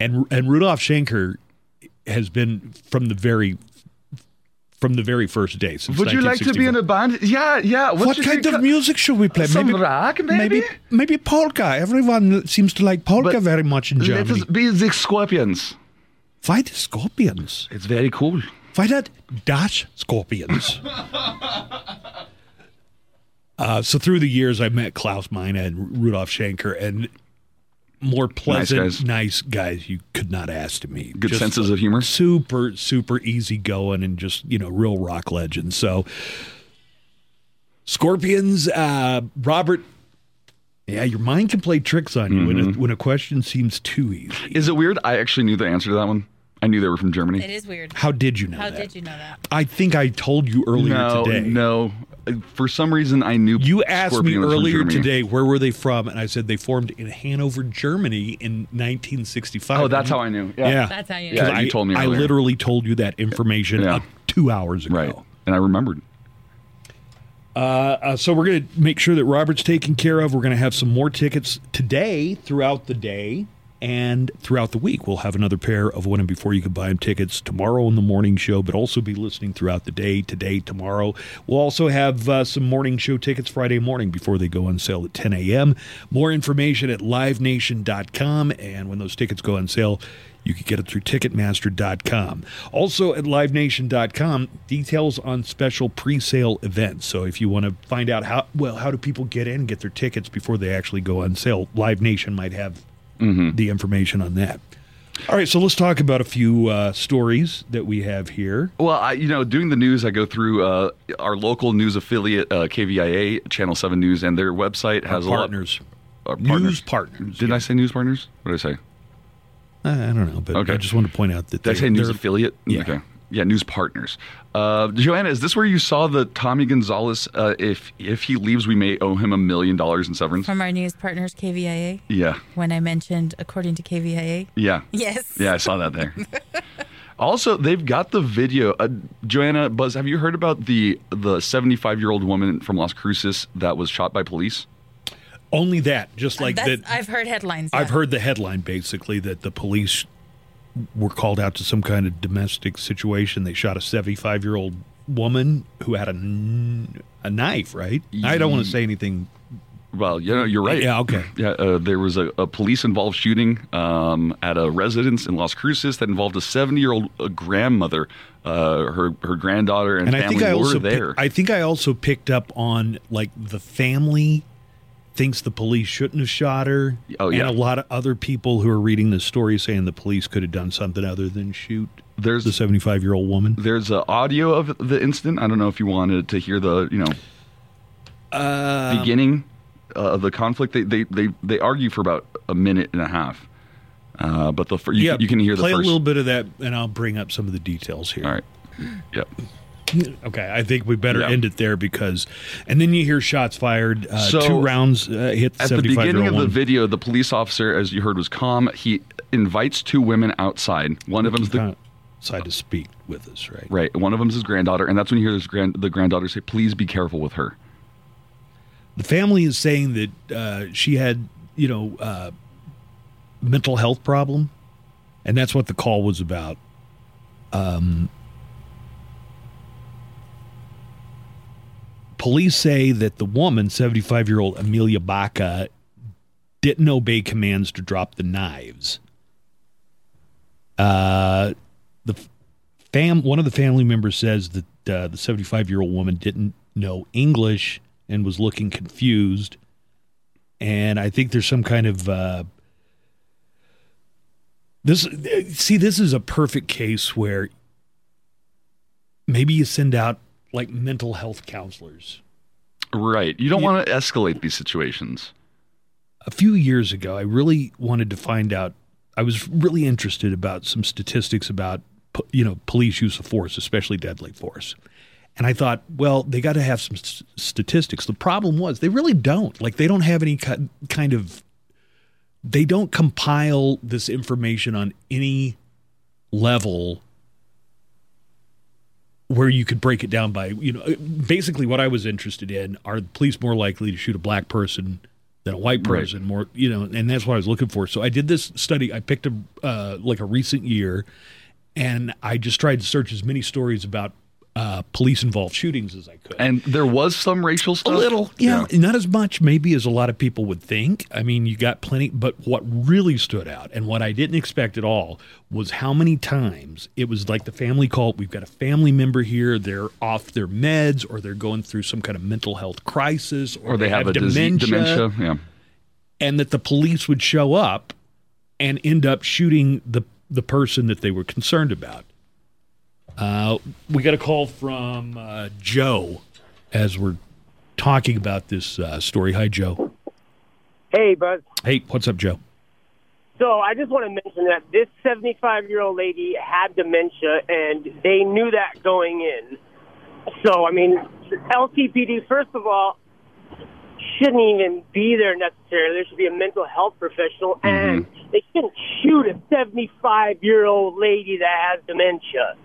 and and Rudolf Schenker has been from the very from the very first day since. Would you like to be in a 1964. band? Yeah, yeah. What kind of music should we play? Some rock, maybe? maybe maybe polka. Everyone seems to like polka But very much in Let Germany. us be the Scorpions. Why the Scorpions? It's very cool. Why not Dash Scorpions? uh, so through the years, I met Klaus Meine and Rudolf Schenker, and more pleasant, nice guys. guys, you could not ask to meet. Good Just senses of humor. Super, super easy going, and just you know, real rock legends. So, Scorpions, uh, Robert. Yeah, your mind can play tricks on you when a, Mm-hmm. when a question seems too easy. Is it weird? I actually knew the answer to that one. I knew they were from It Germany. is weird. How did you know How that? did you know that? I think I told you earlier No, today. no. For some reason, I knew You asked Scorpion me was from earlier Germany. today where were they from, and I said they formed in Hanover, Germany, in 1965. Oh, that's how I knew. Yeah, Yeah, That's how you Yeah, know. you I, told me I earlier. literally told you that information Yeah. uh, two hours ago. right. And I remembered. Uh, so we're going to make sure that Robert's taken care of. We're going to have some more tickets today, throughout the day, and throughout the week. We'll have another pair of When and Before You Can Buy Them tickets tomorrow on the morning show, but also be listening throughout the day, today, tomorrow. We'll also have uh, some morning show tickets Friday morning before they go on sale at 10 a.m. More information at livenation.com. And when those tickets go on sale, you can get it through Ticketmaster.com. Also at LiveNation.com, details on special pre-sale events. So if you want to find out how well how do people get in, get their tickets before they actually go on sale, Live Nation might have Mm-hmm. the information on that. All right, so let's talk about a few uh, stories that we have here. Well, I, you know, doing the news, I go through uh, our local news affiliate, uh, KVIA, Channel 7 News, and their website has partners, a lot. Our news partners. partners. Did I say news partners? What did I say? I, I don't know, but Okay. I just want to point out that Did I they- say news they're- affiliate? yeah. Okay. Yeah, news partners. Uh, Joanna, is this where you saw the Tommy Gonzalez? Uh, if if he leaves, we may owe him a million dollars in severance. From our news partners, KVIA, Yeah, when I mentioned, according to KVIA. yeah, Yes. yeah. I saw that there. also, they've got the video. Uh, Joanna, Buzz, have you heard about the the seventy five year old woman from Las Cruces that was shot by police? only that, just like That's, that. I've heard headlines. I've yeah. heard the headline basically that the police were called out to some kind of domestic situation. They shot a 75 year old woman who had a, kn- a knife, right? I don't want to say anything. Well, you know, you're right. Yeah, okay. Yeah, uh, there was a, a police involved shooting um, at a residence in Las Cruces that involved a 70 year old grandmother, uh, her her granddaughter, and, And family I think I were also pick- there. I think I also picked up on like the family thinks the police shouldn't have shot her. Oh, yeah. And a lot of other people who are reading this story saying the police could have done something other than shoot there's the 75 year old woman. there's a audio of the incident. I don't know if you wanted to hear the you know Um, beginning uh, of the conflict. They, they they they argue for about a minute and a half, uh, but the fir- you, you can hear the play first. a little bit of that, and I'll bring up some of the details here. All right. Yep. Okay, I think we better Yeah. end it there because, and then you hear shots fired. Uh, So, two rounds uh, hit the At the seventy-five year beginning old of the woman. video, the police officer, as you heard, was calm. He invites two women outside. One of them's the Kinda Decided to speak with us, right? right. One of them's his granddaughter, and that's when you hear his grand, the granddaughter say, "Please be careful with her." The family is saying that uh, she had, you know, uh, mental health problem, and that's what the call was about. Um, police say that the woman, seventy-five year old Amelia Baca, didn't obey commands to drop the knives. Uh, the fam one of the family members says that uh, the 75 year old woman didn't know English and was looking confused, and I think there's some kind of uh, this. See, this is a perfect case where maybe you send out like mental health counselors. Right. You don't want to escalate these situations. a few years ago, I really wanted to find out. I was really interested about some statistics about po- you know police use of force, especially deadly force. And I thought, well, they got to have some s- statistics. The problem was they really don't. Like they don't have any ki- kind of. They don't compile this information on any level where you could break it down by you know basically what I was interested in are the police more likely to shoot a black person than a white Right. person more you know and that's what I was looking for so I did this study I picked a uh, like a recent year and I just tried to search as many stories about uh, police involved shootings as I could And there was some racial a stuff. little, yeah, not as much maybe as a lot of people would think. I mean, you got plenty, but what really stood out and what I didn't expect at all was how many times it was like the family call. We've got a family member here; they're off their meds, or they're going through some kind of mental health crisis, Or they have, a disease, dementia. Yeah. and that the police would show up and end up shooting the the person that they were concerned about. Uh, we got a call from uh, Joe as we're talking about this uh, story. Hi, Joe. Hey, Buzz. Hey, what's up, Joe? So I just want to mention that this 75 year old lady had dementia, and they knew that going in. So, I mean, LCPD, first of all, shouldn't even be there necessarily. There should be a mental health professional, and they shouldn't shoot a 75 year old lady that has dementia.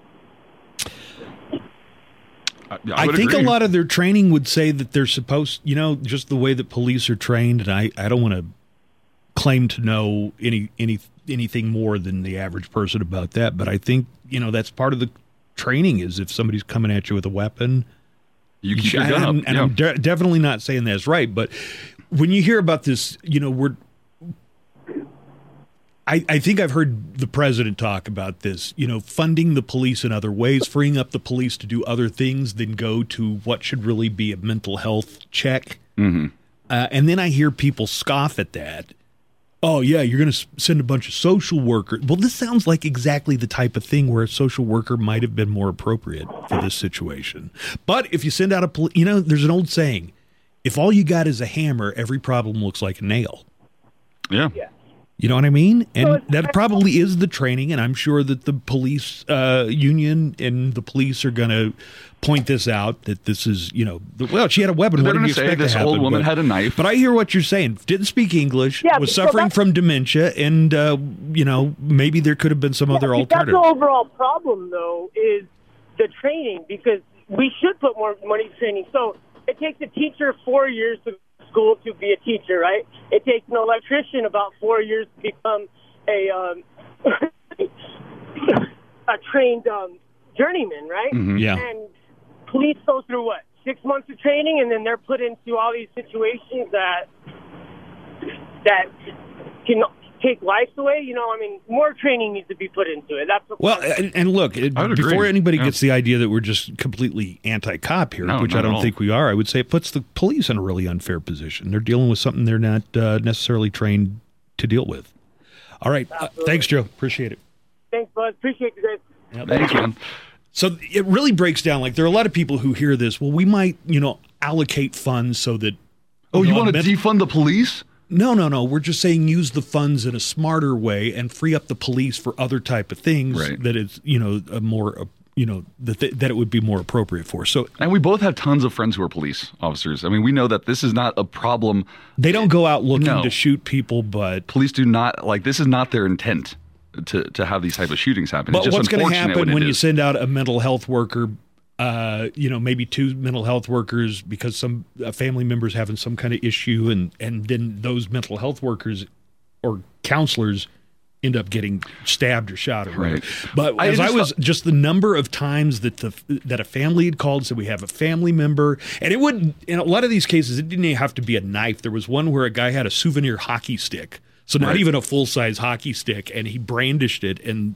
I, I, would think agree. a lot of their training would say that they're supposed, you know, just the way that police are trained, and I, I don't want to claim to know any any anything more than the average person about that, but I think you know that's part of the training is if somebody's coming at you with a weapon, You can shoot and a gun I'm, up. and yeah. I'm de- definitely not saying that's right, but when you hear about this, you know, we're. I, I think I've heard the president talk about this, you know, funding the police in other ways, freeing up the police to do other things than go to what should really be a mental health check. Mm-hmm. Uh, and then I hear people scoff at that. Oh, yeah, you're going to send a bunch of social workers. Well, this sounds like exactly the type of thing where a social worker might have been more appropriate for this situation. But if you send out a, poli- you know, there's an old saying if all you got is a hammer, every problem looks like a nail. yeah. You know what I mean? And that probably is the training, and I'm sure that the police uh, union and the police are going to point this out that this is, you know, the, well, she had a weapon. They're what did gonna you say expect to this old happen? woman But- had a knife. But I hear what you're saying. Didn't speak English, Yeah, was so suffering that's- from dementia, and, uh, you know, maybe there could have been some other Yeah, see, That's alternative. the overall problem, though, is the training because we should put more money into training. So it takes a teacher four years to school to be a teacher, right? It takes an electrician about four years to become a um, a trained um, journeyman, right? Mm-hmm. Yeah. And police go through what six months of training, and then they're put into all these situations that that can take lives away. You know, I mean, more training needs to be put into it. That's what Well, and, and look, it, before I would agree. anybody Yeah. gets the idea that we're just completely anti-cop here, No, which not I at don't all. think we are, I would say it puts the police in a really unfair position. They're dealing with something they're not uh, necessarily trained to deal with. All right, uh, thanks, Joe. Appreciate it. Thanks, bud. Appreciate you guys. Thanks, man. Oh, So it really breaks down. Like there are a lot of people who hear this. Well, we might, you know, allocate funds so that. Oh, you know, want to men- defund the police? No, no, no. We're just saying use the funds in a smarter way and free up the police for other type of things Right. that it's you know a more uh, you know that th- that it would be more appropriate for. So And we both have tons of friends who are police officers. I mean, we know that this is not a problem. they don't go out looking No. to shoot people, but Police do not like this is not their intent to to have these type of shootings happen. but it's just what's going to unfortunate happen it when you is. send out a mental health worker? Uh, you know, maybe two mental health workers because some uh, family members having some kind of issue, and and then those mental health workers or counselors end up getting stabbed or shot or whatever. Right. But I as I just was just the number of times that the that a family had called said we have a family member, and it would in a lot of these cases it didn't even have to be a knife. There was one where a guy had a souvenir hockey stick, so not Right. even a full size hockey stick, and he brandished it and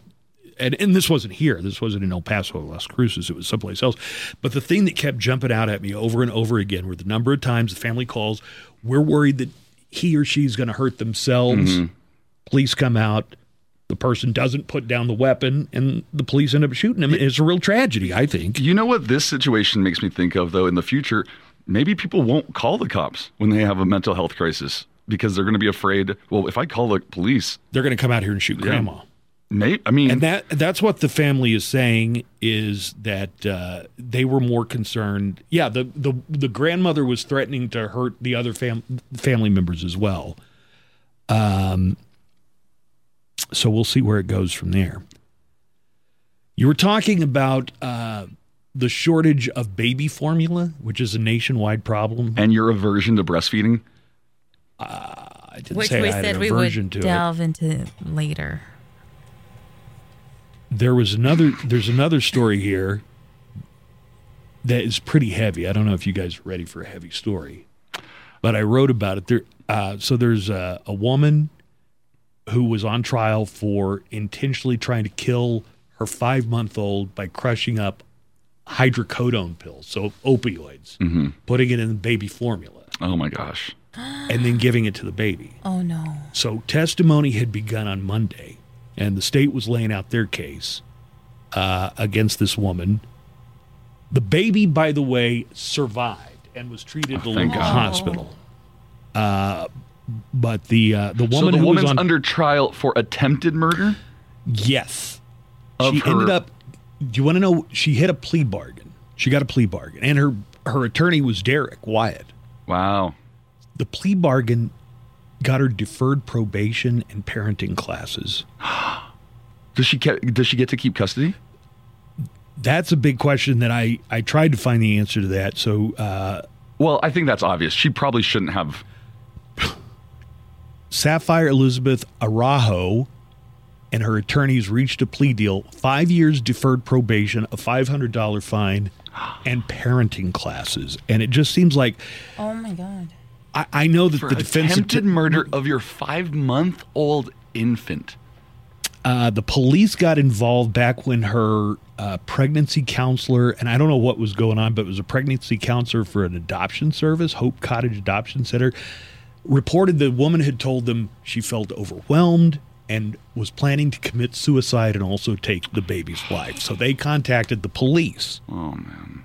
and, and this wasn't here. This wasn't in El Paso or Las Cruces. It was someplace else. But the thing that kept jumping out at me over and over again were the number of times the family calls. We're worried that he or she's going to hurt themselves. Police come out. The person doesn't put down the weapon, and the police end up shooting him. It's a real tragedy, I think. You know what this situation makes me think of, though, in the future? Maybe people won't call the cops when they have a mental health crisis because they're going to be afraid, well, if I call the police, They're going to come out here and shoot grandma. may, I Mm-hmm. mean, and that that's what the family is saying is that uh, they were more concerned. Yeah, the, the the grandmother was threatening to hurt the other fam- family members as well. Um, so we'll see where it goes from there. You were talking about uh, the shortage of baby formula, which is a nationwide problem. and your aversion to breastfeeding. I didn't Which say we I had said an we aversion would to it. delve into later. there was another there's another story here that is pretty heavy. I don't know if you guys are ready for a heavy story, but I wrote about it. There, uh, so there's a, a woman who was on trial for intentionally trying to kill her five month old by crushing up hydrocodone pills, so opioids, putting it in the baby formula, Oh my gosh. and then giving it to the baby. Oh no. So testimony had begun on Monday, and the state was laying out their case uh, against this woman. The baby, by the way, survived and was treated to thank local God. hospital. Uh, but the uh, the woman so the who was woman's on under trial for attempted murder? yes, Of she ended her- up. Do you want to know? She hit a plea bargain. She got a plea bargain, and her her attorney was Derek Wyatt. Wow. The plea bargain got her deferred probation and parenting classes. Does she ke- does she get to keep custody? That's a big question that I, I tried to find the answer to that. So uh, Well, I think that's obvious. She probably shouldn't have. Sapphire Elizabeth Arajo and her attorneys reached a plea deal: five years deferred probation, a five hundred dollar fine, and parenting classes. And it just seems like Oh my god. I, I know that For the defense attempted att- murder of your five month old infant. uh, the police got involved back when her uh, pregnancy counselor, and I don't know what was going on, but it was a pregnancy counselor for an adoption service, Hope Cottage Adoption Center, reported the woman had told them she felt overwhelmed and was planning to commit suicide and also take the baby's life. So they contacted the police. Oh man.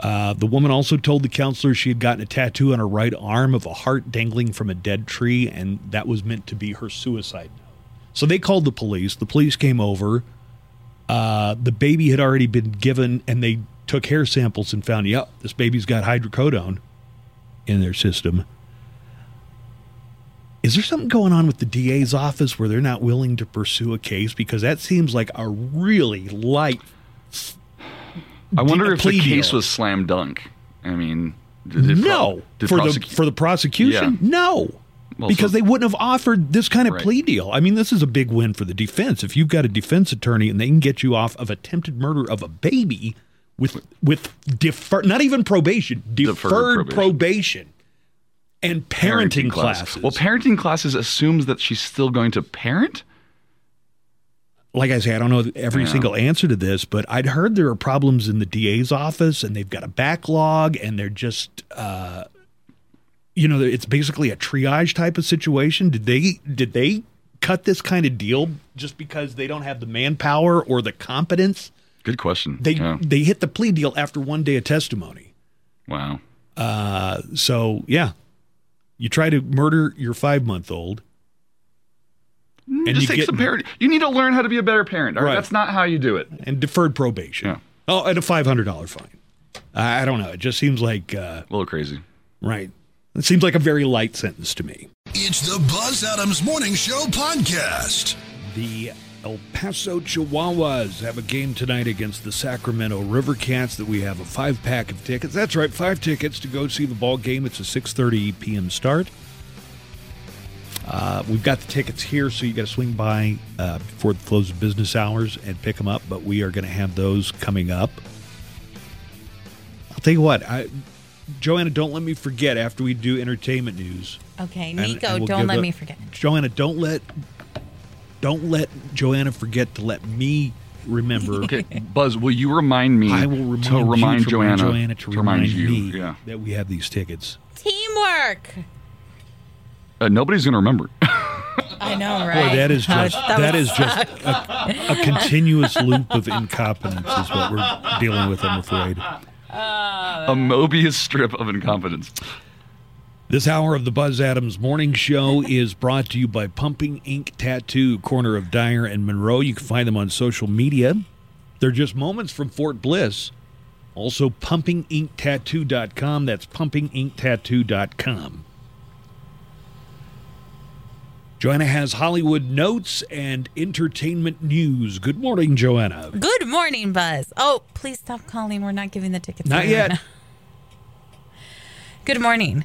Uh, the woman also told the counselor she had gotten a tattoo on her right arm of a heart dangling from a dead tree, and that was meant to be her suicide note. So they called the police. The police came over. Uh, the baby had already been given, and they took hair samples and found, yep, this baby's got hydrocodone in their system. Is there something going on with the DA's office where they're not willing to pursue a case? Because that seems like a really light I wonder a if the plea case deal. was slam dunk. I mean, did it pro- no did for prosec- the for the prosecution Yeah. no Well, because so- they wouldn't have offered this kind of Right. plea deal i mean this is a big win for the defense if you've got a defense attorney and they can get you off of attempted murder of a baby with with defer not even probation deferred, Deferred probation. probation. and parenting, classes Well, parenting classes assumes that she's still going to parent. like I say, I don't know every Yeah. single answer to this, but I'd heard there are problems in the DA's office and they've got a backlog and they're just, uh, you know, it's basically a triage type of situation. Did they, did they cut this kind of deal just because they don't have the manpower or the competence? Good question. They, Yeah. they hit the plea deal after one day of testimony. Wow. Uh, so yeah, you try to murder your five month old. And you Just take get- some parent. You need to learn how to be a better parent. All right. Right. That's not how you do it. and deferred probation. Yeah. Oh, and a five hundred dollar fine. I I don't know. It just seems like uh, A little crazy. right. It seems like a very light sentence to me. It's the Buzz Adams Morning Show podcast. The El Paso Chihuahuas have a game tonight against the Sacramento River Cats that we have a five pack of tickets. That's right, five tickets to go see the ball game. It's a 6:30 p.m. start. Uh, we've got the tickets here, so you got to swing by uh, before the close of business hours and pick them up. But we are going to have those coming up. I'll tell you what, I, Joanna, don't let me forget after we do entertainment news. Okay, And- Nico, and we'll don't give let the- me forget. Joanna, don't let Don't let Joanna forget to let me remember. Okay, Buzz, will you remind me I will remind to you remind to Joanna, remind Joanna to, remind, me Yeah. that we have these tickets. Teamwork. Uh, nobody's going to remember. I know, right? Boy, that is That just would- that, that would is just suck. a, a continuous loop of incompetence is what we're dealing with. I'm afraid. a Mobius strip of incompetence. This hour of the Buzz Adams Morning Show is brought to you by Pumping Ink Tattoo, corner of Dyer and Monroe. You can find them on social media. They're just moments from Fort Bliss. Also, pumpinginktattoo.com. That's pumpinginktattoo.com. Joanna has Hollywood notes and entertainment news. Good morning, Joanna. Good morning, Buzz. Oh, please stop calling. We're not giving the tickets. Not away. yet. Good morning.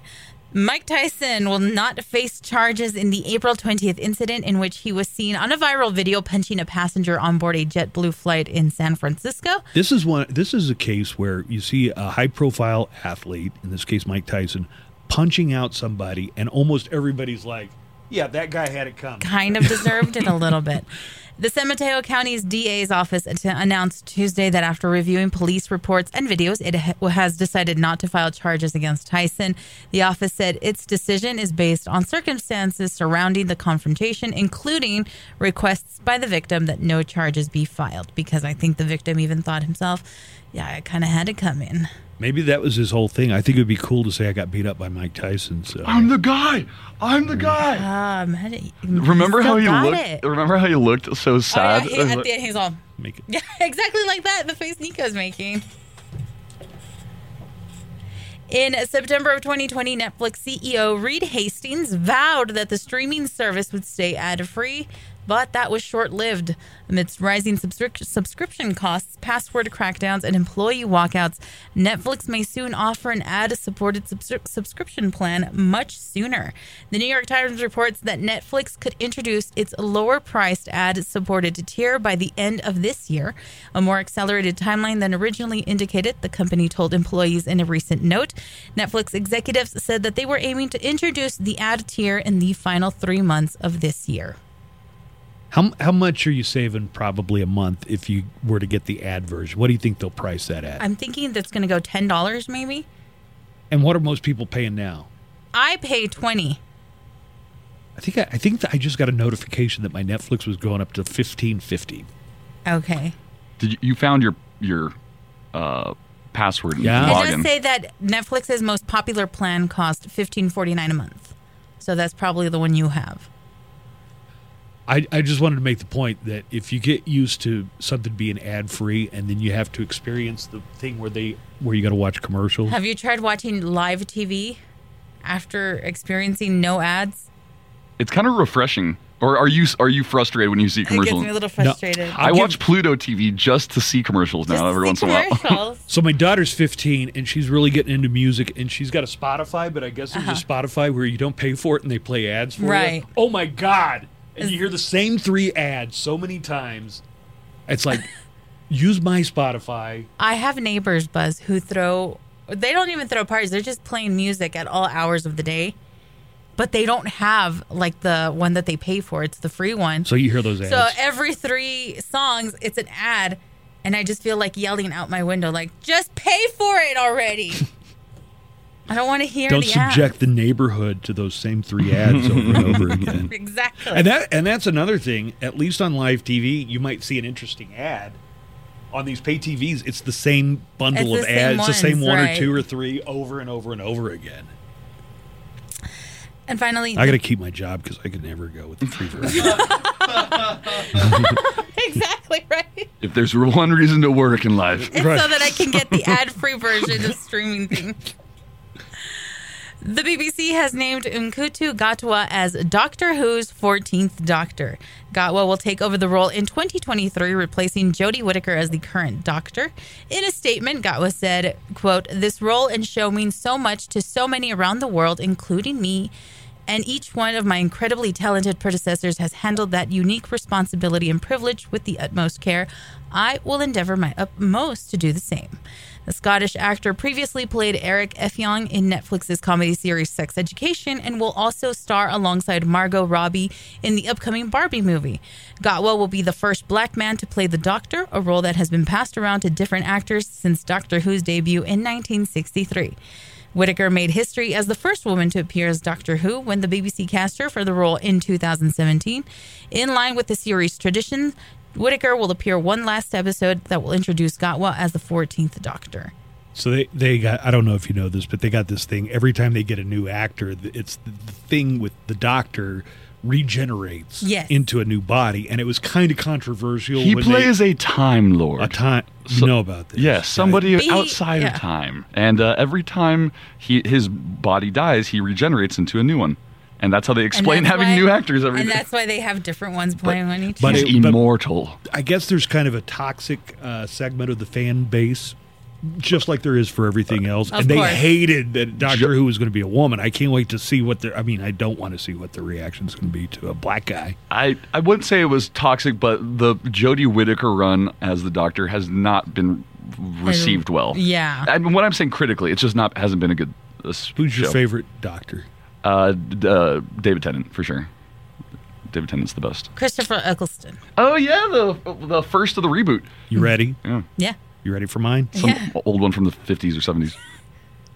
Mike Tyson will not face charges in the April 20th incident in which he was seen on a viral video punching a passenger on board a JetBlue flight in San Francisco. This is one. This is a case where you see a high-profile athlete, in this case Mike Tyson, punching out somebody, and almost everybody's like, "Yeah, that guy had it coming." kind of deserved it a little bit. The San Mateo County's DA's office att- announced Tuesday that after reviewing police reports and videos, it ha- has decided not to file charges against Tyson. The office said its decision is based on circumstances surrounding the confrontation, including requests by the victim that no charges be filed, because I think the victim even thought himself, yeah, I kind of had to come in. Maybe that was his whole thing. I think it would be cool to say I got beat up by Mike Tyson. So I'm the guy. I'm the guy. Um, how did- Remember how still he got looked? it. Remember how he looked so Oh, yeah, sad? Uh, he- at the end, he's all. make it. Yeah, exactly like that, the face Nico's making. In September of 2020, Netflix CEO Reed Hastings vowed that the streaming service would stay ad free, but that was short lived amidst rising subscrip- subscription costs, password crackdowns, and employee walkouts. Netflix may soon offer an ad supported subscri- subscription plan much sooner. The New York Times reports that Netflix could introduce its lower priced ad supported tier by the end of this year, a more accelerated timeline than originally indicated, the company told employees in a recent note. Netflix executives said that they were aiming to introduce the ad tier in the final three months of this year. How how much are you saving probably a month if you were to get the ad version? What do you think they'll price that at? I'm thinking that's going to go $10 maybe. and what are most people paying now? I pay 20 I think I, I think that I just got a notification that my Netflix was going up to fifteen fifty. Okay. Did you, you found your your uh, password? and Yeah. It Login. does say that Netflix's most popular plan cost fifteen forty nine a month, so that's probably the one you have. I, I just wanted to make the point that if you get used to something being ad free and then you have to experience the thing where they where you got to watch commercials, Have you tried watching live TV after experiencing no ads? it's kind of refreshing. Or are you are you frustrated when you see It gets commercials? me a little frustrated. I watch Pluto TV just to see commercials now Just every see once in a while. commercials. so my daughter's 15 and she's really getting into music and she's got a Spotify, but I guess there's a Spotify where you don't pay for it and they play ads for Uh-huh. Right. you. Oh my god! And you hear the same three ads so many times. It's like use my Spotify. I have neighbors, Buzz, who throw. They don't even throw parties. They're just playing music at all hours of the day, but they don't have like the one that they pay for. It's the free one. So you hear those ads. So every three songs, it's an ad, and I just feel like yelling out my window, like, "Just pay for it already!" I don't want to hear don't the subject the neighborhood to those same three ads over and over again. ad. Exactly. And that and that's another thing. At least on live TV, you might see an interesting ad. On these pay TVs, it's the same bundle It's of the ads, same it's the same ones, one or right. two or three over and over and over again. and finally, I got to keep my job because I could never go with the free version. exactly right. If there's one reason to work in life, It's so Right. that I can get the ad-free version of streaming thing. The BBC has named Unkutu Gatwa as Doctor Who's 14th Doctor. Gatwa will take over the role in 2023, replacing Jodie Whittaker as the current Doctor. In a statement, Gatwa said, quote, This role and show means so much to so many around the world, including me, and each one of my incredibly talented predecessors has handled that unique responsibility and privilege with the utmost care. I will endeavor my utmost to do the same. The Scottish actor previously played Eric Effiong in Netflix's comedy series Sex Education and will also star alongside Margot Robbie in the upcoming Barbie movie. Gotwell will be the first black man to play the Doctor, a role that has been passed around to different actors since Doctor Who's debut in 1963. Whittaker made history as the first woman to appear as Doctor Who when the BBC cast her for the role in 2017. In line with the series tradition, Whittaker will appear one last episode that will introduce Gotwa as the 14th Doctor. So they, they got I don't know if you know this, but they got this thing every time they get a new actor, th- it's the, the thing with the doctor regenerates Yes. into a new body, and it was kind of controversial. He when plays a time lord. they, a time. You So- know about this? Yes, somebody Be- outside yeah. of time. And uh, every time he, his body dies, he regenerates into a new one. And that's how they And explain that's having why- new actors every And day. that's why they have different ones playing on each. but show. He's it- but- immortal. I guess there's kind of a toxic uh, segment of the fan base, just like there is for everything else. Uh, Of and they course. hated that Doctor Ju- Who was going to be a woman. I can't wait to see what their. I mean, I don't want to see what the reaction's going to be to a black guy. I, I wouldn't say it was toxic, but the Jodie Whittaker run as the Doctor has not been received well. yeah. I mean, what I'm saying critically, it's just not hasn't been a good. Uh, s- Who's your show. favorite Doctor? Uh, d- uh, David Tennant for sure. David Tennant's the best. Christopher Eccleston. Oh yeah, the the first of the reboot. You ready? Yeah, Yeah. You ready for mine? some Yeah. old one from the 50s or 70s.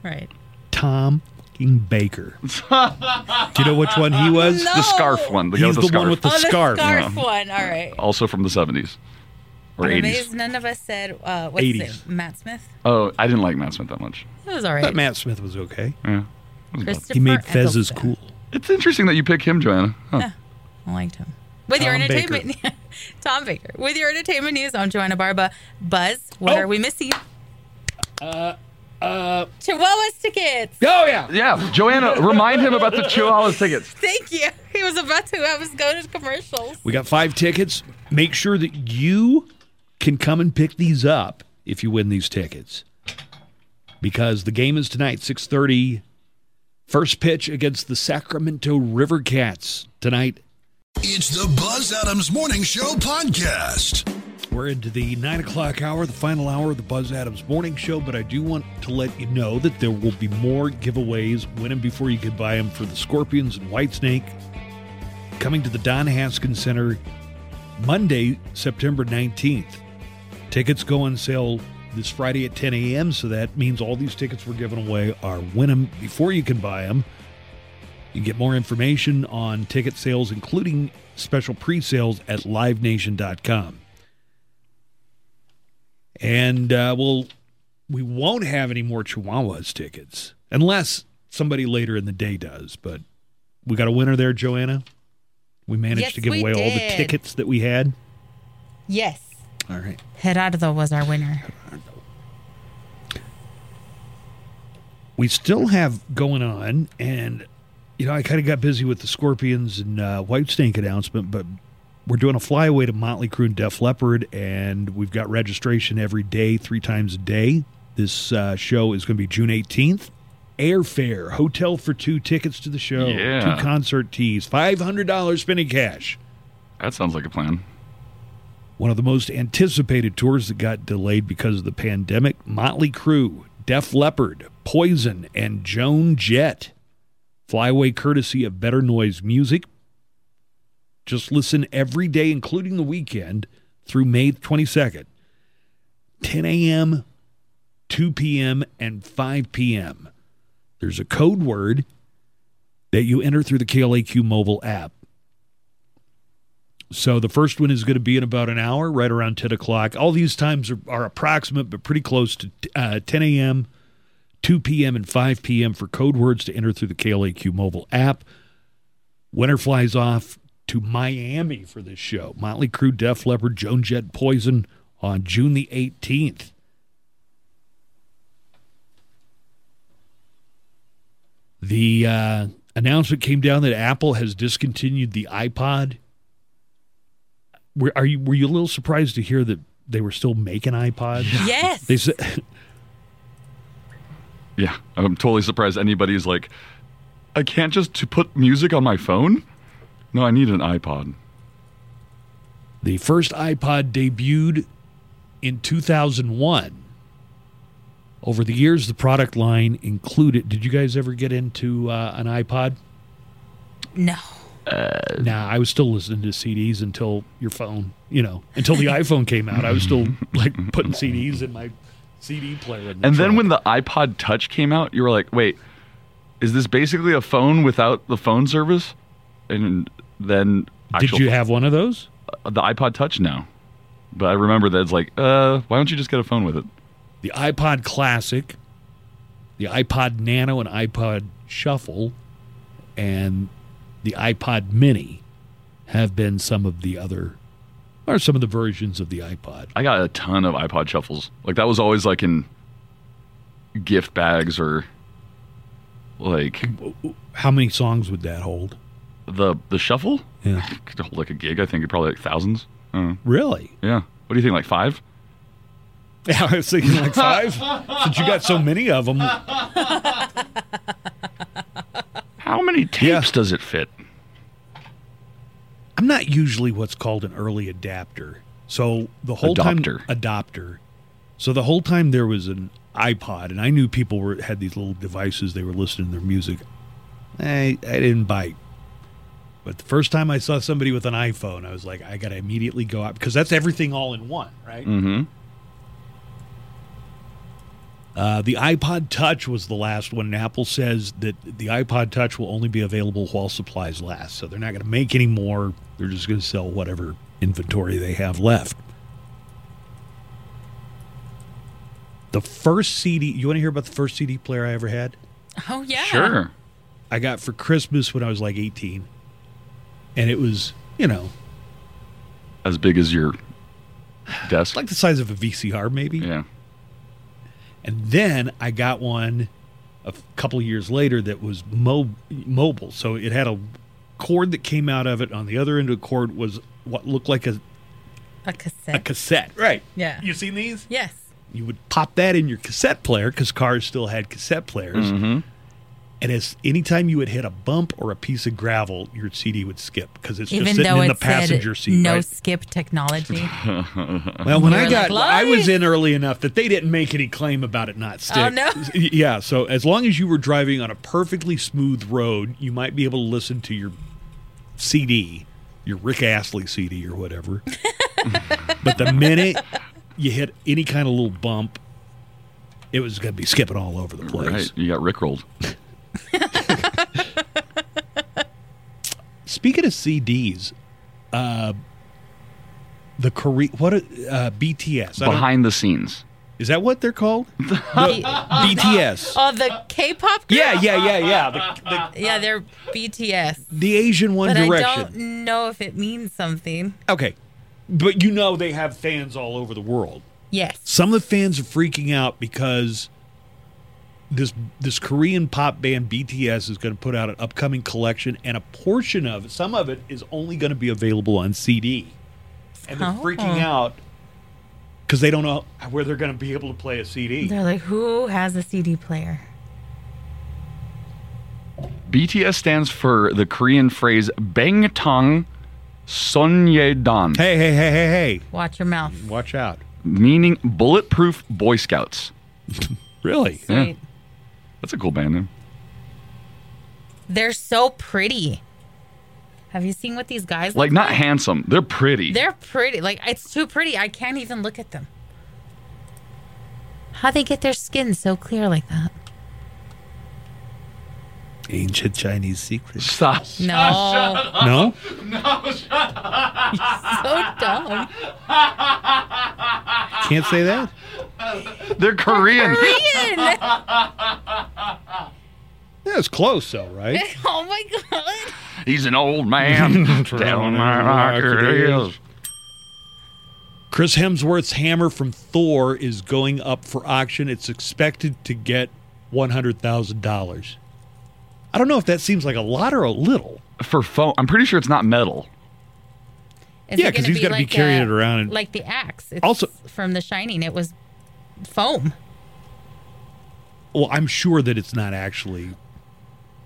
Right. Tom fucking Baker. Do you know which one he was? No. The scarf one. The guy He's with the, the, scarf. one with the oh, scarf. the scarf one. All right. also from the 70s or I'm 80s. amazed none of us said uh, what's 80s. it? Matt Smith. Oh, I didn't like Matt Smith that much. It was all But right. Matt Smith was okay. Yeah. Christopher He made fezzes Eccleston. cool. It's interesting that you pick him, Joanna. Huh. I liked him. With your Tom Baker. entertainment, Tom Baker. With your entertainment news, I'm Joanna Barba. Buzz, what Oh. are we missing? Uh, uh. Chihuahuas tickets. Oh yeah. Yeah, Joanna, remind him about the Chihuahuas tickets. Thank you. He was about to have us go to commercials. We got five tickets. Make sure that you can come and pick these up if you win these tickets. Because the game is tonight, 6:30. First pitch against the Sacramento River Cats tonight. It's the Buzz Adams Morning Show podcast. We're into the nine o'clock hour, the final hour of the Buzz Adams Morning Show. But I do want to let you know that there will be more giveaways. Win them before you can buy them for the Scorpions and Whitesnake. Coming to the Don Haskins Center Monday, September 19th. Tickets go on sale this Friday at 10 a.m. So that means all these tickets we're giving away are win them before you can buy them. You can get more information on ticket sales, including special pre sales, at livenation.com and uh, we'll we won't have any more Chihuahuas tickets unless somebody later in the day does. But we got a winner there, Joanna. We managed Yes, to give we away all the did. tickets that we had. Yes. All right. Gerardo was our winner. we still have going on, and you know, I kind of got busy with the Scorpions and uh, White Snake announcement, but we're doing a flyaway to Motley Crue and Def Leppard, and we've got registration every day, three times a day. This uh, show is going to be June 18th. Airfare, hotel for two, tickets to the show, Yeah. two concert tees, $500 spending cash. That sounds like a plan. One of the most anticipated tours that got delayed because of the pandemic Motley Crue, Def Leppard, Poison, and Joan Jett. Fly away courtesy of Better Noise Music. Just listen every day, including the weekend, through May 22nd, 10 a.m., 2 p.m., and 5 p.m. There's a code word that you enter through the KLAQ mobile app. So the first one is going to be in about an hour, right around 10 o'clock. All these times are, are approximate, but pretty close to uh, 10 a.m., 2 p.m., and 5 p.m. for code words to enter through the KLAQ mobile app. Winter flies off to Miami for this show. Motley Crue, Def Leppard, Joan Jett, Poison on June the 18th. The uh, announcement came down that Apple has discontinued the iPod were are you were you a little surprised to hear that they were still making iPods? Yes. They said Yeah, I'm totally surprised anybody's like, I can't just to put music on my phone? No, I need an iPod. the first iPod debuted in 2001 Over the years, the product line included. Did you guys ever get into uh, an iPod? No. Uh, Nah, I was still listening to CDs until your phone, you know, until the iPhone came out. I was still like putting CDs in my CD player. In the And then truck. when the iPod Touch came out, you were like, wait, is this basically a phone without the phone service? And then did actual- you have one of those? the iPod Touch now? But I remember that it's like, uh, why don't you just get a phone with it? The iPod Classic, the iPod Nano, and iPod Shuffle, and the iPod Mini have been some of the other, or some of the versions of the iPod. I got a ton of iPod shuffles. Like that was always like in gift bags or like How many songs would that hold? the the shuffle Yeah. could hold like a gig. I think it probably like thousands. I don't know. Really? yeah. What do you think? Like five? Yeah, I was thinking like five. Since you got so many of them, How many tapes Yeah. does it fit? I'm not usually what's called an early adapter. So the whole Adopter. time adopter. So the whole time there was an iPod, and I knew people were had these little devices. They were listening to their music. I I didn't bite. But the first time I saw somebody with an iPhone, I was like, I gotta immediately go out because that's everything all in one, right? Mm-hmm. Uh, the iPod Touch was the last one, and Apple says that the iPod Touch will only be available while supplies last. So they're not going to make any more. They're just going to sell whatever inventory they have left. The first CD, you want to hear about the first CD player I ever had? Oh yeah. Sure. I got for Christmas when I was like 18. And it was, you know, As big as your desk. like the size of a VCR, maybe. yeah. And then I got one a f- couple years later that was mo- mobile. So it had a cord that came out of it. On the other end of the cord was what looked like a, A a cassette. cassette. Right. Yeah. You seen these? yes. You would pop that in your cassette player because cars still had cassette players. Mm-hmm. And as anytime you would hit a bump or a piece of gravel, your CD would skip because it's just Even sitting though in the it passenger said seat. no right? skip technology. Well, when You I were got, like, I was "Lies." in early enough that they didn't make any claim about it not stick. Oh, no? Yeah, so as long as you were driving on a perfectly smooth road, you might be able to listen to your CD, your Rick Astley CD or whatever. but the minute you hit any kind of little bump, it was going to be skipping all over the place. Right. You got Rickrolled. Speaking of CDs, uh, the Korea, what a, uh, BTS I don't- Behind the scenes. is that what they're called? The- BTS. oh, the K-pop. Group? Yeah, yeah, yeah, yeah. The, the, Yeah, they're BTS. the Asian One But I Direction. don't know if it means something. Okay. But you know they have fans all over the world. Yes. Some of the fans are freaking out because this this Korean pop band BTS is going to put out an upcoming collection and a portion of some of it is only going to be available on CD. And they're Oh. freaking out cuz they don't know where they're going to be able to play a CD. They're like, who has a CD player? BTS stands for the Korean phrase Bangtang Sonyedan, Hey, hey, hey, hey, Watch your mouth. hey. Watch out. meaning bulletproof Boy Scouts. Really? Yeah. Sweet. That's a cool band name. They're so pretty. Have you seen what these guys Like look not handsome, they're pretty. They're pretty. Like it's too pretty. I can't even look at them. How they get their skin so clear like that? Ancient Chinese secrets. Stop. No, No? so dumb. Can't say that? They're Korean. Korean. Yeah, it's close though, right? Oh my god. He's an old man. Down my rocker it is. Chris Hemsworth's hammer from Thor is going up for auction. It's expected to get $100,000. I don't know if that seems like a lot or a little. For phone, I'm pretty sure it's not metal. Is Yeah, it 'cause gonna he's gotta be like carrying a- it around and- like the axe. It's Also- from The Shining, it was foam. Well, I'm sure that it's not actually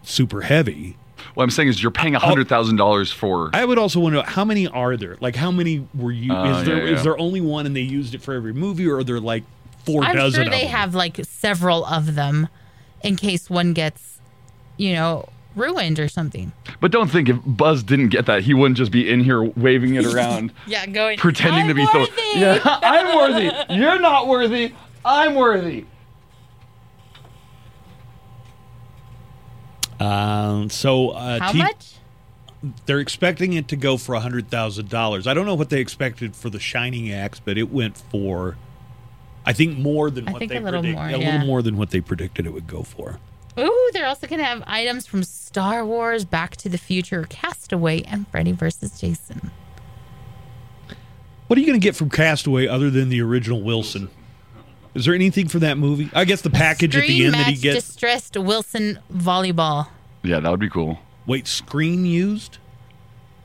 super heavy. What I'm saying is you're paying hundred thousand dollars for. I would also want to know how many are there? Like how many were you Oh, is there is yeah, yeah. there only one and they used it for every movie or are there like four I'm dozen sure of they them. have like several of them in case one gets, you know, ruined or something. But don't think if Buzz didn't get that, he wouldn't just be in here waving it around, Yeah, going pretending to be so. Thor. Yeah, I'm worthy. You're not worthy. I'm worthy. Um, so uh, How T- much? They're expecting it to go for hundred thousand dollars. I don't know what they expected for the Shining Axe, but it went for, I think more than I what think they a little predict- more, a yeah. little more than what they predicted it would go for. Ooh, they're also going to have items from Star Wars, Back to the Future, Castaway, and Freddy versus Jason. What are you going to get from Castaway other than the original Wilson? Is there anything for that movie? I guess the package at the Screen end that he match gets. distressed Wilson volleyball. Yeah, that would be cool. Wait, screen used?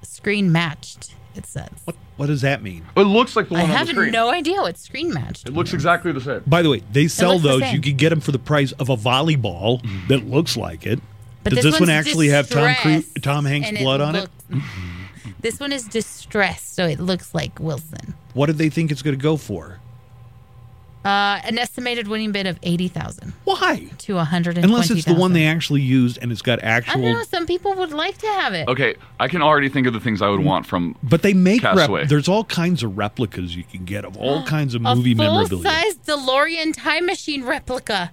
Screen matched, it says. What what does that mean? It looks like the I one on have the screen. no idea what screen matched. it looks exactly the same. By the way, they sell looks the those. same. You could get them for the price of a volleyball that looks like it. But Does this this one one's actually have Tom Cruise, distressed, Tom Hanks and blood on it? looks- this one is distressed, so it looks like Wilson. What do they think it's going to go for? Uh, an estimated winning bid of eighty thousand Why? to one hundred and Unless it's the one they actually used and it's got I don't actual. know. Some people would like to have it. Okay, I can already think of the things I would want from. But they make rep- Castaway. there's all kinds of replicas you can get of all kinds of A movie memorabilia. full-size DeLorean time machine replica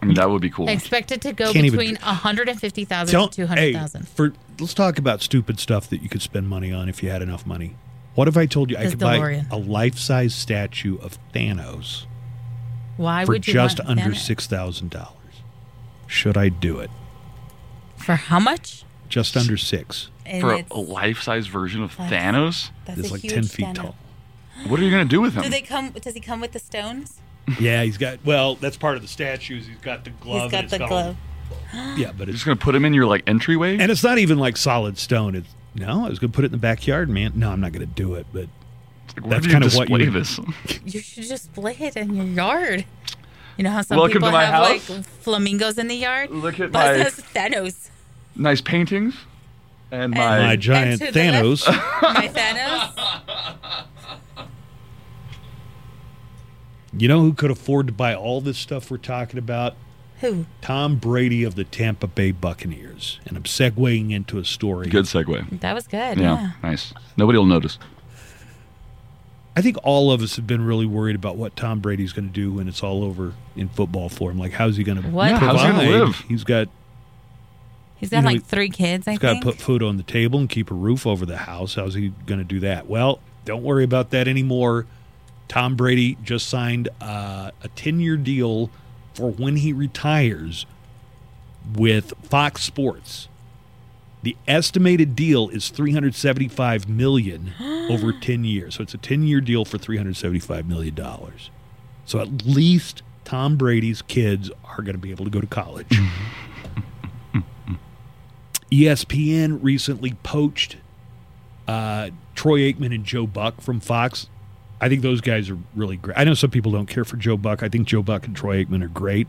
I mean, that would be cool. expected to go Can't even- between one hundred and fifty thousand Tell- to two hundred thousand. Hey, for let's talk about stupid stuff that you could spend money on if you had enough money. What if I told you I This could DeLorean. buy a life-size statue of Thanos Why for would you just want under that? six thousand dollars? Should I do it? for how much? Just under six. And For a, it's- a life-size version of That's- Thanos, that's It's a like huge ten feet stand-up. tall. what are you gonna do with him? Do they come? Does he come with the stones? yeah, he's got. Well, that's part of the statues. He's got the glove. and He's got it's the all- glove. yeah, but You're just it's gonna put him in your like entryway? and it's not even like solid stone. It's no. I was gonna put it in the backyard, man. No, I'm not gonna do it. But Like, where that's do you kinda what display you- this. You should display it in your yard. You know how some Welcome to people my have house. like flamingos in the yard. Look at Buzz my- has Thanos. nice paintings, and And- my my giant to the left. Thanos. My Thanos. you know who could afford to buy all this stuff we're talking about? Who? Tom Brady of the Tampa Bay Buccaneers. And I'm segueing into a story. good segue. That was good. Yeah, Yeah. nice. Nobody will notice. I think all of us have been really worried about what Tom Brady's going to do when it's all over in football for him. Like, how's he going to What? Yeah, how's he gonna live? He's got He's You got know, like three kids, I he's got to think. put food on the table and keep a roof over the house. How's he going to do that? Well, don't worry about that anymore. Tom Brady just signed uh, a 10 year deal for when he retires with Fox Sports. The estimated deal is 375 million over 10 years. So it's a 10-year deal for 375 million dollars. So at least Tom Brady's kids are going to be able to go to college. E ESPN recently poached uh, Troy Aikman and Joe Buck from Fox. I think those guys are really great. I know some people don't care for Joe Buck. I think Joe Buck and Troy Aikman are great.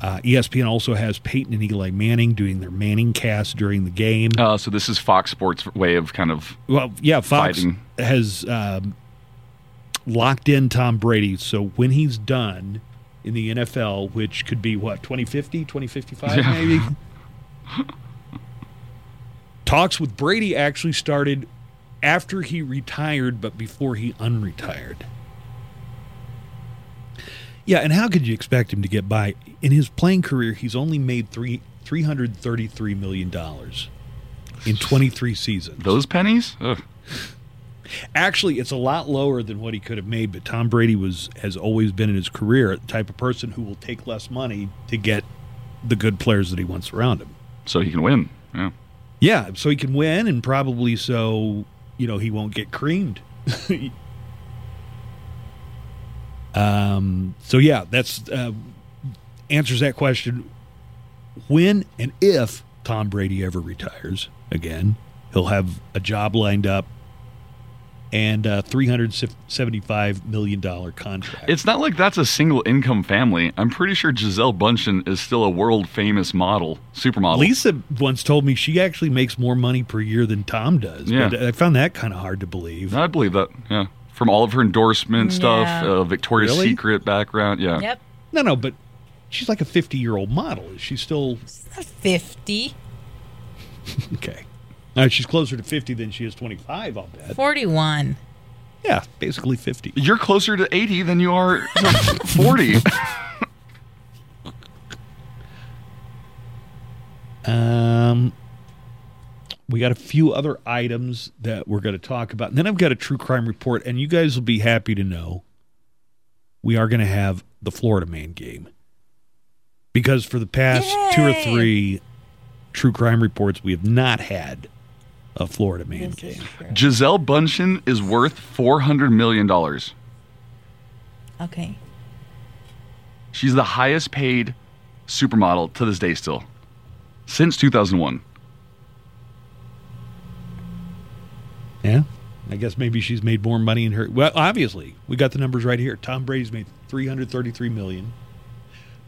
Uh, ESPN also has Peyton and Eli Manning doing their Manning cast during the game. Uh, so this is Fox Sports' way of kind of Well, yeah, Fox Fighting. has um, locked in Tom Brady. So when he's done in the NFL, which could be what, 2050, 2055 Yeah. maybe? Talks with Brady actually started after he retired, but before he unretired. Yeah, and how could you expect him to get by? In his playing career, he's only made three three hundred thirty three million dollars in twenty three seasons. those pennies. Ugh. Actually, it's a lot lower than what he could have made, but Tom Brady was has always been in his career the type of person who will take less money to get the good players that he wants around him. So he can win. Yeah. Yeah, so he can win and probably so, you know, he won't get creamed. um so yeah, that's uh, answers that question when and if Tom Brady ever retires again, he'll have a job lined up and a 375 million dollar contract. It's not like that's a single income family. I'm pretty sure Giselle Bundchen is still a world famous model, supermodel. Lisa once told me she actually makes more money per year than Tom does. Yeah. But I found that kind of hard to believe. I believe that. Yeah. from all of her endorsement stuff, Yeah. uh, Victoria's Really? Secret background. Yeah. Yep. No, no, but she's like a 50 year old model. Is she still She's not 50. okay? All right, she's closer to 50 than she is 25. I'll bet. 41. Yeah, basically 50. You're closer to 80 than you are to 40. Um, we got a few other items that we're going to talk about. And then I've got a true crime report, and you guys will be happy to know we are going to have the Florida Man game. Because for the past two or Yay! three true crime reports, we have not had a Florida Man game. Giselle Bundchen is worth $400 million. Okay. She's the highest paid supermodel to this day still. Since 2001. Yeah. I guess maybe she's made more money in her. Well, obviously, we got the numbers right here. Tom Brady's made 333 million.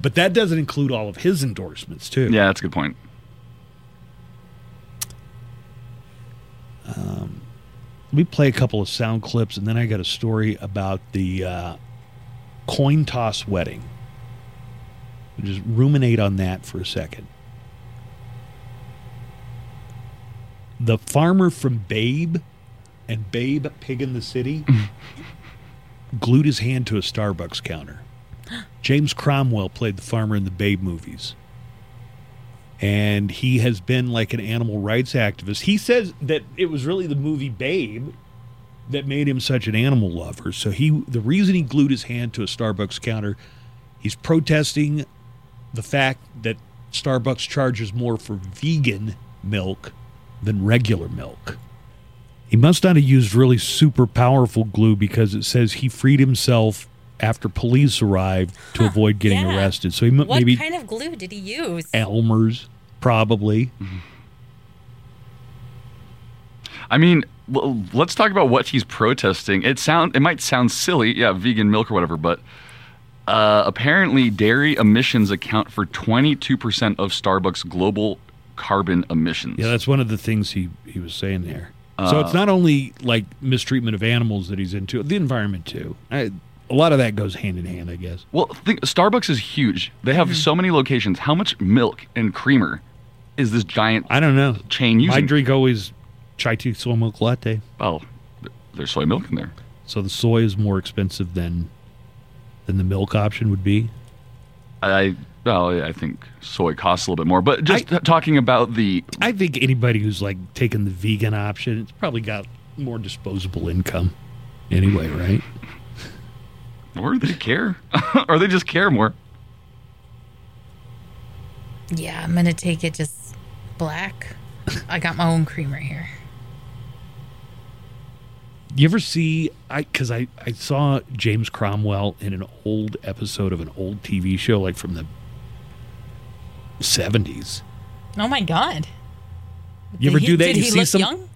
But that doesn't include all of his endorsements, too. Yeah, that's a good point. Let me play a couple of sound clips, and then I got a story about the uh, coin toss wedding. Just ruminate on that for a second. The farmer from Babe and Babe Pig in the City glued his hand to a Starbucks counter. James Cromwell played the farmer in the Babe movies and he has been like an animal rights activist. He says that it was really the movie Babe that made him such an animal lover. So he the reason he glued his hand to a Starbucks counter, he's protesting the fact that Starbucks charges more for vegan milk than regular milk. He must not have used really super powerful glue because it says he freed himself after police arrived to avoid getting yeah. arrested. So he m- What maybe kind of glue did he use? Elmer's, probably. I mean, l- let's talk about what he's protesting. It sound it might sound silly, yeah, vegan milk or whatever, but uh, apparently dairy emissions account for 22% of Starbucks global carbon emissions. Yeah, that's one of the things he, he was saying there. so it's not only like mistreatment of animals that he's into, the environment too. I, a lot of that goes hand in hand, I guess. well, think Starbucks is huge. They Mm. have so many locations. How much milk and creamer is this giant I don't know. chain I using? drink always chai tea soy milk latte, Well, th- there's soy milk in there. so the soy is more expensive than than the milk option would be. I well, yeah, I think soy costs a little bit more. But just talking about the I think anybody who's like taking the vegan option, it's probably got more disposable income anyway, right? or they care, or they just care more. Yeah, I'm going to take it just black. I got my own creamer here. You ever see I cuz I I saw James Cromwell in an old episode of an old TV show like from the 70s. Oh my God. You ever Did he- do that? Did you he see look some young?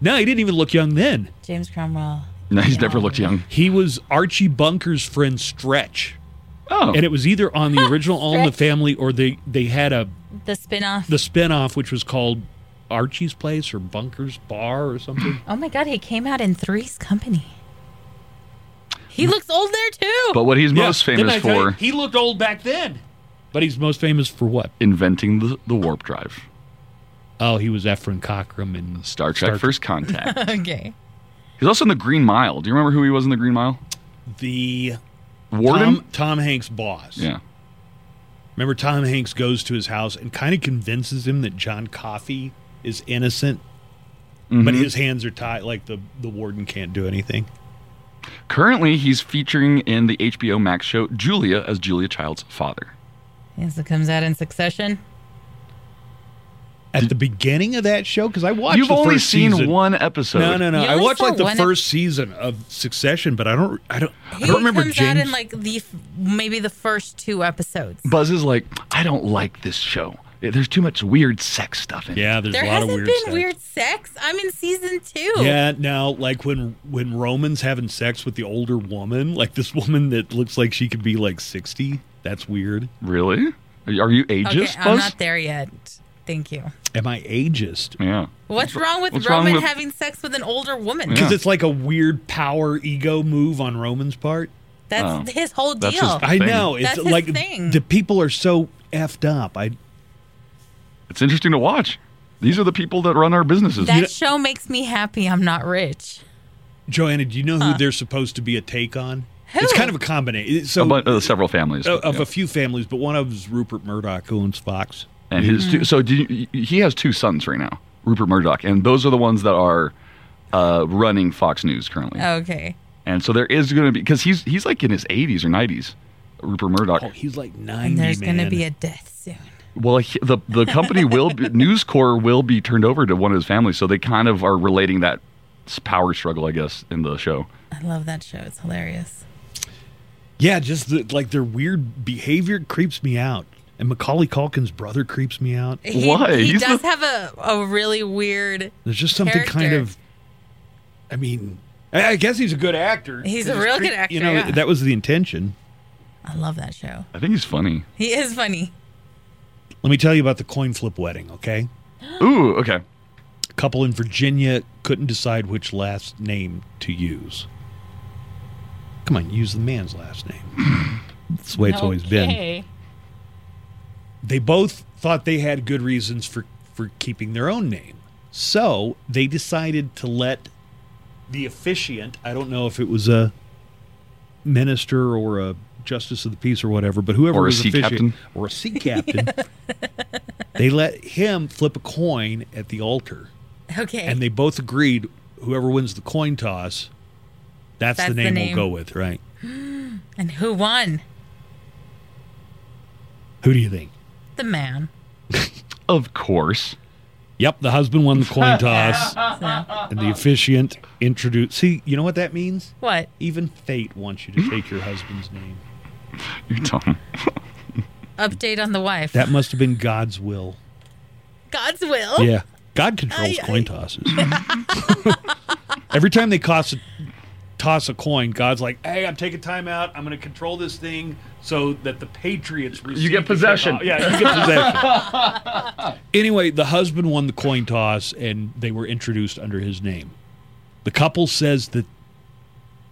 No, he didn't even look young then. James Cromwell. No, he's never looked young. He was Archie Bunker's friend Stretch. Oh, And it was either on the original All in the Stretch. Family or they they had a The spinoff. the spin-off which was called Archie's Place or Bunker's Bar or something. oh my God, he came out in Three's Company. Mm. He looks old there too. but what he's Yeah, most didn't famous I tell you? for He looked old back then. But he's most famous for what? inventing the, the warp drive, Oh, he was Efren Cochran and Star Trek First Contact. okay. he's also in the Green Mile. Do you remember who he was in the Green Mile? the Warden. Tom, Tom Hanks' boss. Yeah. Remember, Tom Hanks goes to his house and kind of convinces him that John Coffey is innocent, but Mm-hmm. his hands are tied, like the, the warden can't do anything. Currently, he's featuring in the HBO Max show Julia as Julia Child's father. Yes, it comes out in succession. At the beginning of that show, because I watched You've the only first seen season. one episode. No, no, no. You I only watched saw like the one ep- first season of Succession, but I don't, I don't, I He don't remember comes James. out in like the f- maybe the first two episodes. Buzz is like, I don't like this show. There's too much weird sex stuff in it. yeah, there's there a lot of hasn't weird been sex. weird sex. I'm in season two. Yeah, now like when when Roman's having sex with the older woman, like this woman that looks like she could be like sixty. That's weird. Really? Are you, are you ageist, Okay, I'm Buzz? not there yet. Thank you. Am I ageist? Yeah. What's wrong with what's wrong Roman with- having sex with an older woman? Because it's like a weird power ego move on Roman's part. That's Oh. his whole deal. That's his thing. I know. It's That's his like thing. the people are so effed up. I It's interesting to watch. These are the people that run our businesses. that show makes me happy. I'm not rich. Joanna, do you know who they're supposed to be a take on? Who? It's kind of a combination. So a bu- uh, several families. Oh, of, of Yeah. a few families, but one of them is Rupert Murdoch who owns Fox. and his two, so do you, he has two sons right now, Rupert Murdoch, and those are the ones that are uh, running Fox News currently. Oh. Okay. And so there is going to be because he's he's like in his 80s or 90s, Rupert Murdoch. Oh, he's like ninety. And there's going to man. be a death soon. Well, he- the the company will be, News Corps will be turned over to one of his families, so they kind of are relating that s- power struggle, I guess, in the show. I love that show. It's hilarious. yeah, just the, like their weird behavior creeps me out, and Macaulay Culkin's brother creeps me out. He, Why? He He's does not- have a, a really weird. There's just something kind Character. of. I mean, I I guess he's a good actor. He's a It's real cre- good actor, You know, yeah. that was the intention. I love that show. I think he's funny. He is funny. Let me tell you about the coin flip wedding. Okay, Ooh, okay. a couple in Virginia couldn't decide which last name to use. Come on, use the man's last name. That's the way it's always been. They both thought they had good reasons for for keeping their own name, so they decided to let the officiant. I don't know if it was a minister or a justice of the peace or whatever, but whoever Or a was sea officiant- captain. or a sea captain, they let him flip a coin at the altar Okay. and they both agreed whoever wins the coin toss that's, That's the the name, name. we'll go with right and who won? who do you think The man. Of course. yep the husband won the coin toss Uh, and the officiant introduced see you know what that means What? even fate wants you to take your husband's name You're dumb. Update on the wife. that must have been god's will God's will. yeah god controls I- I- coin tosses every time they toss a, toss a coin god's like hey i'm taking time out i'm going to control this thing so that the patriots receive You get the- possession. Yeah, you get possession. anyway, the husband won the coin toss and they were introduced under his name. The couple says that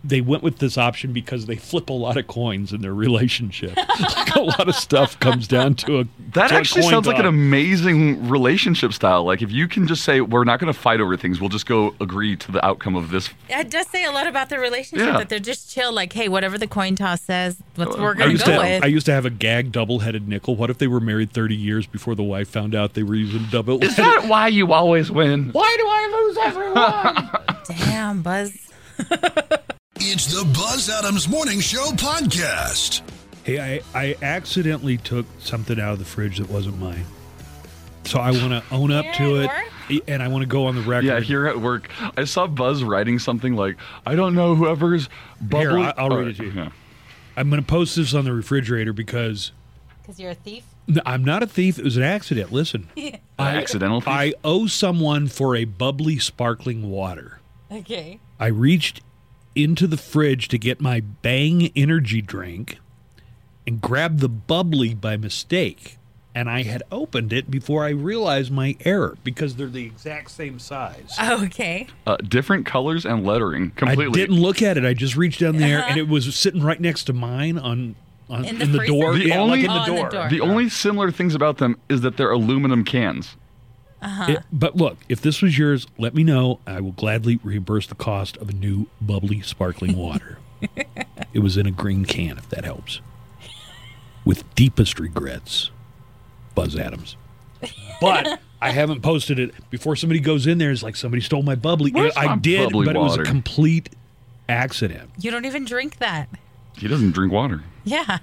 they went with this option because they flip a lot of coins in their relationship. like a lot of stuff comes down to a That to a actually coin sounds like an toss. amazing relationship style. Like if you can just say we're not going to fight over things, we'll just go agree to the outcome of this. It does say a lot about their relationship Yeah. that they're just chill, like, hey, whatever the coin toss says, what's we're I going used, to to go have, with. I used to have a gag double-headed nickel. What if they were married 30 years before the wife found out they were using double? Is that why you always win? Why do I lose everyone? Damn, Buzz. It's the Buzz Adams Morning Show podcast. Hey, I, I accidentally took something out of the fridge that wasn't mine. So I want to own up to it, e, and I want to go on the record. Yeah, here at work, I saw Buzz writing something like, "I don't know whoever's bubble." Here, I- I'll read it to you. Yeah. I'm going to post this on the refrigerator because Because you're a thief? n- I'm not a thief. It was an accident. Listen, An accidental. thing? I owe someone for a bubbly sparkling water. Okay. I reached into the fridge to get my Bang energy drink and grabbed the bubbly by mistake. And I had opened it before I realized my error because they're the exact same size. Okay. uh, different colors and lettering completely. I didn't look at it. I just reached down there, and it was sitting right next to mine on on Uh-huh. in In the, the door. freezer? The yeah, only- like in Oh, the door. The only similar things about them is that they're aluminum cans. It- but look, if this was yours, let me know. I will gladly reimburse the cost of a new bubbly sparkling water. it was in a green can, if that helps. With deepest regrets, Buzz Adams. But I haven't posted it before somebody goes in there. It's like somebody stole my bubbly. Where's I my did, bubbly but it water? was a complete accident. You don't even drink that. He doesn't drink water. Yeah.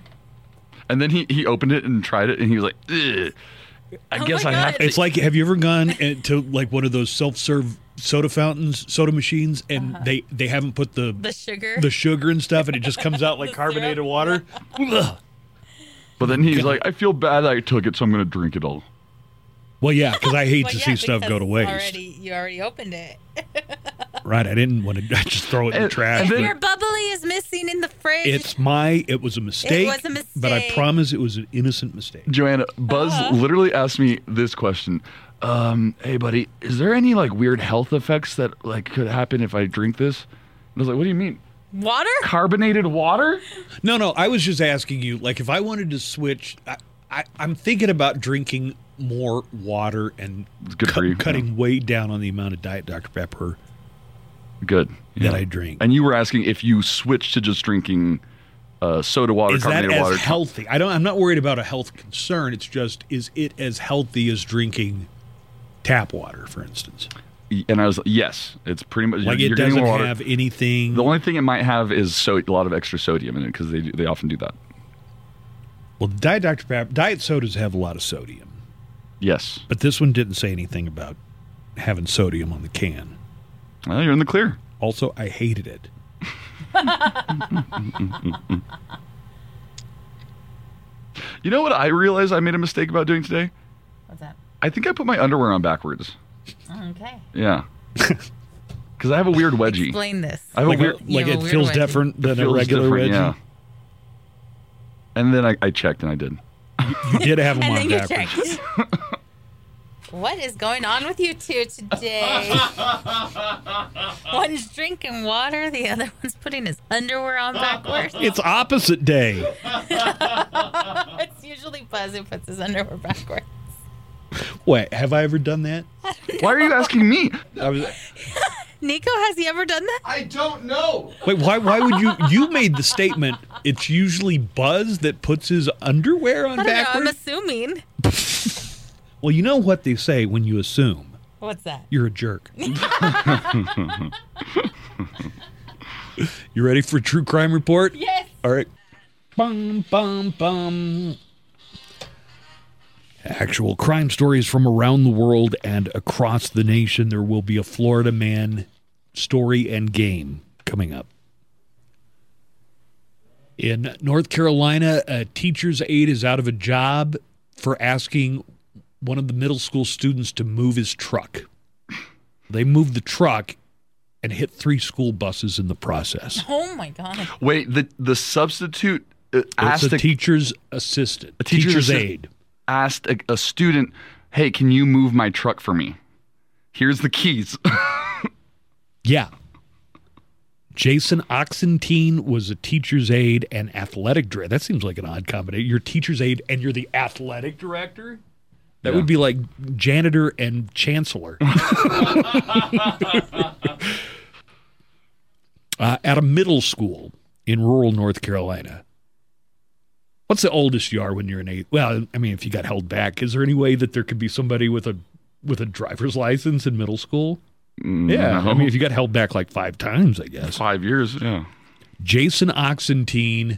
And then he, he opened it and tried it, and he was like, Ugh, "I Oh guess my I have God. to." It's like, have you ever gone in- to like one of those self-serve soda fountains, soda machines, and they they haven't put Uh-huh. the The sugar. the sugar and stuff, and it just comes out like carbonated water? Ugh. But then he's like, "I feel bad I took it, so I'm going to drink it all." Well, yeah, because I hate Well, to yeah, see stuff go because to waste. Already, you already opened it. Right? I didn't want to I just throw it in the And- trash. and If then- but- your bubbly is missing nothing in the fridge. It's my. It was a mistake. was a But I mistake. promise it was an innocent mistake. Joanna, Buzz literally asked me this question. Um, hey buddy, is there any like weird health effects that like could happen if I drink this? And I was like, what do you mean? Water? Carbonated water? No, no. I was just asking you, like, if I wanted to switch, I, I, I'm thinking about drinking more water and good for you, cutting way down on the amount of Diet Dr. Pepper. Good. That I drink. And you were asking if you switched to just drinking uh, soda water, Is that carbonated as water. healthy? I don't. I'm not worried about a health concern. It's just, is it as healthy as drinking tap water, for instance? and I was like, yes, it's pretty much Like you're, it you're getting doesn't more water. have anything. the only thing it might have is so a lot of extra sodium in it because they do- they often do that. Well, Diet Dr. Pepper, Diet sodas have a lot of sodium, Yes. but this one didn't say anything about having sodium on the can. Well, you're in the clear. Also, I hated it. You know what I realized I made a mistake about doing today? What's that? I think I put my underwear on backwards. Okay. Yeah. Because I have a weird wedgie. Explain this. I have Like, a weird. it- You like have it a weird feels wedgie. different than a Oh, feels regular wedgie. different, yeah. And then I, I checked and I did. You did have them And on then you backwards. checked. what is going on with you two today? one's drinking water, the other one's putting his underwear on backwards. It's opposite day. it's usually Buzz who puts his underwear backwards. Wait, have I ever done that? Why are you asking me? I was, Nico, has he ever done that? I don't know. wait, why? Why would you? you made the statement. It's usually Buzz that puts his underwear on I don't backwards. know. I'm assuming. Well, you know what they say when you assume What's that? you're a jerk. You ready for a true crime report? Yes. All right. Bum, bum, bum. Actual crime stories from around the world and across the nation. There will be a Florida man story and game coming up. In North Carolina, a teacher's aide is out of a job for asking one of the middle school students to move his truck. They moved the truck and hit three school buses in the process. Oh my god. Wait, the the substitute uh, It's asked a the teacher's assistant, a teacher's teacher's assi- aide. asked a, a student, "Hey, can you move my truck for me? Here's the keys." Yeah. Jason Oxentine was a teacher's aide and athletic director. That seems like an odd combination. You're teacher's aide and you're the athletic director? That Yeah. would be like janitor and chancellor. uh, at a middle school in rural North Carolina. What's the oldest you are when you're an eighth? Well, I mean, if you got held back, is there any way that there could be somebody with a with a driver's license in middle school? Yeah, I mean, if you got held back like five times, I guess. five years. Yeah. Jason Oxentine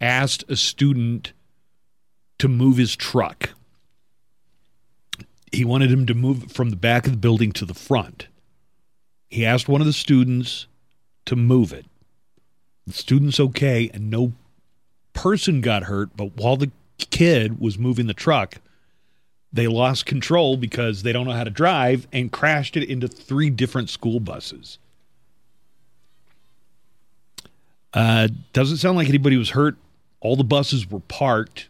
asked a student to move his truck. He wanted him to move it from the back of the building to the front. He asked one of the students to move it. The student's okay, and no person got hurt, but while the kid was moving the truck, they lost control because they don't know how to drive and crashed it into three different school buses. Uh, doesn't sound like anybody was hurt. All the buses were parked.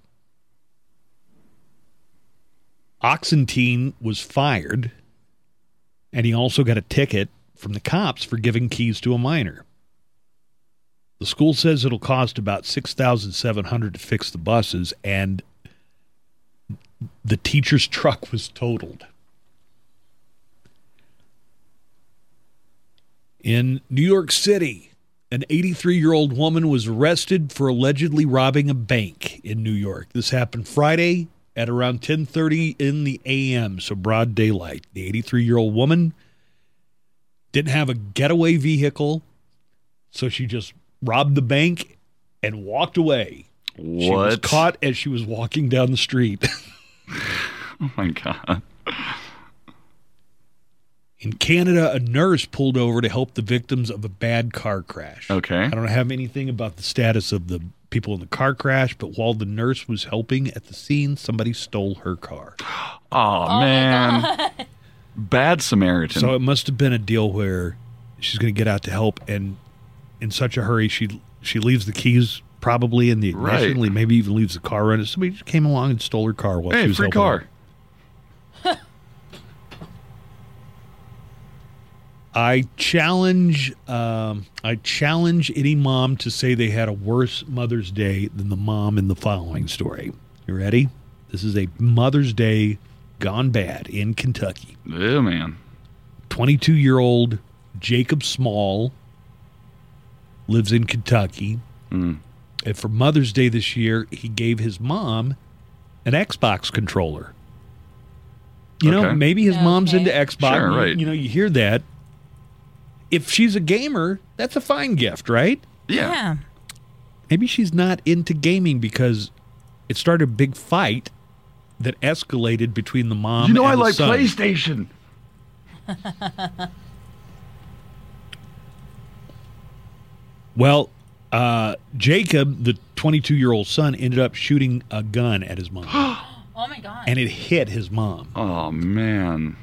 Oxentine was fired, and he also got a ticket from the cops for giving keys to a minor. The school says it'll cost about six thousand seven hundred to fix the buses, and the teacher's truck was totaled. In New York City, an 83 year old woman was arrested for allegedly robbing a bank in New York. This happened Friday at around 10:30 in the a.m. so broad daylight. The 83 year old woman didn't have a getaway vehicle, so she just robbed the bank and walked away. What? She was caught as she was walking down the street. Oh my god. In Canada, a nurse pulled over to help the victims of a bad car crash. Okay. I don't have anything about the status of the people in the car crash, but while the nurse was helping at the scene, somebody stole her car. Oh, man. Bad Samaritan. So it must have been a deal where she's going to get out to help, and in such a hurry, she She leaves the keys probably in the ignition, Right. maybe even leaves the car running. Somebody just came along and stole her car while she hey, was free helping car. out. I challenge, um, I challenge any mom to say they had a worse Mother's Day than the mom in the following story. You ready? This is a Mother's Day gone bad in Kentucky. Yeah, man. 22 year old Jacob Small lives in Kentucky. Hmm. And for Mother's Day this year, he gave his mom an Xbox controller. You know, Okay. maybe his mom's into Xbox. Sure, You- right. you know, you hear that. If she's a gamer, that's a fine gift, right? Yeah. maybe she's not into gaming because it started a big fight that escalated between the mom. you know and I the like son. PlayStation. Well, uh, Jacob, the 22-year-old son, ended up shooting a gun at his mom, Oh my god. and it hit his mom. Oh man.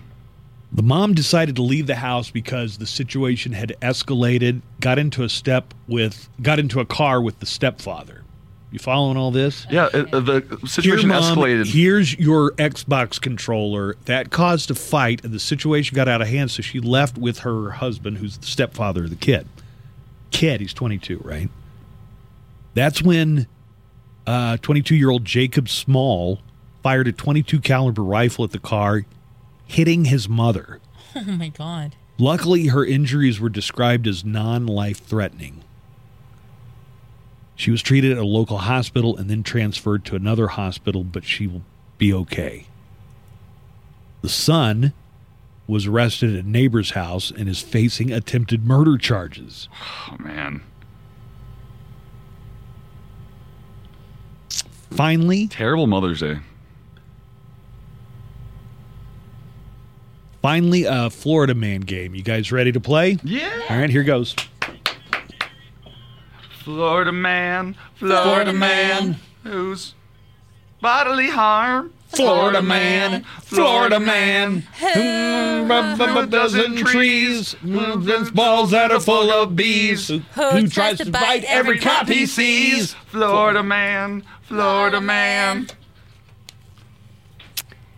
The mom decided to leave the house because the situation had escalated. Got into a step with, got into a car with the stepfather. You following all this? Yeah, it, uh, the situation Here, Mom, escalated. Here's your Xbox controller. That caused a fight, and the situation got out of hand. So she left with her husband, who's the stepfather of the kid. Kid, he's 22, right? That's when 22 year old Jacob Small fired a 22 caliber rifle at the car, hitting his mother. Oh my god. Luckily, her injuries were described as non life threatening. She was treated at a local hospital and then transferred to another hospital, but she will be okay. The son was arrested at a neighbor's house and is facing attempted murder charges. Oh man. Finally, Terrible Mother's Day. finally, a Florida man game. You guys ready to play? Yeah. All right, here goes. Florida man, Florida, man, who's bodily harm. Florida man, Florida man, who dozen trees, moves balls that are full of bees. Who tries to bite every cop he sees? Florida man, Florida man.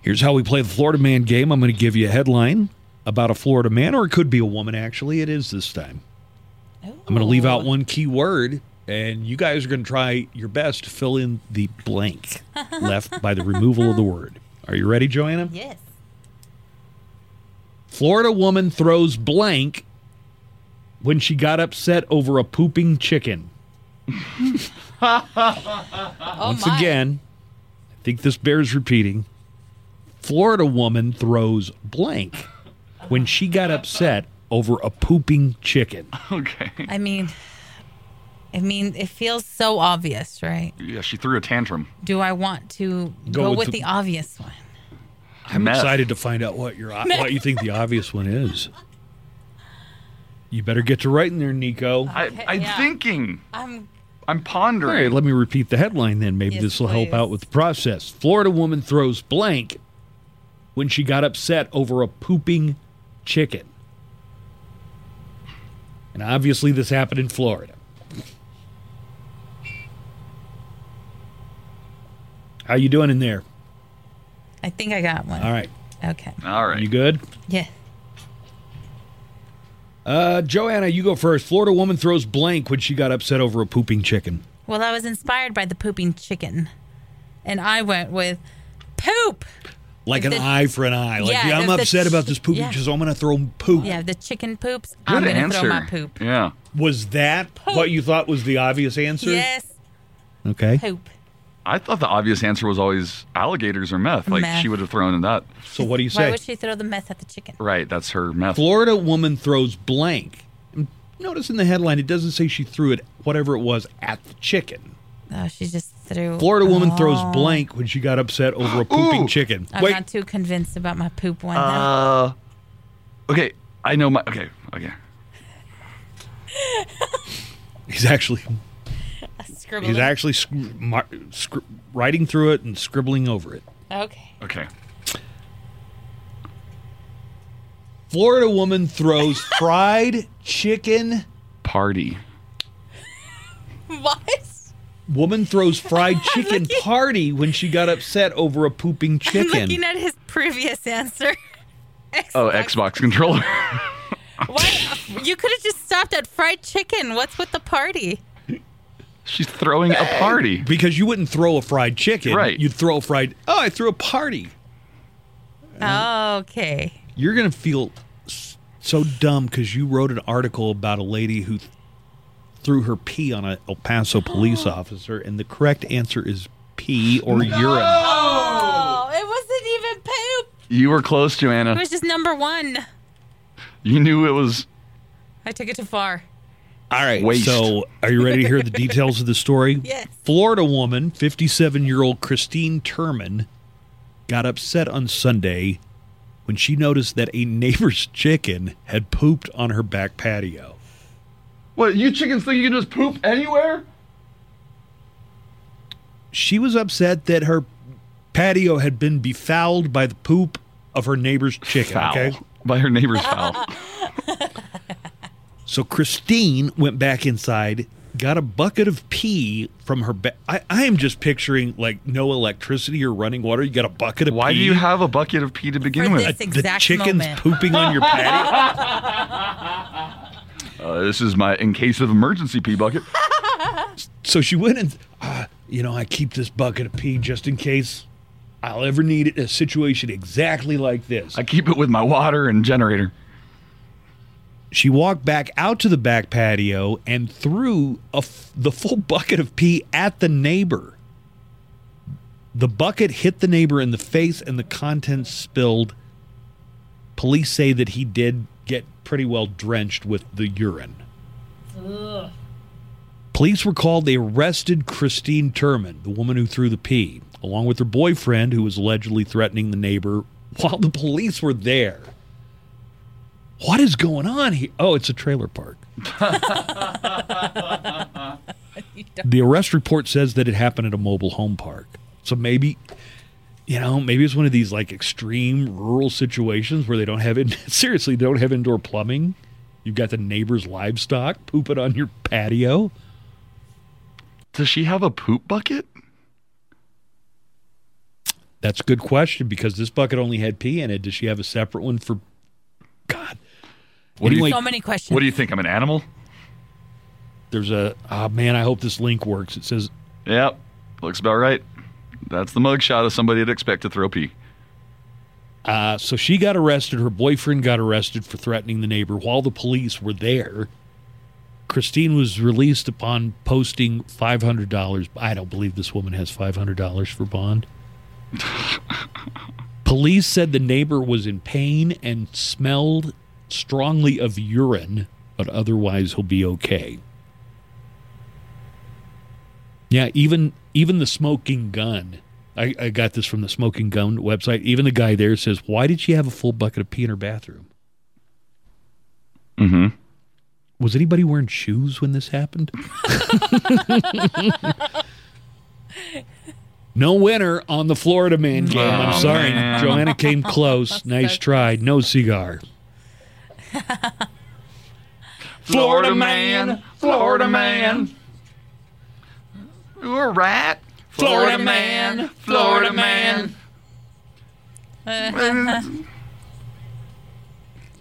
Here's how we play the Florida man game. I'm going to give you a headline about a Florida man, or it could be a woman, actually. It is this time. I'm going to leave out one key word, and you guys are going to try your best to fill in the blank left by the removal of the word. Are you ready, Joanna? Yes. Florida woman throws blank when she got upset over a pooping chicken. Oh Once my. again, I think this bears repeating. Florida woman throws blank when she got upset over a pooping chicken. Okay. I mean I mean it feels so obvious, right? Yeah, she threw a tantrum. Do I want to Go go, with with, the- the obvious one? I'm Meth. excited to find out what your what you think the obvious one is. You better get to writing there, Nico. I, I'm yeah. thinking. I'm I'm All right, pondering. let me repeat the headline then. Maybe Yes, this will help please. out with the process. Florida woman throws blank when she got upset over a pooping chicken. And obviously, this happened in Florida. How you doing in there? I think I got one. All right, Okay. All right. you good? Yeah. Uh, Joanna, you go first. Florida woman throws blank when she got upset over a pooping chicken. Well, I was inspired by the pooping chicken. And I went with poop. Like If an the- eye for an eye. Like Yeah, yeah, I'm if the upset ch- about this pooping yeah. chicken, so I'm going to throw poop. Yeah, the chicken poops. Good I'm gonna answer. throw my poop. Yeah. Was that what you thought was the obvious answer? Yes, Okay. poop. I thought the obvious answer was always alligators or meth. Like Meth. she would have thrown in that. So what do you Why say? would she throw the meth at the chicken? Right, that's her meth. Florida woman throws blank. Notice in the headline it doesn't say she threw it whatever it was at the chicken. Oh, she just threw. Florida woman throws Oh. blank when she got upset over a pooping Ooh. chicken. I'm Wait, not too convinced about my poop one. though. Uh, okay, I know my. Okay, okay. he's actually I scribbled he's it. actually sc- mar- scr- writing through it and scribbling over it. okay. Okay. Florida woman throws fried chicken Party. What? Woman throws fried chicken party when she got upset over a pooping I'm chicken. looking at his previous answer. Oh, Xbox controller. Why? you could have just stopped at fried chicken. What's with the party? She's throwing a party. Because you wouldn't throw a fried chicken. Right. You'd throw a fried, oh, I threw a party. Uh-huh. okay. You're going to feel s- so dumb because you wrote an article about a lady who th- threw her pee on a El Paso police officer, and the correct answer is pee or urine. Oh, it wasn't even poop. You were close, It Joanna. was just number one. You knew it was. I took it too far. All right. Waste. So, are you ready to hear the details of the story? Yes. Florida woman, 57 year old Christine Turman, got upset on Sunday when she noticed that a neighbor's chicken had pooped on her back patio. What, you chickens think you can just poop anywhere? She was upset that her patio had been befouled by the poop of her neighbor's chicken. Foul. Okay. By her neighbor's foul. So Christine went back inside, got a bucket of pee from her back. I, I am just picturing like no electricity or running water. You got a bucket of Why pee. do you have a bucket of pee to begin For with? this- the exact chicken's moment. pooping on your patio? Uh, this is my in case of emergency pee bucket. so she went and, uh, you know, I keep this bucket of pee just in case I'll ever need it in a situation exactly like this. I keep it with my water and generator. she walked back out to the back patio and threw a f- the full bucket of pee at the neighbor. The bucket hit the neighbor in the face and the contents spilled. Police say that he did get pretty well drenched with the urine. Police were called. They arrested Christine Turman, the woman who threw the pee, along with her boyfriend, who was allegedly threatening the neighbor while the police were there. What is going on here? Oh, it's a trailer park. the arrest report says that it happened at a mobile home park. So maybe, you know, maybe it's one of these like extreme rural situations where they don't have it. Seriously, they don't have indoor plumbing. You've got the neighbor's livestock pooping on your patio. Does she have a poop bucket? That's a good question because this bucket only had pee in it. Does she have a separate one for God? What do you Anyway, so many questions. What do you think? I'm an animal? there's a oh man, I hope this link works. It says Yep. Looks about right. That's the mugshot of somebody you'd expect to throw pee. Uh, so she got arrested. Her boyfriend got arrested for threatening the neighbor while the police were there. Christine was released upon posting $500. I don't believe this woman has $500 for bond. police said the neighbor was in pain and smelled strongly of urine, but otherwise he'll be okay. Yeah, even even the smoking gun. I, I got this from the smoking gun website. Even the guy there says, "Why did she have a full bucket of pee in her bathroom? Mm hmm. Was anybody wearing shoes when this happened?" no winner on the Florida man game. I'm Oh, sorry, man. Joanna came close. nice try. No cigar. Florida man, Florida man. You a rat? Florida man, Florida man. Uh-huh.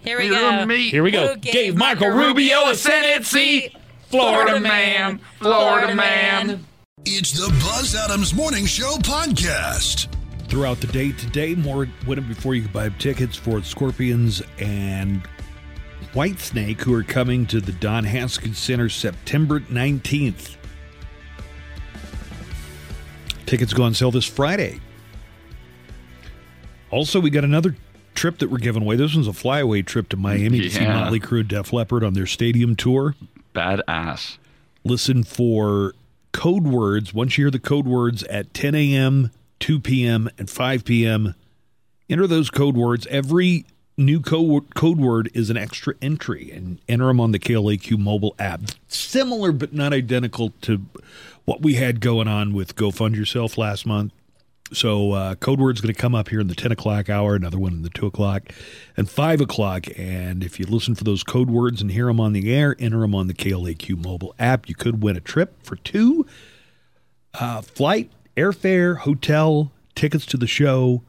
Here we go. Here we go. Who gave Gave Michael Rubio a Senate seat. Florida man, Florida man. It's the Buzz Adams Morning Show podcast. Throughout the day today, more win it before you buy tickets for Scorpions and Whitesnake, who are coming to the Don Haskins Center September 19th. Tickets go on sale this Friday. Also, we got another trip that we're giving away. This one's a flyaway trip to Miami to see Yeah. Motley Crue and Def Leppard on their stadium tour Badass. listen for code words. Once you hear the code words at 10 a.m., 2 p.m., and 5 p.m., enter those code words. Every new code, code word is an extra entry, and enter them on the KLAQ mobile app. Similar but not identical to what we had going on with Go Fund Yourself last month. So uh, code word's going to come up here in the 10 o'clock hour, another one in the 2 o'clock and 5 o'clock. And if you listen for those code words and hear them on the air, enter them on the KLAQ mobile app. You could win a trip for two, uh, flight, airfare, hotel, tickets to the show,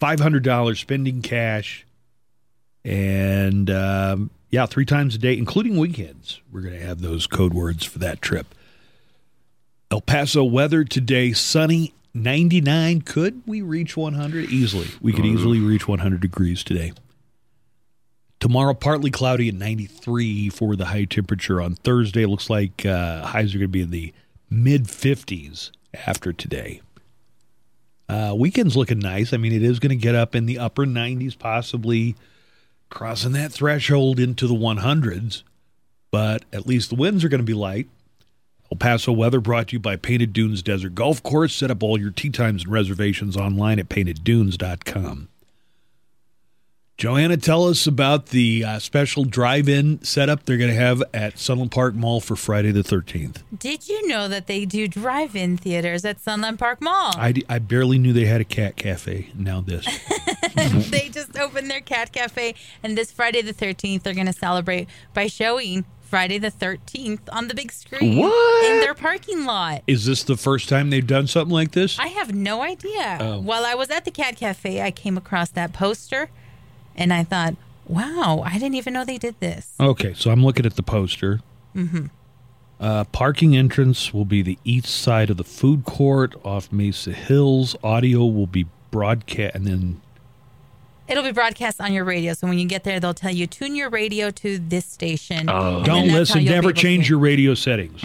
$500 spending cash, and um, yeah, three times a day, including weekends. We're going to have those code words for that trip. El Paso weather today sunny 99. Could we reach 100 easily? We could easily reach 100 degrees today. Tomorrow, partly cloudy at 93 for the high temperature. On Thursday, looks like uh, highs are going to be in the mid 50s after today. Uh, weekend's looking nice. I mean, it is going to get up in the upper 90s, possibly crossing that threshold into the 100s. But at least the winds are going to be light. El Paso weather brought to you by Painted Dunes Desert Golf Course. Set up all your tee times and reservations online at painteddunes.com. Joanna, tell us about the uh, special drive in setup they're going to have at Sunland Park Mall for Friday the 13th. Did you know that they do drive in theaters at Sunland Park Mall? I, d- I barely knew they had a cat cafe. Now this. they just opened their cat cafe, and this Friday the 13th, they're going to celebrate by showing Friday the 13th on the big screen What? in their parking lot. Is this the first time they've done something like this? I have no idea. Oh. While I was at the Cat Cafe, I came across that poster and I thought, wow, I didn't even know they did this. Okay, so I'm looking at the poster. hmm Uh, parking entrance will be the east side of the food court off Mesa Hills. Audio will be broadcast, and then It'll be broadcast on your radio. So when you get there, they'll tell you, tune your radio to this station. Oh, And don't that's how listen. you'll be Never able to change your radio settings.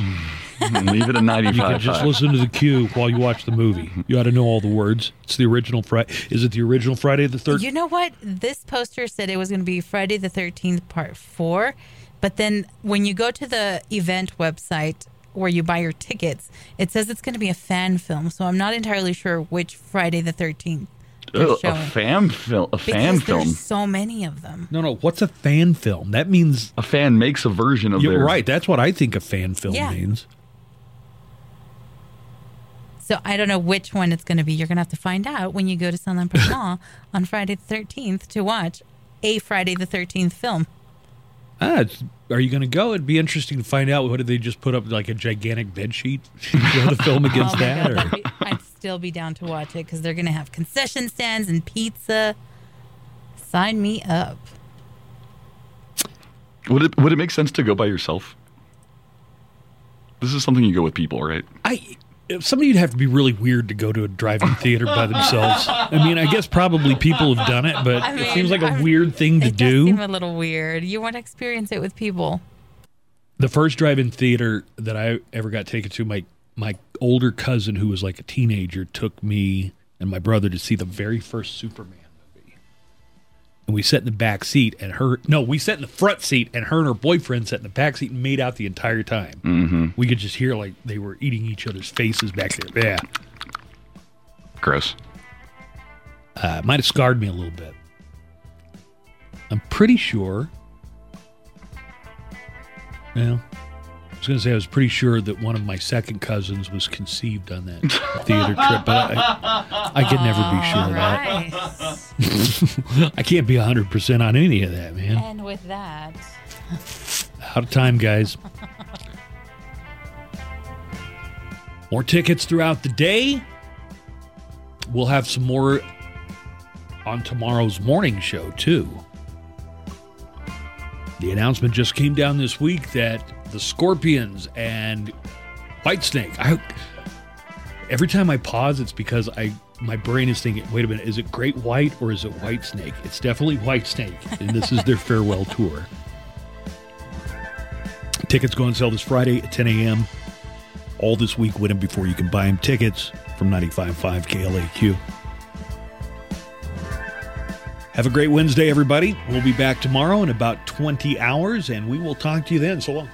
Leave it at You can 95. just listen to the cue while you watch the movie. You ought to know all the words. It's the original Friday. Is it the original Friday the Thirteenth? You know what? This poster said it was going to be Friday the 13th, part four. But then when you go to the event website where you buy your tickets, it says it's going to be a fan film. So I'm not entirely sure which Friday the 13th. they're Oh, a showing. fan film. A fan because film. There's so many of them. No, no. What's a fan film? That means A fan makes a version of you're their right. That's what I think a fan film Oh, Yeah. means. So I don't know which one it's going to be. You're going to have to find out when you go to Sunland Park Mall on Friday the 13th to watch a Friday the 13th film. Ah, it's- are you going to go? It'd be interesting to find out. What did they just put up? Like a gigantic bed sheet? Throw the film against Oh my that? God, or? that'd be- I'd still be down to watch it because they're going to have concession stands and pizza. Sign me up. Would it would it make sense to go by yourself? This is something you go with people, right? I if somebody'd have to be really weird to go to a drive-in theater by themselves. I mean, I guess probably people have done it, but I it mean, seems like a I'm- weird thing to It does do. seem a little weird. You want to experience it with people. the first drive-in theater that I ever got taken to, my my older cousin who was like a teenager took me and my brother to see the very first Superman movie. And we sat in the back seat, and her no, we sat in the front seat, and her and her boyfriend sat in the back seat and made out the entire time. Mm-hmm. We could just hear like they were eating each other's faces back there. Yeah. Gross. uh, it might have scarred me a little bit. I'm pretty sure. Well, I was going to say I was pretty sure that one of my second cousins was conceived on that theater trip, but I, I can never be sure of Right. that. I can't be 100% on any of that, man. And with that, Out of time, guys. More tickets throughout the day. We'll have some more on tomorrow's morning show, too. The announcement just came down this week that the Scorpions and Whitesnake. I every time I pause, it's because I my brain is thinking, wait a minute, is it Great White or is it White Snake? It's definitely White Snake, and this is their farewell tour. Tickets go on sale this Friday at 10 a.m. All this week, win them before you can buy them. Tickets from 95.5 KLAQ. Have a great Wednesday, everybody. We'll be back tomorrow in about 20 hours, and we will talk to you then. So long.